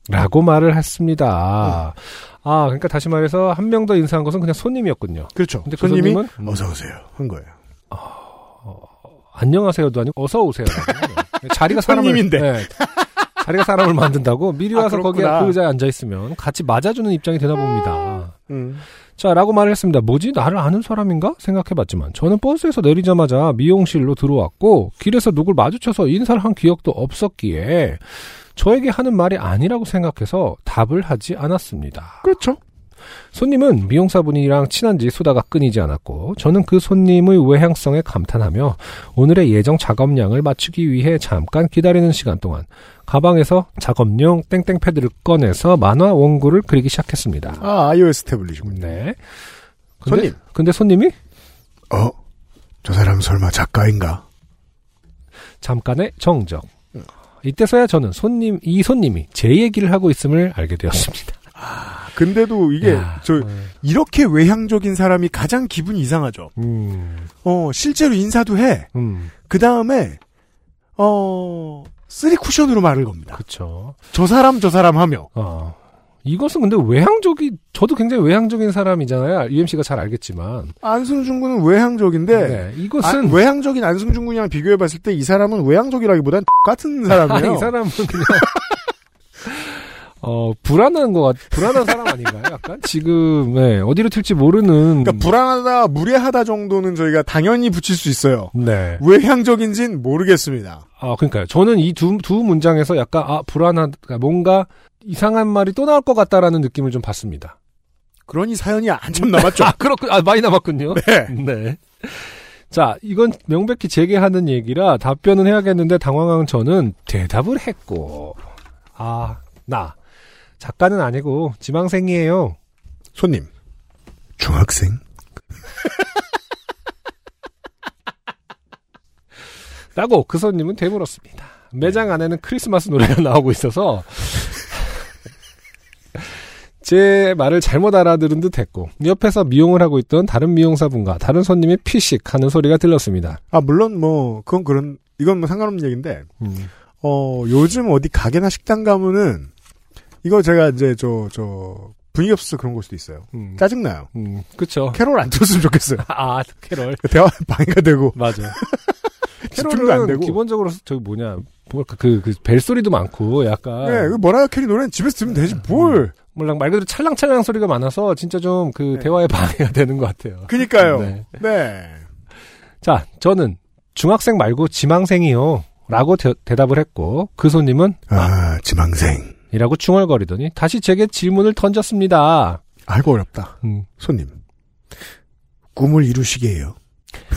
[SPEAKER 2] 라고 말을 했습니다. 아, 그러니까 다시 말해서 한 명 더 인사한 것은 그냥 손님이었군요.
[SPEAKER 1] 그렇죠.
[SPEAKER 2] 근데 그
[SPEAKER 1] 손님이
[SPEAKER 2] 손님은
[SPEAKER 1] 어서 오세요 한 거예요.
[SPEAKER 2] 안녕하세요도 아니고 어서 오세요. 네, 자리가 사람을
[SPEAKER 1] 손님인데.
[SPEAKER 2] 네. 자리가 사람을 만든다고 미리
[SPEAKER 1] 아,
[SPEAKER 2] 와서 거기에
[SPEAKER 1] 그렇구나.
[SPEAKER 2] 그 의자에 앉아 있으면 같이 맞아주는 입장이 되나 봅니다.
[SPEAKER 1] 음.
[SPEAKER 2] 자라고 말을 했습니다. 뭐지 나를 아는 사람인가 생각해봤지만 저는 버스에서 내리자마자 미용실로 들어왔고 길에서 누굴 마주쳐서 인사를 한 기억도 없었기에 저에게 하는 말이 아니라고 생각해서 답을 하지 않았습니다.
[SPEAKER 1] 그렇죠.
[SPEAKER 2] 손님은 미용사분이랑 친한지 수다가 끊이지 않았고 저는 그 손님의 외향성에 감탄하며 오늘의 예정 작업량을 맞추기 위해 잠깐 기다리는 시간 동안 가방에서 작업용 땡땡 패드를 꺼내서 만화 원고를 그리기 시작했습니다.
[SPEAKER 1] 아 iOS 태블릿이군요.
[SPEAKER 2] 네. 근데-
[SPEAKER 1] 손님
[SPEAKER 2] 근데 손님이
[SPEAKER 1] 어? 저 사람 설마 작가인가?
[SPEAKER 2] 잠깐의 정적.
[SPEAKER 1] 음.
[SPEAKER 2] 이때서야 저는 손님 이 손님이 제 얘기를 하고 있음을 알게
[SPEAKER 1] *laughs*
[SPEAKER 2] 되었습니다.
[SPEAKER 1] 아, 근데도 이게 저 이렇게 외향적인 사람이 가장 기분이 이상하죠. 어 실제로 인사도 해. 그 다음에 어 쓰리 쿠션으로 말을 겁니다.
[SPEAKER 2] 그렇죠.
[SPEAKER 1] 저 사람 저 사람 하며.
[SPEAKER 2] 어. 이것은 근데 외향적이 저도 굉장히 외향적인 사람이잖아요. UMC가 잘 알겠지만 네,
[SPEAKER 1] 안승준 군은 외향적인데
[SPEAKER 2] 이것은-
[SPEAKER 1] 예. 아, 외향적인 안승준 군이랑 비교해 봤을 때 이 사람은 외향적이라기보단 같은 사람이에요.
[SPEAKER 2] 음. *laughs* 이 사람은 그냥 어 불안한 것 같, 불안한 사람 아닌가요? 약간 지금 예, 어디로 튈지 모르는
[SPEAKER 1] 그러니까 불안하다, 무례하다 정도는 저희가 당연히 붙일 수 있어요.
[SPEAKER 2] 네.
[SPEAKER 1] 외향적인진 모르겠습니다.
[SPEAKER 2] 아, 그러니까요. 저는 이 두 두 문장에서 약간 아 불안하다 뭔가 이상한 말이 또 나올 것 같다라는 느낌을 좀 받습니다.
[SPEAKER 1] 그러니 사연이 한참 남았죠.
[SPEAKER 2] 아, 그렇군. 아, 많이 남았군요. *laughs*
[SPEAKER 1] 네.
[SPEAKER 2] 자, 이건 명백히 제게 하는 얘기라 답변은 해야겠는데 당황한 저는 대답을 했고, 아, 나. 작가는 아니고 지망생이에요.
[SPEAKER 1] 손님. 중학생?
[SPEAKER 2] 라고 그 손님은 되물었습니다. 매장 안에는 크리스마스 노래가 *laughs* 나오고 있어서 제 말을 잘못 알아들은 듯 했고 옆에서 미용을 하고 있던 다른 미용사분과 다른 손님이 피식 하는 소리가 들렸습니다.
[SPEAKER 1] 아 물론 뭐 그건 그런 이건 뭐 상관없는 얘기인데
[SPEAKER 2] 음,
[SPEAKER 1] 어 요즘 어디 가게나 식당 가면은 이거 제가 이제 저 저 분위기 없어서 그런 걸 수도 있어요. 짜증나요.
[SPEAKER 2] 음, 그쵸.
[SPEAKER 1] 캐롤 안 틀었으면 좋겠어요.
[SPEAKER 2] *laughs*
[SPEAKER 1] *laughs*
[SPEAKER 2] 아, 캐롤.
[SPEAKER 1] 대화 방해가 되고.
[SPEAKER 2] *laughs* 맞아.
[SPEAKER 1] 집중도 안
[SPEAKER 2] 캐롤은
[SPEAKER 1] 되고.
[SPEAKER 2] 기본적으로 저기 뭐냐 뭐랄까 그그 벨소리도 많고 약간
[SPEAKER 1] 네, 그 뭐라요 캐리 노래는 집에서 들으면 되지 뭘.
[SPEAKER 2] 몰라 말 그대로 찰랑찰랑 소리가 많아서 진짜 좀 그 대화에 방해가 되는 것 같아요.
[SPEAKER 1] 그니까요.
[SPEAKER 2] 네.
[SPEAKER 1] 네.
[SPEAKER 2] 자, 저는 중학생 말고 지망생이요. 라고 대, 답을 했고, 그 손님은,
[SPEAKER 1] 아, 지망생.
[SPEAKER 2] 이라고 중얼거리더니, 다시 제게 질문을 던졌습니다. 음,
[SPEAKER 1] 아이고, 어렵다. 손님. 꿈을 이루시게 해요. *laughs*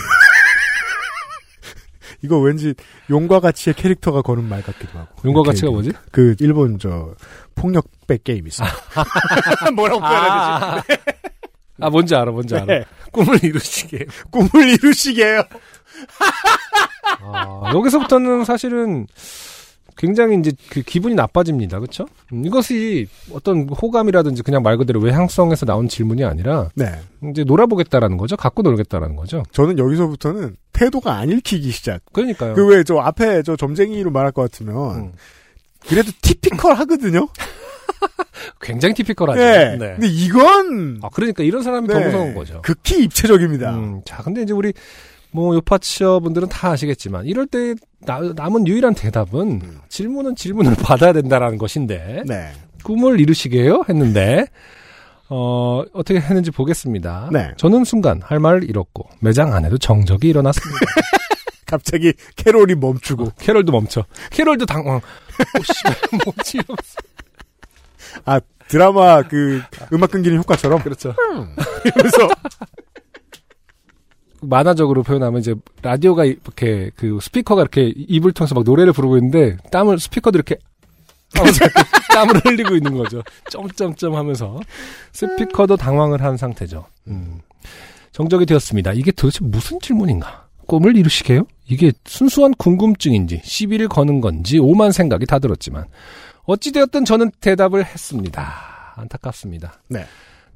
[SPEAKER 1] 이거 왠지 용과 가치의 캐릭터가 거는 말 같기도 하고.
[SPEAKER 2] 용과
[SPEAKER 1] 이렇게
[SPEAKER 2] 가치가
[SPEAKER 1] *laughs*
[SPEAKER 2] 뭐지?
[SPEAKER 1] 그 일본 저 폭력배 게임 있어요.
[SPEAKER 2] 아,
[SPEAKER 1] 뭐라고
[SPEAKER 2] 표현해야 되지? 아, 뭔지 알아, 뭔지 알아.
[SPEAKER 1] 네.
[SPEAKER 2] 꿈을 이루시게.
[SPEAKER 1] *laughs* 꿈을 이루시게 해요.
[SPEAKER 2] 아, 여기서부터는 사실은 굉장히 이제 그 기분이 나빠집니다. 그렇죠? 음, 이것이 어떤 호감이라든지 그냥 말 그대로 외향성에서 나온 질문이 아니라
[SPEAKER 1] 네.
[SPEAKER 2] 이제 놀아보겠다라는 거죠. 갖고 놀겠다라는 거죠.
[SPEAKER 1] 저는 여기서부터는 태도가 안 읽히기 시작.
[SPEAKER 2] 그러니까요.
[SPEAKER 1] 그 왜 저 앞에 저 점쟁이로 말할 것 같으면
[SPEAKER 2] 음.
[SPEAKER 1] 그래도 티피컬 하거든요.
[SPEAKER 2] 굉장히 티피컬하죠.
[SPEAKER 1] 네. 근데 이건
[SPEAKER 2] 아 그러니까 이런 사람이 더
[SPEAKER 1] 네.
[SPEAKER 2] 무서운 거죠. 음.
[SPEAKER 1] 극히 입체적입니다.
[SPEAKER 2] 자, 근데 이제 우리 뭐 요파치어분들은 다 아시겠지만 이럴 때 나- 남은 유일한 대답은
[SPEAKER 1] 음.
[SPEAKER 2] 질문은 질문을 받아야 된다라는
[SPEAKER 1] 네.
[SPEAKER 2] 것인데 꿈을 이루시게요 했는데 어, 어떻게 했는지 보겠습니다.
[SPEAKER 1] 네.
[SPEAKER 2] 저는 순간 할 말을 잃었고 매장 안에도 정적이 일어났습니다. *laughs*
[SPEAKER 1] 갑자기 캐롤이 멈추고
[SPEAKER 2] 캐롤도 멈춰. 캐롤도 당황. 어. 뭐지?
[SPEAKER 1] 아 드라마 그 음악 끊기는 효과처럼 음.
[SPEAKER 2] 그렇죠. *laughs*
[SPEAKER 1] 그래서
[SPEAKER 2] 만화적으로 표현하면 이제 라디오가 이렇게 그 스피커가 이렇게 입을 통해서 막 노래를 부르고 있는데 땀을 스피커도 이렇게 *laughs* 하면서 이렇게 땀을 흘리고 있는 거죠. 점점점 하면서 스피커도 당황을 한 상태죠. 음. 정적이 되었습니다. 이게 도대체 무슨 질문인가? 꿈을 이루시게요? 이게 순수한 궁금증인지 시비를 거는 건지 오만 생각이 다 들었지만 어찌되었든 저는 대답을 했습니다. 안타깝습니다.
[SPEAKER 1] 네.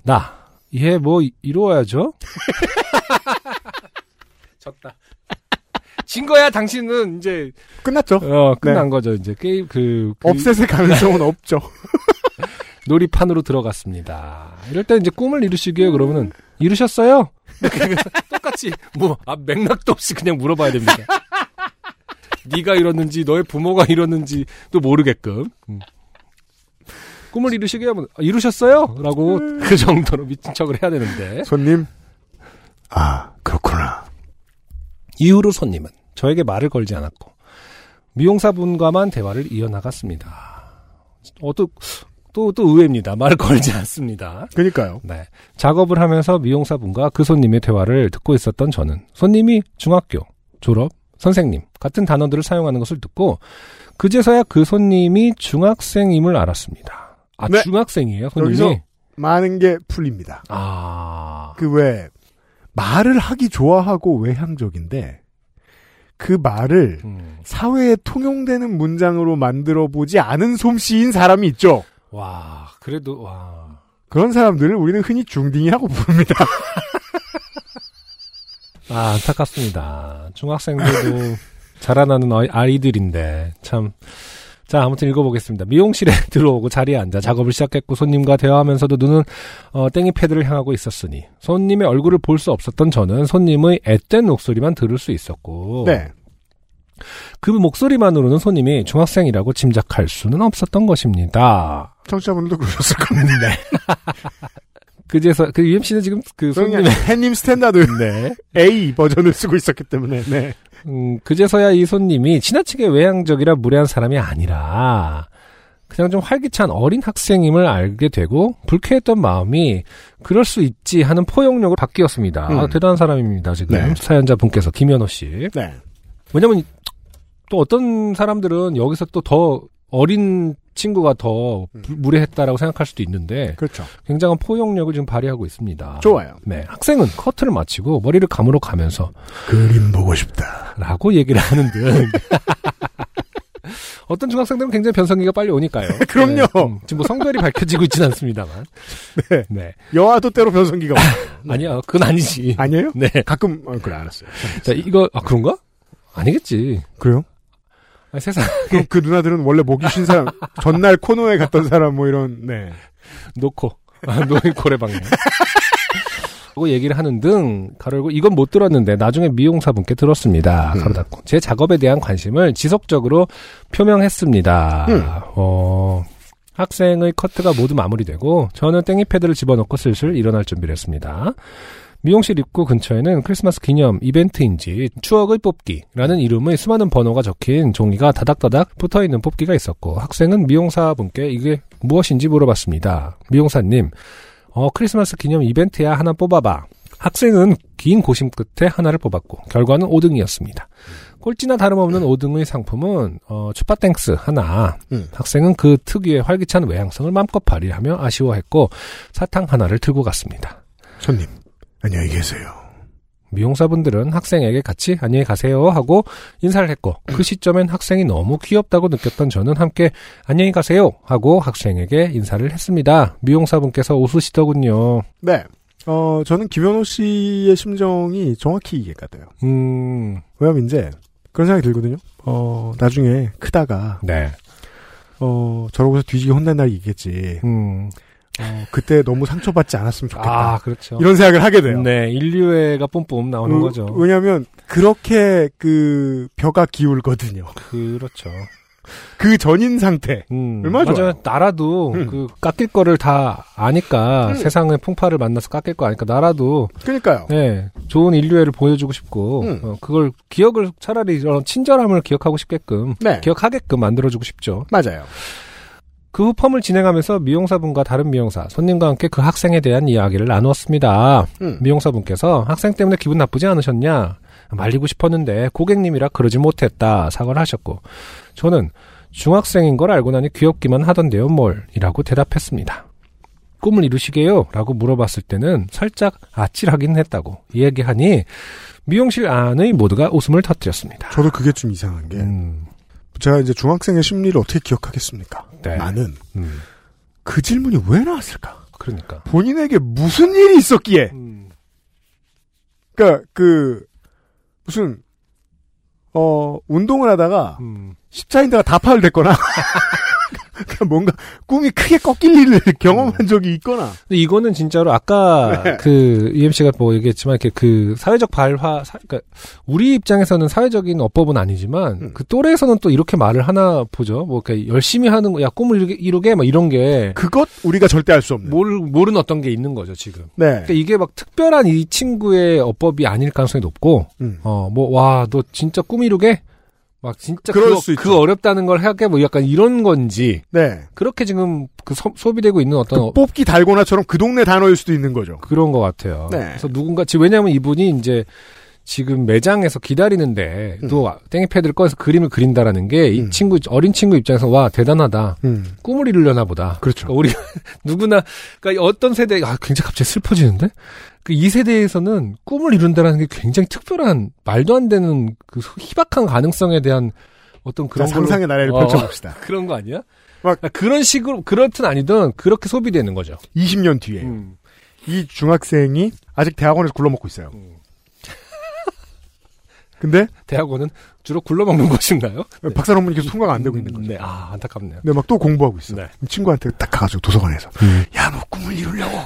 [SPEAKER 2] 나 예, 뭐 이- 이루어야죠. *laughs* 졌다. 진 거야 당신은 이제
[SPEAKER 1] 끝났죠.
[SPEAKER 2] 어, 끝난
[SPEAKER 1] 네.
[SPEAKER 2] 거죠. 이제 게임 그, 그
[SPEAKER 1] 업셋의 가능성은 없죠.
[SPEAKER 2] 놀이판으로 들어갔습니다. 이럴 때 이제 꿈을 이루시게요. 그러면은 이루셨어요? 이렇게 해서 *laughs* 똑같이 뭐 아, 맥락도 없이 그냥 물어봐야 됩니다. 네가 이뤘는지 너의 부모가 이뤘는지 또 모르게끔 음. 꿈을 이루시게요. 하면, 아, 이루셨어요?라고 그 정도로 미친 척을 해야 되는데
[SPEAKER 1] 손님. 아, 그렇구나.
[SPEAKER 2] 이후로 손님은 저에게 말을 걸지 않았고 미용사분과만 대화를 이어나갔습니다. 어또 또, 또 의외입니다. 말을 걸지 않습니다.
[SPEAKER 1] 그니까요.
[SPEAKER 2] 네. 작업을 하면서 미용사분과 그 손님의 대화를 듣고 있었던 저는 손님이 중학교, 졸업, 선생님 같은 단어들을 사용하는 것을 듣고 그제서야 그 손님이 중학생임을 알았습니다. 아,
[SPEAKER 1] 네.
[SPEAKER 2] 중학생이에요, 손님이?
[SPEAKER 1] 여기서 많은 게 풀립니다.
[SPEAKER 2] 아.
[SPEAKER 1] 그 왜 말을 하기 좋아하고 외향적인데 그 말을
[SPEAKER 2] 음.
[SPEAKER 1] 사회에 통용되는 문장으로 만들어 보지 않은 솜씨인 사람이 있죠.
[SPEAKER 2] 와, 그래도 와.
[SPEAKER 1] 그런 사람들을 우리는 흔히 중딩이라고 부릅니다.
[SPEAKER 2] 아, 안타깝습니다. 중학생들도 자라나는 어이- 아이들인데, 참. 자, 아무튼 읽어보겠습니다. 미용실에 *laughs* 들어오고 자리에 앉아 작업을 시작했고, 손님과 대화하면서도 눈은, 어, 땡이 패드를 향하고 있었으니, 손님의 얼굴을 볼 수 없었던 저는 손님의 앳된 목소리만 들을 수 있었고,
[SPEAKER 1] 네.
[SPEAKER 2] 그 목소리만으로는 손님이 중학생이라고 짐작할 수는 없었던 것입니다.
[SPEAKER 1] 청취자분들도 그러셨을 겁니다. *laughs*
[SPEAKER 2] 그제서, 그, UMC는 지금 그 손님의
[SPEAKER 1] 해님 스탠다드 A 버전을 쓰고 있었기 때문에 네.
[SPEAKER 2] 음, 그제서야 이 손님이 지나치게 외향적이라 무례한 사람이 아니라 그냥 좀 활기찬 어린 학생임을 알게 되고 불쾌했던 마음이 그럴 수 있지 하는 포용력으로 바뀌었습니다.
[SPEAKER 1] 음.
[SPEAKER 2] 아, 대단한 사람입니다. 지금
[SPEAKER 1] 네.
[SPEAKER 2] 사연자 분께서 김현호 씨.
[SPEAKER 1] 네.
[SPEAKER 2] 왜냐면 또 어떤 사람들은 여기서 또 더 어린 친구가 더 부- 무례했다라고 생각할 수도 있는데
[SPEAKER 1] 음. 그렇죠.
[SPEAKER 2] 굉장한 포용력을 지금 발휘하고 있습니다.
[SPEAKER 1] 좋아요.
[SPEAKER 2] 네, 학생은 커트를 마치고 머리를 감으러 가면서
[SPEAKER 1] 그림 보고 싶다.
[SPEAKER 2] 라고 얘기를 하는 듯. *laughs* 어떤 중학생들은 굉장히 변성기가 빨리 오니까요.
[SPEAKER 1] *laughs* 그럼요.
[SPEAKER 2] 네, 음, 지금 뭐 성별이 밝혀지고 있지는 않습니다만.
[SPEAKER 1] 네.
[SPEAKER 2] 네.
[SPEAKER 1] 여아도 때로 *laughs* 변성기가 와.
[SPEAKER 2] 아니야, 그건 아니지.
[SPEAKER 1] 아니에요?
[SPEAKER 2] 네.
[SPEAKER 1] 가끔 어, 그래 알았어요.
[SPEAKER 2] 자, 이거, 아, 그런가? 아니겠지.
[SPEAKER 1] 그래요?
[SPEAKER 2] 아니, 세상,
[SPEAKER 1] 그럼 그 누나들은 원래 목이 쉰 *laughs* 사람, 전날 코너에 갔던 사람 뭐 이런 네.
[SPEAKER 2] 놓고. 아, *laughs* 노인 고래방네. 고 얘기를 하는 등 가로고 이건 못 들었는데 나중에 미용사분께 들었습니다. 가로 닫고 제 작업에 대한 관심을 지속적으로 표명했습니다.
[SPEAKER 1] 음.
[SPEAKER 2] 어, 학생의 커트가 모두 마무리되고 저는 땡이 패드를 집어넣고 슬슬 일어날 준비를 했습니다. 미용실 입구 근처에는 크리스마스 기념 이벤트인지 추억의 뽑기라는 이름의 수많은 번호가 적힌 종이가 다닥다닥 붙어 있는 뽑기가 있었고 학생은 미용사분께 이게 무엇인지 물어봤습니다. 미용사님, 어, 크리스마스 기념 이벤트야 하나 뽑아봐. 학생은 긴 고심 끝에 하나를 뽑았고 결과는 5등이었습니다. 꼴찌나 다름없는 5등의 상품은 어, 추파땡스 하나.
[SPEAKER 1] 음.
[SPEAKER 2] 학생은 그 특유의 활기찬 외향성을 마음껏 발휘하며 아쉬워했고 사탕 하나를 들고 갔습니다.
[SPEAKER 1] 손님 안녕히 계세요.
[SPEAKER 2] 미용사분들은 학생에게 같이 안녕히 가세요 하고 인사를 했고 그 시점엔 학생이 너무 귀엽다고 느꼈던 저는 함께 안녕히 가세요 하고 학생에게 인사를 했습니다. 미용사분께서 웃으시더군요.
[SPEAKER 1] 네. 어, 저는 김현호 씨의 심정이 정확히 이해가 돼요.
[SPEAKER 2] 음.
[SPEAKER 1] 왜냐면 이제 그런 생각이 들거든요. 어, 나중에 크다가.
[SPEAKER 2] 네.
[SPEAKER 1] 어, 저러고서 뒤지게 혼난 날이 있겠지.
[SPEAKER 2] 음.
[SPEAKER 1] 어, 그때 너무 상처받지 않았으면 좋겠다.
[SPEAKER 2] 아, 그렇죠.
[SPEAKER 1] 이런 생각을 하게 돼요.
[SPEAKER 2] 네, 인류애가 뿜뿜 나오는
[SPEAKER 1] 어,
[SPEAKER 2] 거죠.
[SPEAKER 1] 왜냐면, 하 그렇게, 그, 벼가 기울거든요.
[SPEAKER 2] 그렇죠.
[SPEAKER 1] 그 전인 상태.
[SPEAKER 2] 음,
[SPEAKER 1] 얼마나 좋아요.
[SPEAKER 2] 맞아요. 나라도 그 깎일 거를 다 아니까
[SPEAKER 1] 음.
[SPEAKER 2] 세상의 풍파를 만나서 깎일 거 아니까 나라도
[SPEAKER 1] 그러니까요.
[SPEAKER 2] 네, 좋은 인류애를 보여주고 싶고
[SPEAKER 1] 음.
[SPEAKER 2] 어, 그걸 기억을 차라리 이런 친절함을 기억하고 싶게끔
[SPEAKER 1] 네.
[SPEAKER 2] 기억하게끔 만들어주고 싶죠.
[SPEAKER 1] 맞아요.
[SPEAKER 2] 그 후 펌을 진행하면서 미용사분과 다른 미용사, 손님과 함께 그 학생에 대한 이야기를 나누었습니다.
[SPEAKER 1] 음.
[SPEAKER 2] 미용사분께서 학생 때문에 기분 나쁘지 않으셨냐? 말리고 싶었는데 고객님이라 그러지 못했다. 사과를 하셨고, 저는 중학생인 걸 알고 나니 귀엽기만 하던데요, 뭘? 이라고 대답했습니다. 꿈을 이루시게요? 라고 물어봤을 때는 살짝 아찔하긴 했다고 이야기하니 미용실 안의 모두가 웃음을 터뜨렸습니다.
[SPEAKER 1] 저도 그게 좀 이상한 게,
[SPEAKER 2] 음,
[SPEAKER 1] 제가 이제 중학생의 심리를 어떻게 기억하겠습니까?
[SPEAKER 2] 네.
[SPEAKER 1] 나는
[SPEAKER 2] 음,
[SPEAKER 1] 그 질문이 왜 나왔을까?
[SPEAKER 2] 그러니까.
[SPEAKER 1] 본인에게 무슨 일이 있었기에?
[SPEAKER 2] 음,
[SPEAKER 1] 그러니까 그 무슨 어 운동을 하다가
[SPEAKER 2] 음.
[SPEAKER 1] 십자인대가 다 파열됐거나
[SPEAKER 2] *laughs*
[SPEAKER 1] 그러니까 뭔가 꿈이 크게 꺾일 일을
[SPEAKER 2] 음.
[SPEAKER 1] 경험한 적이 있거나
[SPEAKER 2] 근데 이거는 진짜로 아까
[SPEAKER 1] 네.
[SPEAKER 2] 그 UMC가 뭐 얘기했지만 이렇게 그 사회적 발화, 사, 그러니까 우리 입장에서는 사회적인 어법은 아니지만
[SPEAKER 1] 음.
[SPEAKER 2] 그 또래에서는 또 이렇게 말을 하나 보죠. 뭐 이렇게 열심히 하는 거, 야 꿈을 이루게, 이루게 막 이런 게
[SPEAKER 1] 그것 우리가 절대 알 수 없는
[SPEAKER 2] 모르 모르는 어떤 게 있는 거죠 지금.
[SPEAKER 1] 네
[SPEAKER 2] 그러니까 이게 막 특별한 이 친구의 어법이 아닐 가능성이 높고,
[SPEAKER 1] 음.
[SPEAKER 2] 어 뭐 와 너 진짜 꿈 이루게 막 진짜
[SPEAKER 1] 그럴
[SPEAKER 2] 그거-
[SPEAKER 1] 수 있죠.
[SPEAKER 2] 그 어렵다는 걸 하게 뭐 약간 이런 건지
[SPEAKER 1] 네.
[SPEAKER 2] 그렇게 지금 그 소, 비되고 있는 어떤
[SPEAKER 1] 그
[SPEAKER 2] 어-
[SPEAKER 1] 뽑기 달고나처럼 그 동네 단어일 수도 있는 거죠.
[SPEAKER 2] 그런 것 같아요.
[SPEAKER 1] 네.
[SPEAKER 2] 그래서 누군가 지금 왜냐하면 이분이 이제 지금 매장에서 기다리는데 또 땡이패드를 꺼내서 그림을 그린다라는 게 이
[SPEAKER 1] 음.
[SPEAKER 2] 친구 어린 친구 입장에서 와 대단하다
[SPEAKER 1] 음.
[SPEAKER 2] 꿈을 이루려나 보다. 그러니까
[SPEAKER 1] 그렇죠.
[SPEAKER 2] 우리 *laughs* 누구나 그러니까 어떤 세대 아 굉장히 갑자기 슬퍼지는데 그 이 세대에서는 꿈을 이룬다라는 게 굉장히 특별한 말도 안 되는 그 희박한 가능성에 대한 어떤 그런
[SPEAKER 1] 그런
[SPEAKER 2] 걸로-
[SPEAKER 1] 상상의 나래를
[SPEAKER 2] 어,
[SPEAKER 1] 펼쳐봅시다.
[SPEAKER 2] *laughs* 그런 거 아니야?
[SPEAKER 1] 막-
[SPEAKER 2] 그러니까 그런 식으로 그렇든 아니든 그렇게 소비되는 거죠.
[SPEAKER 1] 20년 뒤에
[SPEAKER 2] 음.
[SPEAKER 1] 이 중학생이 아직 대학원에서 굴러먹고 있어요.
[SPEAKER 2] 음.
[SPEAKER 1] 근데
[SPEAKER 2] 대학원은 주로 굴러먹는 *laughs* 곳인가요?
[SPEAKER 1] 박사 논문이 계속 통과가 안 되고 있는 거죠.
[SPEAKER 2] 네, 아, 안타깝네요.
[SPEAKER 1] 근데 막 또 공부하고 있어.
[SPEAKER 2] 네.
[SPEAKER 1] 친구한테 딱 가가지고 도서관에서
[SPEAKER 2] 음.
[SPEAKER 1] 야 너 꿈을 이루려고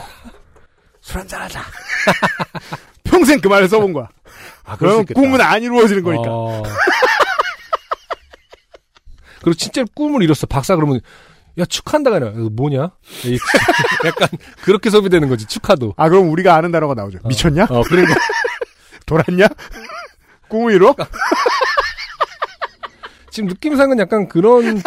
[SPEAKER 1] 술
[SPEAKER 2] *laughs*
[SPEAKER 1] 한잔 하자. 평생 그 말을 써본 거야.
[SPEAKER 2] 아, 그럴 수
[SPEAKER 1] 그러면
[SPEAKER 2] 있겠다.
[SPEAKER 1] 꿈은 안 이루어지는 거니까.
[SPEAKER 2] 어. 그리고 진짜 꿈을 이뤘어. 박사 그러면, 야, 축한다가 아니라, 이거 뭐냐? 이- *laughs* 약간, 그렇게 소비되는 거지, 축하도.
[SPEAKER 1] 아 그럼 우리가 아는 단어가 나오죠.
[SPEAKER 2] *laughs*
[SPEAKER 1] 미쳤냐?
[SPEAKER 2] 어, 그리고,
[SPEAKER 1] 돌았냐? *laughs* 꿈을 이루?
[SPEAKER 2] 지금 느낌상은 약간 그런,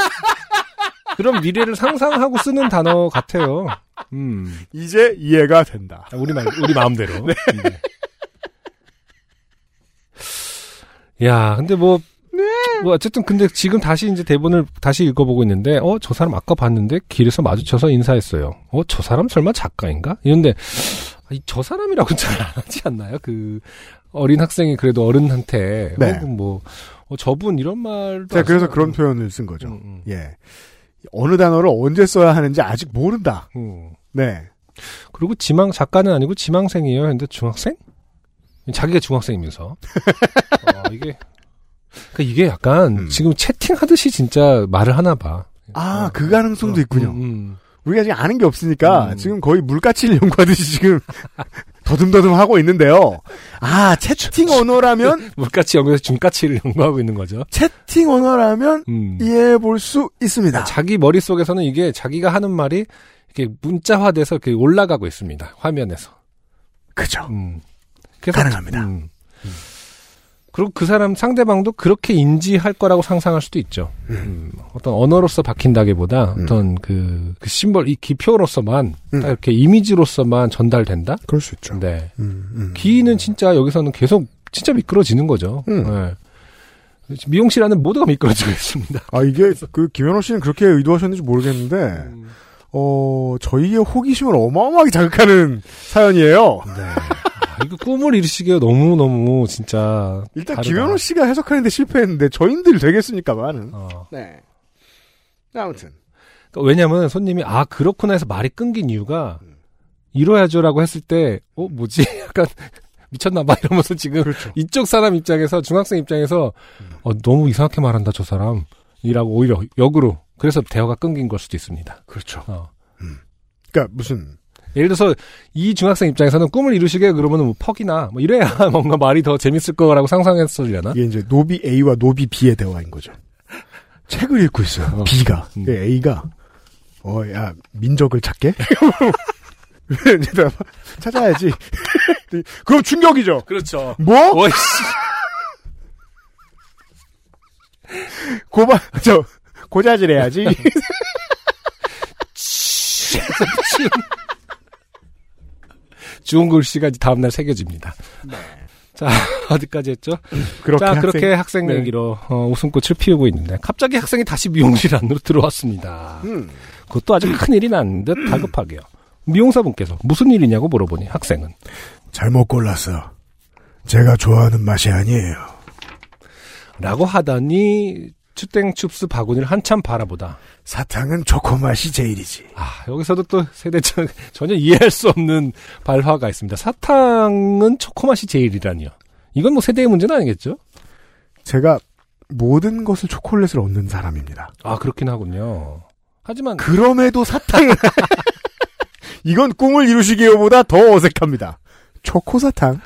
[SPEAKER 2] 그런 미래를 상상하고 쓰는 단어 같아요. 음.
[SPEAKER 1] 이제 이해가 된다.
[SPEAKER 2] 아, 우리 말, 우리 마음대로.
[SPEAKER 1] *laughs*
[SPEAKER 2] 네. 야, 근데 뭐, 뭐 어쨌든 근데 지금 다시 이제 대본을 다시 읽어보고 있는데, 어, 저 사람 아까 봤는데 길에서 마주쳐서 인사했어요. 어, 저 사람 설마 작가인가? 이런데, 아니, 저 사람이라고 *laughs* 잘 안 하지 않나요? 그, 어린 학생이 그래도 어른한테,
[SPEAKER 1] 네.
[SPEAKER 2] 혹은 뭐, 어, 저분 이런 말도.
[SPEAKER 1] 제가
[SPEAKER 2] 안
[SPEAKER 1] 그래서
[SPEAKER 2] 써요.
[SPEAKER 1] 그런 표현을 쓴 거죠.
[SPEAKER 2] 음, 음.
[SPEAKER 1] 예. 어느 단어를 언제 써야 하는지 아직 모른다.
[SPEAKER 2] 음.
[SPEAKER 1] 네.
[SPEAKER 2] 그리고 지망 작가는 아니고 지망생이에요. 근데 중학생? 자기가 중학생이면서
[SPEAKER 1] *laughs*
[SPEAKER 2] 어, 이게 그러니까 이게 약간
[SPEAKER 1] 음.
[SPEAKER 2] 지금 채팅하듯이 진짜 말을 하나 봐.
[SPEAKER 1] 아, 그 가능성도 있군요.
[SPEAKER 2] 음, 음.
[SPEAKER 1] 우리가 지금 아는 게 없으니까
[SPEAKER 2] 음.
[SPEAKER 1] 지금 거의 물가치를 *laughs* 연구하듯이 지금 더듬더듬 하고 있는데요. 아, 채팅 언어라면
[SPEAKER 2] 음. 물가치 연구에서 중가치를 *laughs* 연구하고 있는 거죠.
[SPEAKER 1] 채팅 언어라면
[SPEAKER 2] 음.
[SPEAKER 1] 이해해 볼 수 있습니다.
[SPEAKER 2] 자기 머릿속에서는 이게 자기가 하는 말이 이렇게 문자화돼서 이렇게 올라가고 있습니다. 화면에서.
[SPEAKER 1] 그죠.
[SPEAKER 2] 음. 그래서-
[SPEAKER 1] 가능합니다.
[SPEAKER 2] 음. 그리고 그 사람 상대방도 그렇게 인지할 거라고 상상할 수도 있죠. 음, 어떤 언어로서 박힌다기보다
[SPEAKER 1] 음.
[SPEAKER 2] 어떤 그, 그 심벌, 이 기표로서만
[SPEAKER 1] 음.
[SPEAKER 2] 딱 이렇게 이미지로서만 전달된다.
[SPEAKER 1] 그럴 수 있죠.
[SPEAKER 2] 네.
[SPEAKER 1] 음, 음.
[SPEAKER 2] 귀는 진짜 여기서는 계속 진짜 미끄러지는 거죠.
[SPEAKER 1] 음.
[SPEAKER 2] 네. 미용실 안은 모두가 미끄러지고 있습니다.
[SPEAKER 1] 아, 이게 그 김현호 씨는 그렇게 의도하셨는지 모르겠는데 어, 저희의 호기심을 어마어마하게 자극하는 사연이에요.
[SPEAKER 2] 아, 이거 그 꿈을 이루시기가 너무너무 진짜.
[SPEAKER 1] 일단
[SPEAKER 2] 다르다.
[SPEAKER 1] 김현호 씨가 해석하는데 실패했는데 저인들 되겠습니까, 많은.
[SPEAKER 2] 어,
[SPEAKER 1] 네. 아무튼.
[SPEAKER 2] 그러니까 왜냐면 손님이 아 그렇구나 해서 말이 끊긴 이유가 이뤄야죠라고 했을 때 어 뭐지 *laughs* 약간 미쳤나봐 이러면서 지금
[SPEAKER 1] 그렇죠.
[SPEAKER 2] 이쪽 사람 입장에서 중학생 입장에서 어, 너무 이상하게 말한다 저 사람이라고 오히려 역으로 그래서 대화가 끊긴 걸 수도 있습니다.
[SPEAKER 1] 그렇죠.
[SPEAKER 2] 그러니까
[SPEAKER 1] 무슨
[SPEAKER 2] 예를 들어서 이 중학생 입장에서는 꿈을 이루시게 그러면은 뭐 퍽이나 뭐 이래야 *laughs* 뭔가 말이 더 재밌을 거라고 상상했으려나?
[SPEAKER 1] 이게 이제 노비 A와 노비 B의 대화인 거죠. 책을 읽고 있어요. 음. B가. 근데 A가 어, 야, 민적을 찾게? *laughs* 왜 이제 다 찾아야지. *laughs* 그럼 충격이죠.
[SPEAKER 2] 그렇죠.
[SPEAKER 1] 뭐? *laughs* 고바 저 고자질 해야지. 예.
[SPEAKER 2] 주홍 글씨가 이제 다음날 새겨집니다.
[SPEAKER 1] 네.
[SPEAKER 2] 자 *laughs* 어디까지 했죠?
[SPEAKER 1] *laughs* 그렇게
[SPEAKER 2] 자
[SPEAKER 1] 학생-
[SPEAKER 2] 그렇게 학생
[SPEAKER 1] 네.
[SPEAKER 2] 얘기로 어, 웃음꽃을 피우고 있는데 갑자기 학생이 다시 미용실 안으로 들어왔습니다.
[SPEAKER 1] 음.
[SPEAKER 2] 그것도 아주 큰 일이 난 듯 다급하게요. 미용사분께서 무슨 일이냐고 물어보니 학생은
[SPEAKER 1] 잘못 골랐어. 제가 좋아하는 맛이 아니에요.
[SPEAKER 2] 라고 하다니 추땡춥스 바구니를 한참 바라보다
[SPEAKER 1] 사탕은 초코 맛이 제일이지.
[SPEAKER 2] 아, 여기서도 또 세대 전- *laughs* 전혀 이해할 수 없는 발화가 있습니다. 사탕은 초코맛이 제일이라니요. 이건 뭐 세대의 문제는 아니겠죠?
[SPEAKER 1] 제가 모든 것을 초콜릿을 얻는 사람입니다.
[SPEAKER 2] 아 그렇긴 하군요. 하지만
[SPEAKER 1] 그럼에도 사탕 *laughs* 이건 꿈을 이루시기보다 더 어색합니다. 초코 사탕.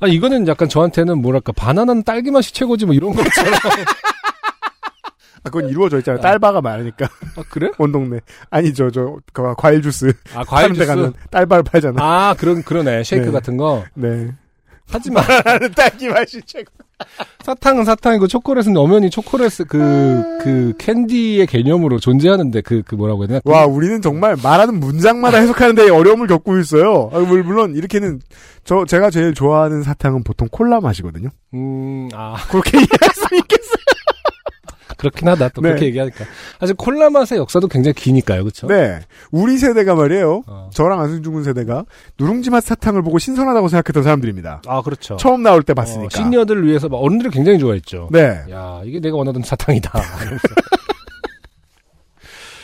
[SPEAKER 2] 아 이거는 약간 저한테는 뭐랄까 바나나는 딸기 맛이 최고지 뭐 이런 것처럼
[SPEAKER 1] 아, 그건 이루어져 있잖아요. 딸바가 많으니까.
[SPEAKER 2] 아, 그래?
[SPEAKER 1] *laughs* 온 동네. 아니, 저, 저, 그 과일 주스.
[SPEAKER 2] 아, 과일
[SPEAKER 1] 파는
[SPEAKER 2] 주스?
[SPEAKER 1] 데 가면 딸바를 팔잖아.
[SPEAKER 2] 아 그런 그러네 쉐이크
[SPEAKER 1] 네.
[SPEAKER 2] 같은 거
[SPEAKER 1] 네. *laughs*
[SPEAKER 2] 하지만
[SPEAKER 1] 말하는 딸기 맛이 최고.
[SPEAKER 2] 사탕은 사탕이고 초콜릿은 엄연히 초콜릿 그 그 캔디의 개념으로 존재하는데 그 그 뭐라고 해야 되나
[SPEAKER 1] 와, 우리는 정말 말하는 문장마다 해석하는데 어려움을 겪고 있어요. 아, 물- 물론, 이렇게는, 저, 제가 제일 좋아하는 사탕은 보통 콜라 맛이거든요.
[SPEAKER 2] 음아
[SPEAKER 1] *laughs* 그렇게 이해할 수 있겠어요.
[SPEAKER 2] 그렇긴 하다 또
[SPEAKER 1] 네.
[SPEAKER 2] 그렇게 얘기하니까 사실 콜라 맛의 역사도 굉장히 기니까요 그렇죠?
[SPEAKER 1] 네. 우리 세대가 말이에요. 저랑 안승준 군 세대가 누룽지 맛 사탕을 보고 신선하다고 생각했던 사람들입니다.
[SPEAKER 2] 아 그렇죠.
[SPEAKER 1] 처음 나올 때
[SPEAKER 2] 어,
[SPEAKER 1] 봤으니까.
[SPEAKER 2] 시니어들을 위해서 막 어른들이 굉장히 좋아했죠.
[SPEAKER 1] 네.
[SPEAKER 2] 야 이게 내가 원하던 사탕이다.
[SPEAKER 1] *laughs*
[SPEAKER 2] 이러면서.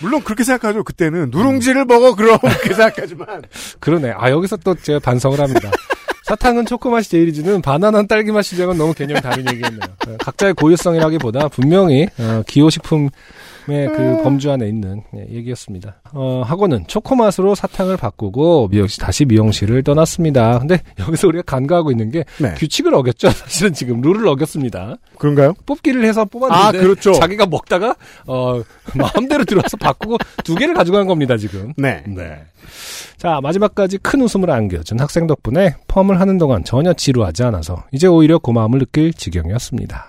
[SPEAKER 1] 물론 그렇게 생각하죠. 그때는 누룽지를 먹어 그럼 *laughs* 그렇게 생각하지만
[SPEAKER 2] 그러네. 아 여기서 또 제가 반성을
[SPEAKER 1] *laughs*
[SPEAKER 2] 합니다. 사탕은 초코 맛이 제일이지는 바나나는 딸기 맛이 제건 너무 개념이 다른 얘기였네요. 어, 각자의 고유성이라기보다 분명히 어, 기호식품의
[SPEAKER 1] 음.
[SPEAKER 2] 그 범주 안에 있는 예, 얘기였습니다. 어, 학원은 초코 맛으로 사탕을 바꾸고 미용실 다시 미용실을 떠났습니다. 근데 여기서 우리가 간과하고 있는 게
[SPEAKER 1] 네.
[SPEAKER 2] 규칙을 어겼죠. *laughs* 사실은 지금 룰을 어겼습니다.
[SPEAKER 1] 그런가요?
[SPEAKER 2] 뽑기를 해서 뽑았는데
[SPEAKER 1] 아, 그렇죠.
[SPEAKER 2] 자기가 먹다가 어, 마음대로 들어와서 바꾸고 두 개를 가져간 겁니다 지금.
[SPEAKER 1] 네.
[SPEAKER 2] 자 마지막까지 큰 웃음을 안겨준 학생 덕분에 펌을 하는 동안 전혀 지루하지 않아서 이제 오히려 고마움을 느낄 지경이었습니다.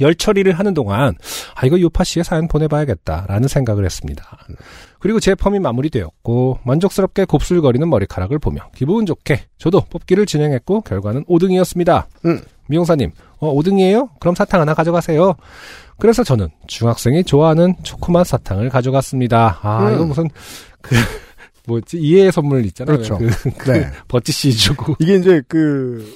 [SPEAKER 2] 열 처리를 하는 동안 아 이거 요파 씨의 사연 보내봐야겠다라는 생각을 했습니다. 그리고 제 펌이 마무리되었고 만족스럽게 곱슬거리는 머리카락을 보며 기분 좋게 저도 뽑기를 진행했고 결과는 5등이었습니다.
[SPEAKER 1] 음.
[SPEAKER 2] 미용사님, 어, 5등이에요? 그럼 사탕 하나 가져가세요. 그래서 저는 중학생이 좋아하는 초코맛 사탕을 가져갔습니다. 아,
[SPEAKER 1] 음.
[SPEAKER 2] 이거 무슨, 그, *laughs* 뭐였지? 이해의 선물 있잖아요.
[SPEAKER 1] 그렇죠.
[SPEAKER 2] 그, 그
[SPEAKER 1] 네.
[SPEAKER 2] 버찌씨 주고.
[SPEAKER 1] 이게 이제 그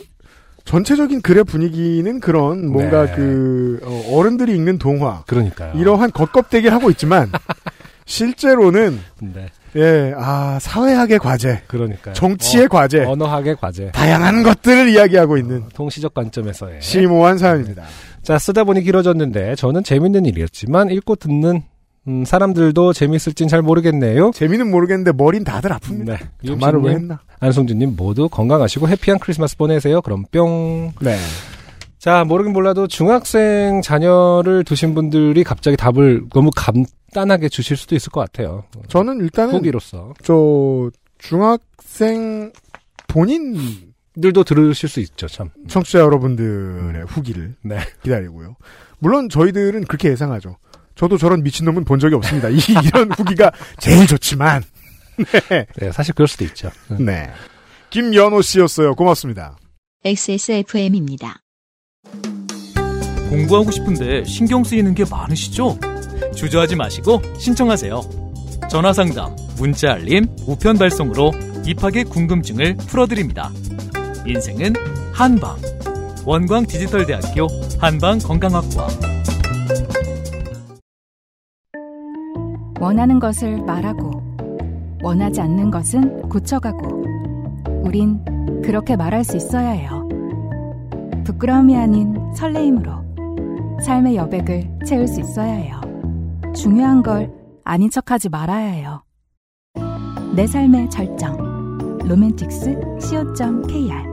[SPEAKER 1] 전체적인 글의 분위기는 그런 뭔가
[SPEAKER 2] 네.
[SPEAKER 1] 그 어, 어른들이 읽는 동화
[SPEAKER 2] 그러니까요.
[SPEAKER 1] 이러한 겉껍데기를 하고 *laughs* 있지만 실제로는
[SPEAKER 2] 네.
[SPEAKER 1] 예, 아 사회학의 과제,
[SPEAKER 2] 그러니까요.
[SPEAKER 1] 정치의
[SPEAKER 2] 어,
[SPEAKER 1] 과제,
[SPEAKER 2] 언어학의 과제.
[SPEAKER 1] 다양한 것들을 이야기하고 있는
[SPEAKER 2] 동시적 관점에서의.
[SPEAKER 1] 심오한 사연입니다.
[SPEAKER 2] 네. 자, 쓰다 보니 길어졌는데, 저는 재밌는 일이었지만, 읽고 듣는, 음, 사람들도 재밌을진 잘 모르겠네요.
[SPEAKER 1] 재미는 모르겠는데 머린 다들 아픕니다.
[SPEAKER 2] 네.
[SPEAKER 1] 정말을 왜
[SPEAKER 2] 유진님,
[SPEAKER 1] 했나?
[SPEAKER 2] 안성준님 모두 건강하시고 해피한 크리스마스 보내세요. 그럼 뿅.
[SPEAKER 1] 네.
[SPEAKER 2] 자, 모르긴 몰라도 중학생 자녀를 두신 분들이 갑자기 답을 너무 간단하게 주실 수도 있을 것 같아요.
[SPEAKER 1] 저는 일단은
[SPEAKER 2] 후기로서.
[SPEAKER 1] 저 중학생 본인
[SPEAKER 2] 들도 들으실 수 있죠, 참.
[SPEAKER 1] 청취자 여러분들의 후기를
[SPEAKER 2] 네.
[SPEAKER 1] 기다리고요. 물론 저희들은 그렇게 예상하죠. 저도 저런 미친놈은 본 적이 없습니다. 이, *laughs* 런 후기가 제일 좋지만. 네.
[SPEAKER 2] 네, 사실 그럴 수도 있죠.
[SPEAKER 1] 네. 김연호 씨였어요. 고맙습니다.
[SPEAKER 4] XSFM입니다.
[SPEAKER 10] 공부하고 싶은데 신경 쓰이는 게 많으시죠? 주저하지 마시고 신청하세요. 전화 상담, 문자 알림, 우편 발송으로 딥하게 궁금증을 풀어드립니다. 인생은 한방. 원광 디지털대학교 한방 건강학과.
[SPEAKER 9] 원하는 것을 말하고 원하지 않는 것은 고쳐가고 우린 그렇게 말할 수 있어야 해요. 부끄러움이 아닌 설레임으로 삶의 여백을 채울 수 있어야 해요. 중요한 걸 아닌 척하지 말아야 해요. 내 삶의 절정 로맨틱스 co.kr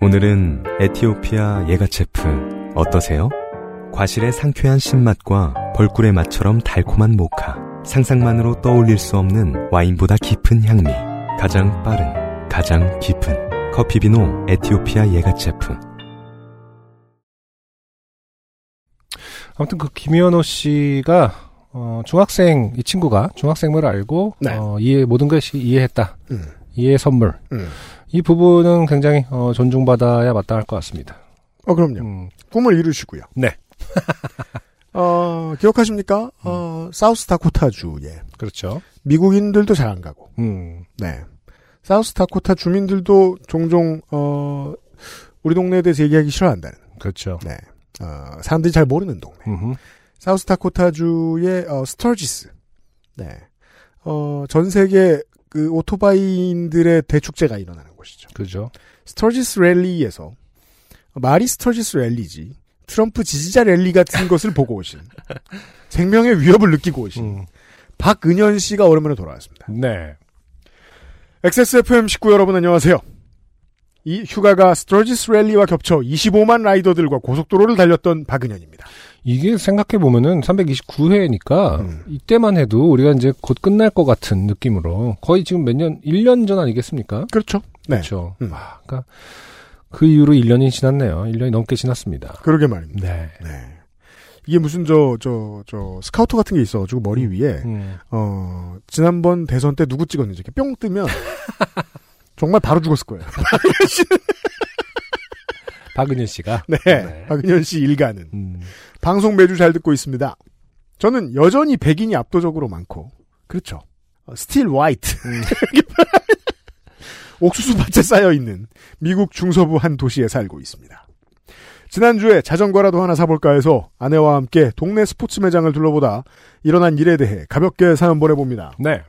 [SPEAKER 8] 오늘은 에티오피아 예가체프 어떠세요? 과실의 상쾌한 신맛과 벌꿀의 맛처럼 달콤한 모카. 상상만으로 떠올릴 수 없는 와인보다 깊은 향미. 가장 빠른, 가장 깊은 커피비노 에티오피아 예가체프.
[SPEAKER 2] 아무튼 그 김현호 씨가 어, 중학생 이 친구가 중학생을 알고
[SPEAKER 1] 네.
[SPEAKER 2] 어, 이해 모든 것이 이해했다. 이해 예, 선물. 이 부분은 굉장히 어, 존중받아야 마땅할 것 같습니다. 음.
[SPEAKER 1] 어,
[SPEAKER 2] 예.
[SPEAKER 1] 그럼요. 꿈을 이루시고요.
[SPEAKER 2] 네.
[SPEAKER 1] *laughs* 어, 기억하십니까? 어, 사우스다코타주에.
[SPEAKER 2] 그렇죠.
[SPEAKER 1] 미국인들도 잘 안 가고.
[SPEAKER 2] 음.
[SPEAKER 1] 네. 사우스다코타 주민들도 종종, 어, 우리 동네에 대해서 얘기하기 싫어한다는.
[SPEAKER 2] 그렇죠.
[SPEAKER 1] 네. 어, 사람들이 잘 모르는 동네. 사우스다코타주의 어, 스터지스. 네. 어, 전 세계 그 오토바이인들의 대축제가 일어나는 곳이죠.
[SPEAKER 2] 그죠.
[SPEAKER 1] 스터지스 랠리에서 말이 스터지스 랠리지 트럼프 지지자 랠리 같은 것을 보고 오신 생명의 위협을 느끼고 오신 박은현 씨가 오랜만에 돌아왔습니다.
[SPEAKER 2] 네.
[SPEAKER 1] XSFM 식구 여러분 안녕하세요. 이 휴가가 스터지스 랠리와 겹쳐 25만 라이더들과 고속도로를 달렸던 박은현입니다.
[SPEAKER 2] 이게 생각해 보면은 329회니까 이때만 해도 우리가 이제 곧 끝날 것 같은 느낌으로 거의 지금 몇 년, 1년 전 아니겠습니까?
[SPEAKER 1] 그렇죠. 네.
[SPEAKER 2] 그렇죠. 아, 그러니까 그 이후로 1년이 지났네요. 1년이 넘게 지났습니다.
[SPEAKER 1] 그러게 말입니다.
[SPEAKER 2] 네.
[SPEAKER 1] 이게 무슨 저, 저, 저, 스카우터 같은 게 있어가지고 머리 위에,
[SPEAKER 2] 음. 네.
[SPEAKER 1] 어, 지난번 대선 때 누구 찍었는지 이렇게 뿅 *laughs* 뜨면, 정말 바로 죽었을 거예요. *laughs*
[SPEAKER 2] 박은현 씨가. 음.
[SPEAKER 1] 네. 박은현 씨 일가는. 방송 매주 잘 듣고 있습니다. 저는 여전히 백인이 압도적으로 많고, 그렇죠. 스틸 화이트. *laughs* 옥수수밭에 쌓여있는 미국 중서부 한 도시에 살고 있습니다. 지난주에 자전거라도 하나 사볼까 해서 아내와 함께 동네 스포츠 매장을 둘러보다 일어난 일에 대해 가볍게 사연 보내봅니다.
[SPEAKER 2] 네.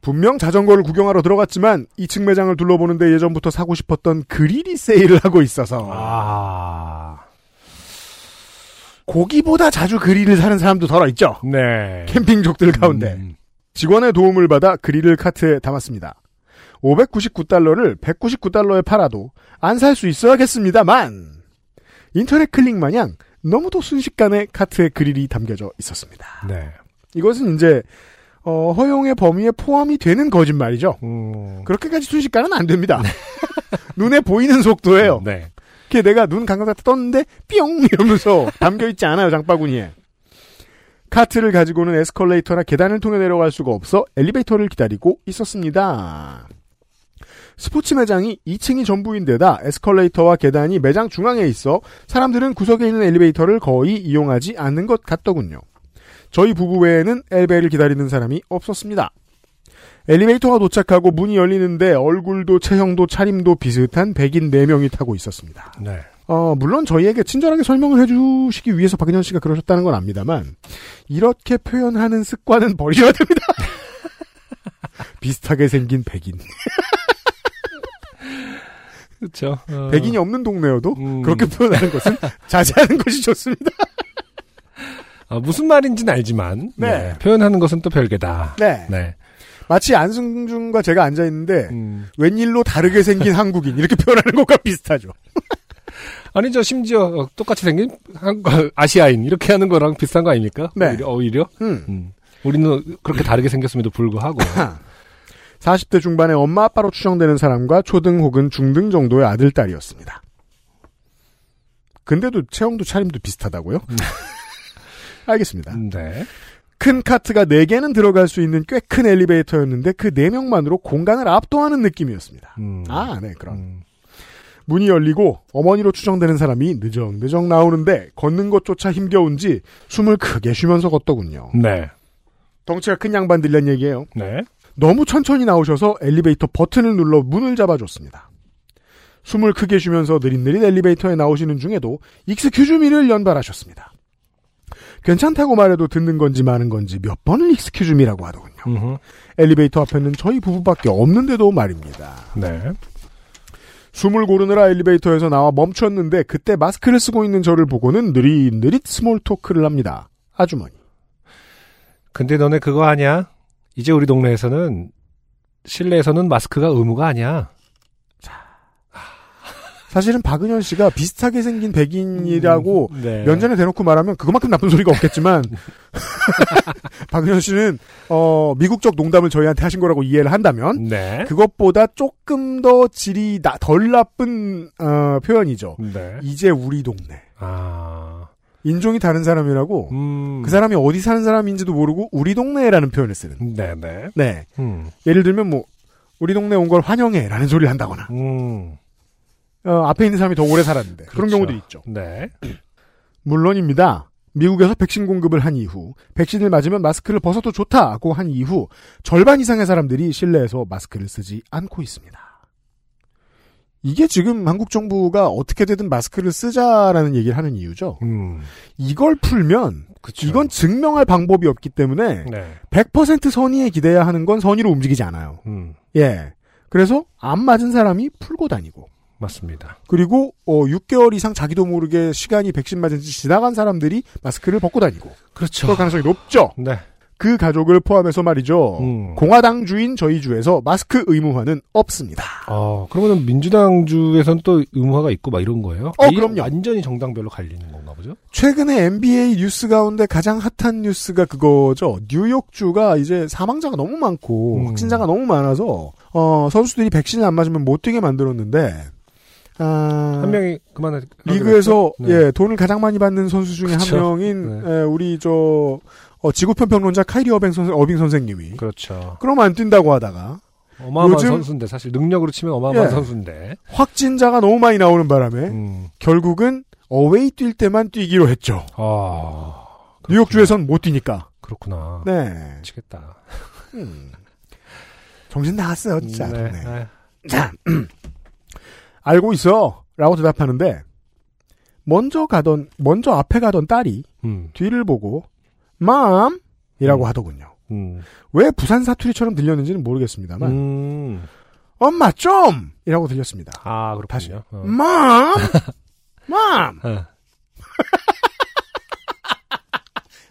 [SPEAKER 1] 분명 자전거를 구경하러 들어갔지만 2층 매장을 둘러보는데 예전부터 사고 싶었던 그릴이 세일을 하고 있어서
[SPEAKER 2] 아.
[SPEAKER 1] 고기보다 자주 그릴을 사는 사람도 덜어 있죠.
[SPEAKER 2] 네. 음.
[SPEAKER 1] 캠핑족들 가운데 직원의 도움을 받아 그릴을 카트에 담았습니다. 599달러를 199달러에 팔아도 안 살 수 있어야겠습니다만 인터넷 클릭 마냥 너무도 순식간에 카트에 그릴이 담겨져 있었습니다.
[SPEAKER 2] 네.
[SPEAKER 1] 이것은 이제 어, 허용의 범위에 포함이 되는 거짓말이죠.
[SPEAKER 2] 음.
[SPEAKER 1] 그렇게까지 순식간은 안 됩니다. *laughs* 눈에 보이는 속도예요.
[SPEAKER 2] 네.
[SPEAKER 1] 이렇게 내가 눈 감각다 떴는데 뿅 *laughs* 이러면서 담겨 있지 않아요 장바구니에. 카트를 가지고는 에스컬레이터나 계단을 통해 내려갈 수가 없어 엘리베이터를 기다리고 있었습니다. 스포츠 매장이 2층이 전부인데다 에스컬레이터와 계단이 매장 중앙에 있어 사람들은 구석에 있는 엘리베이터를 거의 이용하지 않는 것 같더군요. 저희 부부 외에는 엘베를 기다리는 사람이 없었습니다. 엘리베이터가 도착하고 문이 열리는데 얼굴도 체형도 차림도 비슷한 백인 4명이 타고 있었습니다.
[SPEAKER 2] 네.
[SPEAKER 1] 어, 물론 저희에게 친절하게 설명을 해주시기 위해서 박인현 씨가 그러셨다는 건 압니다만, 이렇게 표현하는 습관은 버려야 됩니다. *laughs* 비슷하게 생긴 백인.
[SPEAKER 2] 그렇죠.
[SPEAKER 1] 백인이 없는 동네여도 그렇게 표현하는 것은 자제하는 것이 좋습니다.
[SPEAKER 2] 아, 무슨 말인지는 알지만
[SPEAKER 1] 네.
[SPEAKER 2] 네, 표현하는 것은 또 별개다.
[SPEAKER 1] 네.
[SPEAKER 2] 네.
[SPEAKER 1] 마치 안승준과 제가 앉아있는데,
[SPEAKER 2] 음.
[SPEAKER 1] 웬일로 다르게 생긴 한국인, 이렇게 표현하는 것과 비슷하죠.
[SPEAKER 2] 아니죠. 심지어 어, 똑같이 생긴 한- 아시아인 이렇게 하는 거랑 비슷한 거 아닙니까?
[SPEAKER 1] 네.
[SPEAKER 2] 오히려, 오히려?
[SPEAKER 1] 음.
[SPEAKER 2] 우리는 그렇게 다르게 생겼음에도 불구하고
[SPEAKER 1] 40대 중반의 엄마 아빠로 추정되는 사람과 초등 혹은 중등 정도의 아들 딸이었습니다. 근데도 체형도 차림도 비슷하다고요? *laughs* 알겠습니다.
[SPEAKER 2] 네.
[SPEAKER 1] 큰 카트가 4개는 들어갈 수 있는 꽤 큰 엘리베이터였는데 그 4명만으로 공간을 압도하는 느낌이었습니다. 아, 네, 그럼. 문이 열리고 어머니로 추정되는 사람이 느적느적 나오는데 걷는 것조차 힘겨운지 숨을 크게 쉬면서 걷더군요.
[SPEAKER 2] 네.
[SPEAKER 1] 덩치가 큰 양반들이란 얘기예요.
[SPEAKER 2] 네.
[SPEAKER 1] 너무 천천히 나오셔서 엘리베이터 버튼을 눌러 문을 잡아줬습니다. 숨을 크게 쉬면서 느릿느릿 엘리베이터에 나오시는 중에도 익스큐즈미를 연발하셨습니다. 괜찮다고 말해도 듣는 건지 마는 건지 몇 번을 익스큐즈미라고 하더군요. 엘리베이터 앞에는 저희 부부밖에 없는데도 말입니다.
[SPEAKER 2] 네.
[SPEAKER 1] 숨을 고르느라 엘리베이터에서 나와 멈췄는데 그때 마스크를 쓰고 있는 저를 보고는 느릿느릿 스몰 토크를 합니다. 아주머니.
[SPEAKER 2] 근데 너네 그거 아냐? 이제 우리 동네에서는 실내에서는 마스크가 의무가 아니야.
[SPEAKER 1] 사실은 박은현 씨가 비슷하게 생긴 백인이라고
[SPEAKER 2] 네.
[SPEAKER 1] 면전에 대놓고 말하면 그것만큼 나쁜 소리가 없겠지만 *laughs* 박은현 씨는 어, 미국적 농담을 저희한테 하신 거라고 이해를 한다면
[SPEAKER 2] 네.
[SPEAKER 1] 그것보다 조금 더 질이 나- 덜 나쁜 어, 표현이죠.
[SPEAKER 2] 네.
[SPEAKER 1] 이제 우리 동네.
[SPEAKER 2] 아.
[SPEAKER 1] 인종이 다른 사람이라고
[SPEAKER 2] 음.
[SPEAKER 1] 그 사람이 어디 사는 사람인지도 모르고 우리 동네라는 표현을 쓰는.
[SPEAKER 2] 네, 네.
[SPEAKER 1] 네.
[SPEAKER 2] 음.
[SPEAKER 1] 예를 들면 뭐 우리 동네 온 걸 환영해라는 소리를 한다거나
[SPEAKER 2] 음.
[SPEAKER 1] 어, 앞에 있는 사람이 더 오래 살았는데 그런
[SPEAKER 2] 그렇죠.
[SPEAKER 1] 경우도 있죠.
[SPEAKER 2] 네.
[SPEAKER 1] 물론입니다. 미국에서 백신 공급을 한 이후 백신을 맞으면 마스크를 벗어도 좋다고 한 이후 절반 이상의 사람들이 실내에서 마스크를 쓰지 않고 있습니다. 이게 지금 한국 정부가 어떻게 되든 마스크를 쓰자라는 얘기를 하는 이유죠.
[SPEAKER 2] 음.
[SPEAKER 1] 이걸 풀면 이건 증명할 방법이 없기 때문에
[SPEAKER 2] 네.
[SPEAKER 1] 100% 선의에 기대야 하는 건 선의로 움직이지 않아요.
[SPEAKER 2] 음.
[SPEAKER 1] 예. 그래서 안 맞은 사람이 풀고 다니고
[SPEAKER 2] 맞습니다.
[SPEAKER 1] 그리고 어 6개월 이상 자기도 모르게 시간이 백신 맞은 지 지나간 사람들이 마스크를 벗고 다니고
[SPEAKER 2] 그렇죠.
[SPEAKER 1] 그럴 가능성이 높죠.
[SPEAKER 2] 네.
[SPEAKER 1] 그 가족을 포함해서 말이죠. 공화당 주인 저희 주에서 마스크 의무화는 없습니다.
[SPEAKER 2] 어, 그러면은 민주당 주에선 또 의무화가 있고 막 이런 거예요?
[SPEAKER 1] 어,
[SPEAKER 2] 아예
[SPEAKER 1] 그럼요.
[SPEAKER 2] 완전히 정당별로 갈리는 건가 보죠?
[SPEAKER 1] 최근에 NBA 뉴스 가운데 가장 핫한 뉴스가 그거죠. 뉴욕주가 이제 사망자가 너무 많고 확진자가 너무 많아서 어, 선수들이 백신을 안 맞으면 못 뛰게 만들었는데 아,
[SPEAKER 2] 한 명이 그만하
[SPEAKER 1] 리그에서
[SPEAKER 2] 네.
[SPEAKER 1] 예 돈을 가장 많이 받는 선수 중에
[SPEAKER 2] 그쵸. 네.
[SPEAKER 1] 한 명인 예, 우리 저 어, 지구편 평론자 카이리 어빙, 선생, 어빙 선생님이
[SPEAKER 2] 그렇죠.
[SPEAKER 1] 그럼 안 뛴다고 하다가
[SPEAKER 2] 어마어마한
[SPEAKER 1] 요즘-
[SPEAKER 2] 선수인데 사실 능력으로 치면 어마어마한
[SPEAKER 1] 예. 네.
[SPEAKER 2] 선수인데.
[SPEAKER 1] 확진자가 너무 많이 나오는 바람에
[SPEAKER 2] 음.
[SPEAKER 1] 결국은 어웨이 뛸 때만 뛰기로 했죠.
[SPEAKER 2] 아,
[SPEAKER 1] 뉴욕주에선 못 뛰니까.
[SPEAKER 2] 그렇구나.
[SPEAKER 1] 네.
[SPEAKER 2] 그렇죠. 미치겠다.
[SPEAKER 1] 음. 정신 나갔어요, 진짜.
[SPEAKER 2] 네.
[SPEAKER 1] 네.
[SPEAKER 2] 아유.
[SPEAKER 1] 자, 알고 있어. 라고 대답하는데, 먼저 가던, 먼저 앞에 가던 딸이
[SPEAKER 2] 음.
[SPEAKER 1] 뒤를 보고, 맘! 이라고 하더군요.
[SPEAKER 2] 음.
[SPEAKER 1] 왜 부산 사투리처럼 들렸는지는 모르겠습니다만,
[SPEAKER 2] 음.
[SPEAKER 1] 엄마 좀! 이라고 들렸습니다.
[SPEAKER 2] 아, 그렇군요. 어. *laughs*
[SPEAKER 1] 맘! 맘!
[SPEAKER 2] 어.
[SPEAKER 1] *laughs*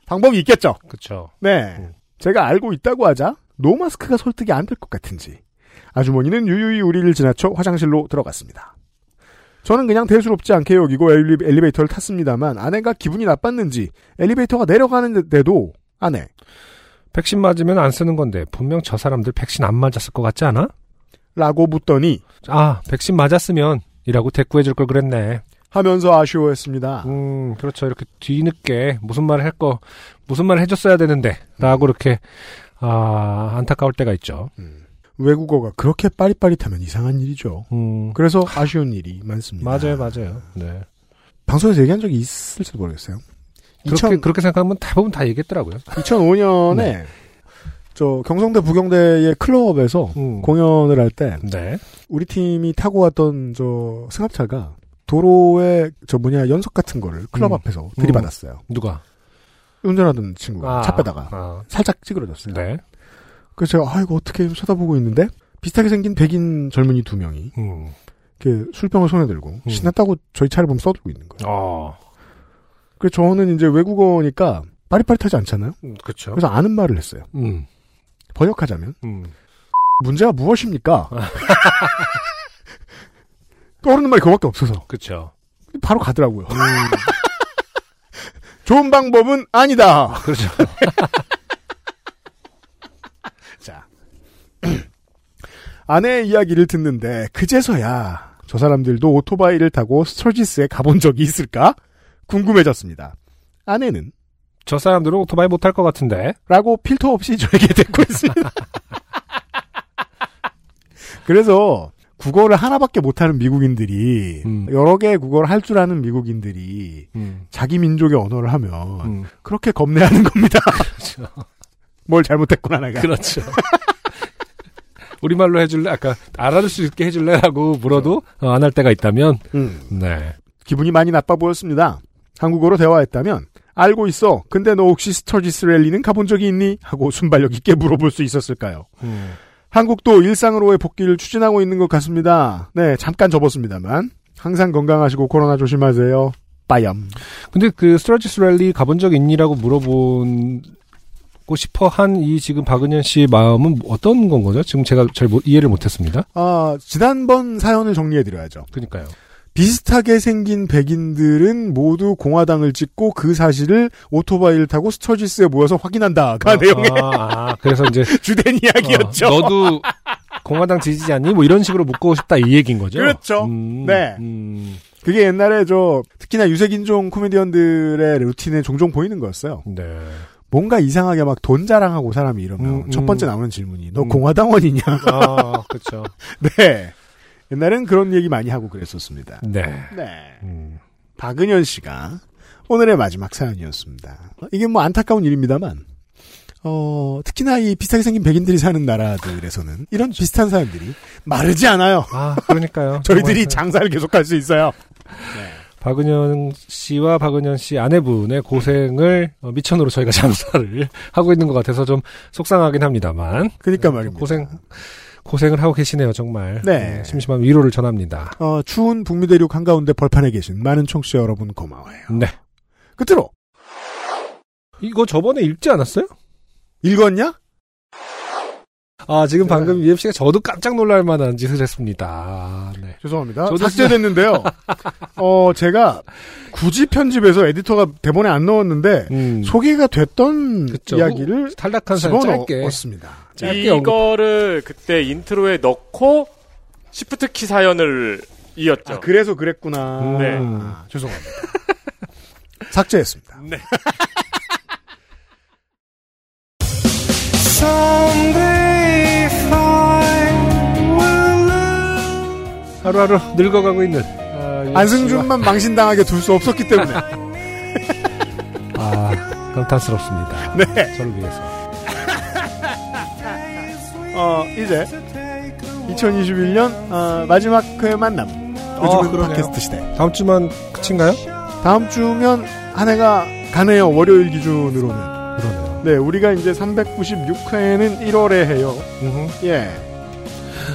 [SPEAKER 1] 방법이 있겠죠?
[SPEAKER 2] 그쵸.
[SPEAKER 1] 네.
[SPEAKER 2] 음.
[SPEAKER 1] 제가 알고 있다고 하자 노마스크가 설득이 안 될 것 같은지 아주머니는 유유히 우리를 지나쳐 화장실로 들어갔습니다. 저는 그냥 대수롭지 않게 여기고 엘리, 엘리베이터를 탔습니다만 아내가 기분이 나빴는지 엘리베이터가 내려가는데도 아내
[SPEAKER 2] 백신 맞으면 안 쓰는 건데 분명 저 사람들 백신 안 맞았을 것 같지 않아?
[SPEAKER 1] 라고 묻더니
[SPEAKER 2] 아, 백신 맞았으면 이라고 대꾸해 줄 걸 그랬네.
[SPEAKER 1] 하면서 아쉬워했습니다.
[SPEAKER 2] 음, 그렇죠. 이렇게 뒤늦게 무슨 말을 할 거, 무슨 말을 해줬어야 되는데, 라고 이렇게, 아, 안타까울 때가 있죠.
[SPEAKER 1] 외국어가 그렇게 빠릿빠릿하면 이상한 일이죠.
[SPEAKER 2] 음,
[SPEAKER 1] 그래서 아쉬운 일이 많습니다.
[SPEAKER 2] 맞아요, 맞아요. 네.
[SPEAKER 1] 방송에서 얘기한 적이 있을지도 모르겠어요.
[SPEAKER 2] 그렇게,
[SPEAKER 1] 2000
[SPEAKER 2] 그렇게 생각하면 대부분 다 얘기했더라고요.
[SPEAKER 1] 2005년에
[SPEAKER 2] 네.
[SPEAKER 1] 저 경성대 부경대의 클럽에서
[SPEAKER 2] 음.
[SPEAKER 1] 공연을 할 때
[SPEAKER 2] 네.
[SPEAKER 1] 우리 팀이 타고 왔던 저 승합차가 도로에 저 뭐냐 연석 같은 거를 클럽
[SPEAKER 2] 음.
[SPEAKER 1] 앞에서 들이받았어요.
[SPEAKER 2] 누가?
[SPEAKER 1] 운전하던 친구가
[SPEAKER 2] 아,
[SPEAKER 1] 음, 차 빼다가
[SPEAKER 2] 아.
[SPEAKER 1] 살짝 찌그러졌어요.
[SPEAKER 2] 네.
[SPEAKER 1] 그래서 제가 아 이거 어떻게 좀 쳐다보고 있는데 비슷하게 생긴 백인 젊은이 두 명이
[SPEAKER 2] 음.
[SPEAKER 1] 이렇게 술병을 손에 들고 신났다고 저희 차를 보면 써들고 있는 거예요.
[SPEAKER 2] 어,
[SPEAKER 1] 그래서 저는 이제 외국어니까 빠릿빠릿하지 않잖아요.
[SPEAKER 2] 음, 그쵸.
[SPEAKER 1] 그래서 아는 말을 했어요.
[SPEAKER 2] 음,
[SPEAKER 1] 번역하자면
[SPEAKER 2] 음.
[SPEAKER 1] 문제가 무엇입니까? *laughs* 떠오르는 말이 그거밖에 없어서
[SPEAKER 2] 그쵸.
[SPEAKER 1] 바로 가더라고요. *laughs* 좋은 방법은 아니다.
[SPEAKER 2] 그렇죠.
[SPEAKER 1] *laughs* 자 *clears throat* 아내의 이야기를 듣는데 그제서야 저 사람들도 오토바이를 타고 스터지스에 가본 적이 있을까 궁금해졌습니다. 아내는
[SPEAKER 2] 저 사람들은 오토바이 못 탈 것 같은데.
[SPEAKER 1] 라고 필터 없이 *laughs* 저에게 듣고 있습니다. 그래서 국어를 하나밖에 못하는 미국인들이 여러 개의 국어를 할 줄 아는
[SPEAKER 2] 음.
[SPEAKER 1] 미국인들이 자기 민족의 언어를 하면 그렇게 겁내하는 겁니다. *laughs* 뭘 잘못했구나
[SPEAKER 2] *laughs*
[SPEAKER 1] 내가.
[SPEAKER 2] 그렇죠. 우리말로 해줄래? 아까 알아들 수 있게 해줄래라고 물어도 안 할 때가 있다면 네.
[SPEAKER 1] 음. 기분이 많이 나빠 보였습니다. 한국어로 대화했다면 알고 있어. 근데 너 혹시 스터지스 랠리는 가본 적이 있니? 하고 순발력 있게 물어볼 수 있었을까요?
[SPEAKER 2] 음.
[SPEAKER 1] 한국도 일상으로의 복귀를 추진하고 있는 것 같습니다. 네, 잠깐 접었습니다만 항상 건강하시고 코로나 조심하세요. 빠염.
[SPEAKER 2] 근데 그 스트라지스 랠리 가본 적 있니라고 물어보고 싶어 한 이 지금 박은현 씨의 마음은 어떤 건 거죠? 지금 제가 잘 못- 이해를 못했습니다.
[SPEAKER 1] 아, 지난번 사연을 정리해드려야죠.
[SPEAKER 2] 그니까요.
[SPEAKER 1] 비슷하게 생긴 백인들은 모두 공화당을 찍고 그 사실을 오토바이를 타고 스터지스에 모여서 확인한다가
[SPEAKER 2] 아,
[SPEAKER 1] 내용의 *laughs*
[SPEAKER 2] 아, 아, 그래서 이제
[SPEAKER 1] 주된 이야기였죠.
[SPEAKER 2] 어, 너도 공화당 지지지 않니? 뭐 이런 식으로 묻고 싶다 이 얘기인 거죠.
[SPEAKER 1] 그렇죠.
[SPEAKER 2] 음,
[SPEAKER 1] 네.
[SPEAKER 2] 음,
[SPEAKER 1] 그게 옛날에 저 특히나 유색인종 코미디언들의 루틴에 종종 보이는 거였어요.
[SPEAKER 2] 네.
[SPEAKER 1] 뭔가 이상하게 막 돈 자랑하고 사람이 이러면
[SPEAKER 2] 음, 음.
[SPEAKER 1] 첫 번째 나오는 질문이 너
[SPEAKER 2] 음.
[SPEAKER 1] 공화당원이냐?
[SPEAKER 2] 아, 그렇죠.
[SPEAKER 1] 네. 옛날엔 그런 얘기 많이 하고 그랬었습니다.
[SPEAKER 2] 네.
[SPEAKER 1] 네.
[SPEAKER 2] 음.
[SPEAKER 1] 박은현 씨가 오늘의 마지막 사연이었습니다. 이게 뭐 안타까운 일입니다만, 어, 특히나 이 비슷하게 생긴 백인들이 사는 나라들에서는 이런 비슷한 사연들이 마르지 않아요.
[SPEAKER 2] 아, 그러니까요. 정말.
[SPEAKER 1] 저희들이 장사를 계속할 수 있어요.
[SPEAKER 2] 박은현 씨와 박은현 씨 아내분의 고생을 어, 미천으로 저희가 *laughs* 장사를 하고 있는 것 같아서 좀 속상하긴 합니다만.
[SPEAKER 1] 그러니까 말입니다.
[SPEAKER 2] 네, 고생 고생을 하고 계시네요, 정말.
[SPEAKER 1] 네.
[SPEAKER 2] 심심한 위로를 전합니다.
[SPEAKER 1] 어, 추운 북미 대륙 한가운데 벌판에 계신 많은 청취자 여러분 고마워요.
[SPEAKER 2] 네.
[SPEAKER 1] 끝으로
[SPEAKER 2] 이거 저번에 읽지 않았어요?
[SPEAKER 1] 읽었냐?
[SPEAKER 2] 아,
[SPEAKER 1] 네.
[SPEAKER 2] 지금 방금 u f c 가 저도 깜짝 놀랄 만한 짓을 했습니다. 네.
[SPEAKER 1] 죄송합니다.
[SPEAKER 2] 저도
[SPEAKER 1] 삭제됐는데요. 어, 제가 굳이 편집해서 에디터가 대본에 안 넣었는데 소개가 됐던
[SPEAKER 2] 그쵸.
[SPEAKER 1] 이야기를
[SPEAKER 2] 음, 탈락한 사람 짧게.
[SPEAKER 1] 집어넣었습니다.
[SPEAKER 2] 짧게 언급.
[SPEAKER 3] 이거를 그때 인트로에 넣고 시프트 키 사연을 이었죠.
[SPEAKER 1] 아, 그래서 그랬구나.
[SPEAKER 3] 네.
[SPEAKER 2] 음.
[SPEAKER 1] 아, 죄송합니다. 삭제했습니다.
[SPEAKER 3] 네.
[SPEAKER 2] 하루하루 늙어가고 있는 아, UFC와
[SPEAKER 1] *laughs* 안승준만 망신당하게 둘 수 없었기 때문에. *laughs*
[SPEAKER 2] 아, 감탄스럽습니다.
[SPEAKER 1] 네.
[SPEAKER 2] 저를 위해서.
[SPEAKER 1] 어, 이제 2021년 어, 마지막 회만 남. 요즘은
[SPEAKER 2] 어, 그러네요.
[SPEAKER 1] 팟캐스트 시대.
[SPEAKER 2] 다음 주만 끝인가요?
[SPEAKER 1] 다음 주면 한 해가 가네요. 월요일 기준으로는.
[SPEAKER 2] 그러네요.
[SPEAKER 1] 네, 우리가 이제 396회는 1월에 해요.
[SPEAKER 2] 음흠.
[SPEAKER 1] 예.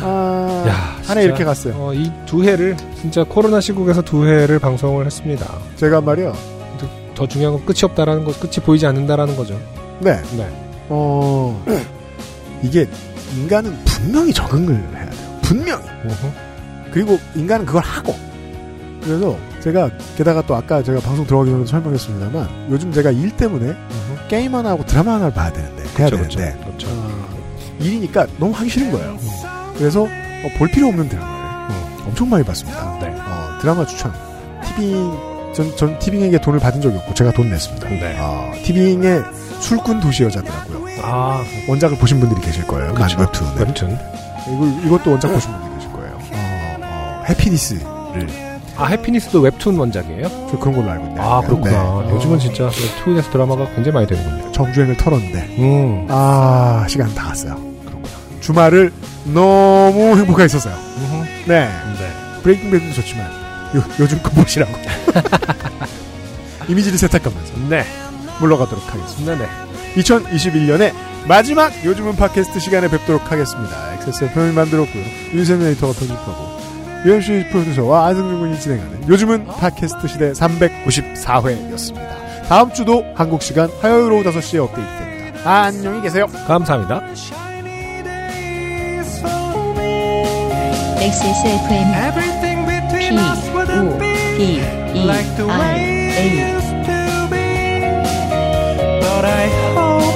[SPEAKER 1] 아,
[SPEAKER 2] 야,
[SPEAKER 1] 한
[SPEAKER 2] 진짜.
[SPEAKER 1] 해 이렇게 갔어요.
[SPEAKER 2] 어, 이 두 회를 진짜 코로나 시국에서 두 회를 방송을 했습니다.
[SPEAKER 1] 제가 말이요.
[SPEAKER 2] 더 중요한 건 끝이 없다라는 것, 끝이 보이지 않는다라는 거죠.
[SPEAKER 1] 네.
[SPEAKER 2] 네.
[SPEAKER 1] 어, *clears throat* 이게 인간은 분명히 적응을 해야 돼요. 분명히.
[SPEAKER 2] 음흠.
[SPEAKER 1] 그리고 인간은 그걸 하고. 그래서 제가 게다가 또 아까 제가 방송 들어가기 전에 설명했습니다만 요즘 제가 일 때문에
[SPEAKER 2] 음흠.
[SPEAKER 1] 게임 하나 하고 드라마 하나를 봐야 되는데 해야
[SPEAKER 2] 그렇죠,
[SPEAKER 1] 되는데 어,
[SPEAKER 2] 그렇죠.
[SPEAKER 1] 일이니까 너무 하기 싫은 거예요.
[SPEAKER 2] 음.
[SPEAKER 1] 그래서 어, 볼 필요 없는 드라마를 어, 엄청 많이 봤습니다.
[SPEAKER 2] 네.
[SPEAKER 1] 어, 드라마 추천. 티빙 전, 전 티빙에게 돈을 받은 적이 없고 제가 돈 냈습니다.
[SPEAKER 2] 네.
[SPEAKER 1] 어, 티빙의 술꾼 도시 여자더라고요.
[SPEAKER 2] 아,
[SPEAKER 1] 원작을 보신 분들이 계실 거예요. 네.
[SPEAKER 2] 그렇죠.
[SPEAKER 1] 웹툰
[SPEAKER 2] 웹툰.
[SPEAKER 1] 이거, 이것도 원작 보신 분들이 계실 거예요. 어, 어, 해피니스를
[SPEAKER 2] 아, 해피니스도 웹툰 원작이에요?
[SPEAKER 1] 저 그런 걸로 알고 있는데.
[SPEAKER 2] 아, 그렇구나.
[SPEAKER 1] 네.
[SPEAKER 2] 요즘은 진짜 웹툰에서 드라마가 굉장히 많이 되는군요.
[SPEAKER 1] 정주행을 털었는데
[SPEAKER 2] 음.
[SPEAKER 1] 아 시간 다 갔어요. 그렇구나. 주말을 너무 행복하게 썼어요.
[SPEAKER 2] 음흠.
[SPEAKER 1] 네.
[SPEAKER 2] 네.
[SPEAKER 1] 브레이킹 배드도 좋지만 요, 요즘 거
[SPEAKER 2] *laughs*
[SPEAKER 1] 보시라고 이미지를 세탁하면서
[SPEAKER 2] 네.
[SPEAKER 1] 물러가도록 하겠습니다.
[SPEAKER 2] 네네.
[SPEAKER 1] 2021년에 마지막 요즘은 팟캐스트 시간에 뵙도록 하겠습니다. XSFM이 만들었고요. 윤세민 에디터가 편집하고 유현수 프로듀서와 안승준 군이 진행하는 요즘은 팟캐스트 시대 394회였습니다. 다음 주도 한국 시간 화요일 오후 5시에 업데이트됩니다. 안녕히 계세요.
[SPEAKER 2] 감사합니다.
[SPEAKER 4] XSFM P O D E R A
[SPEAKER 12] But I hope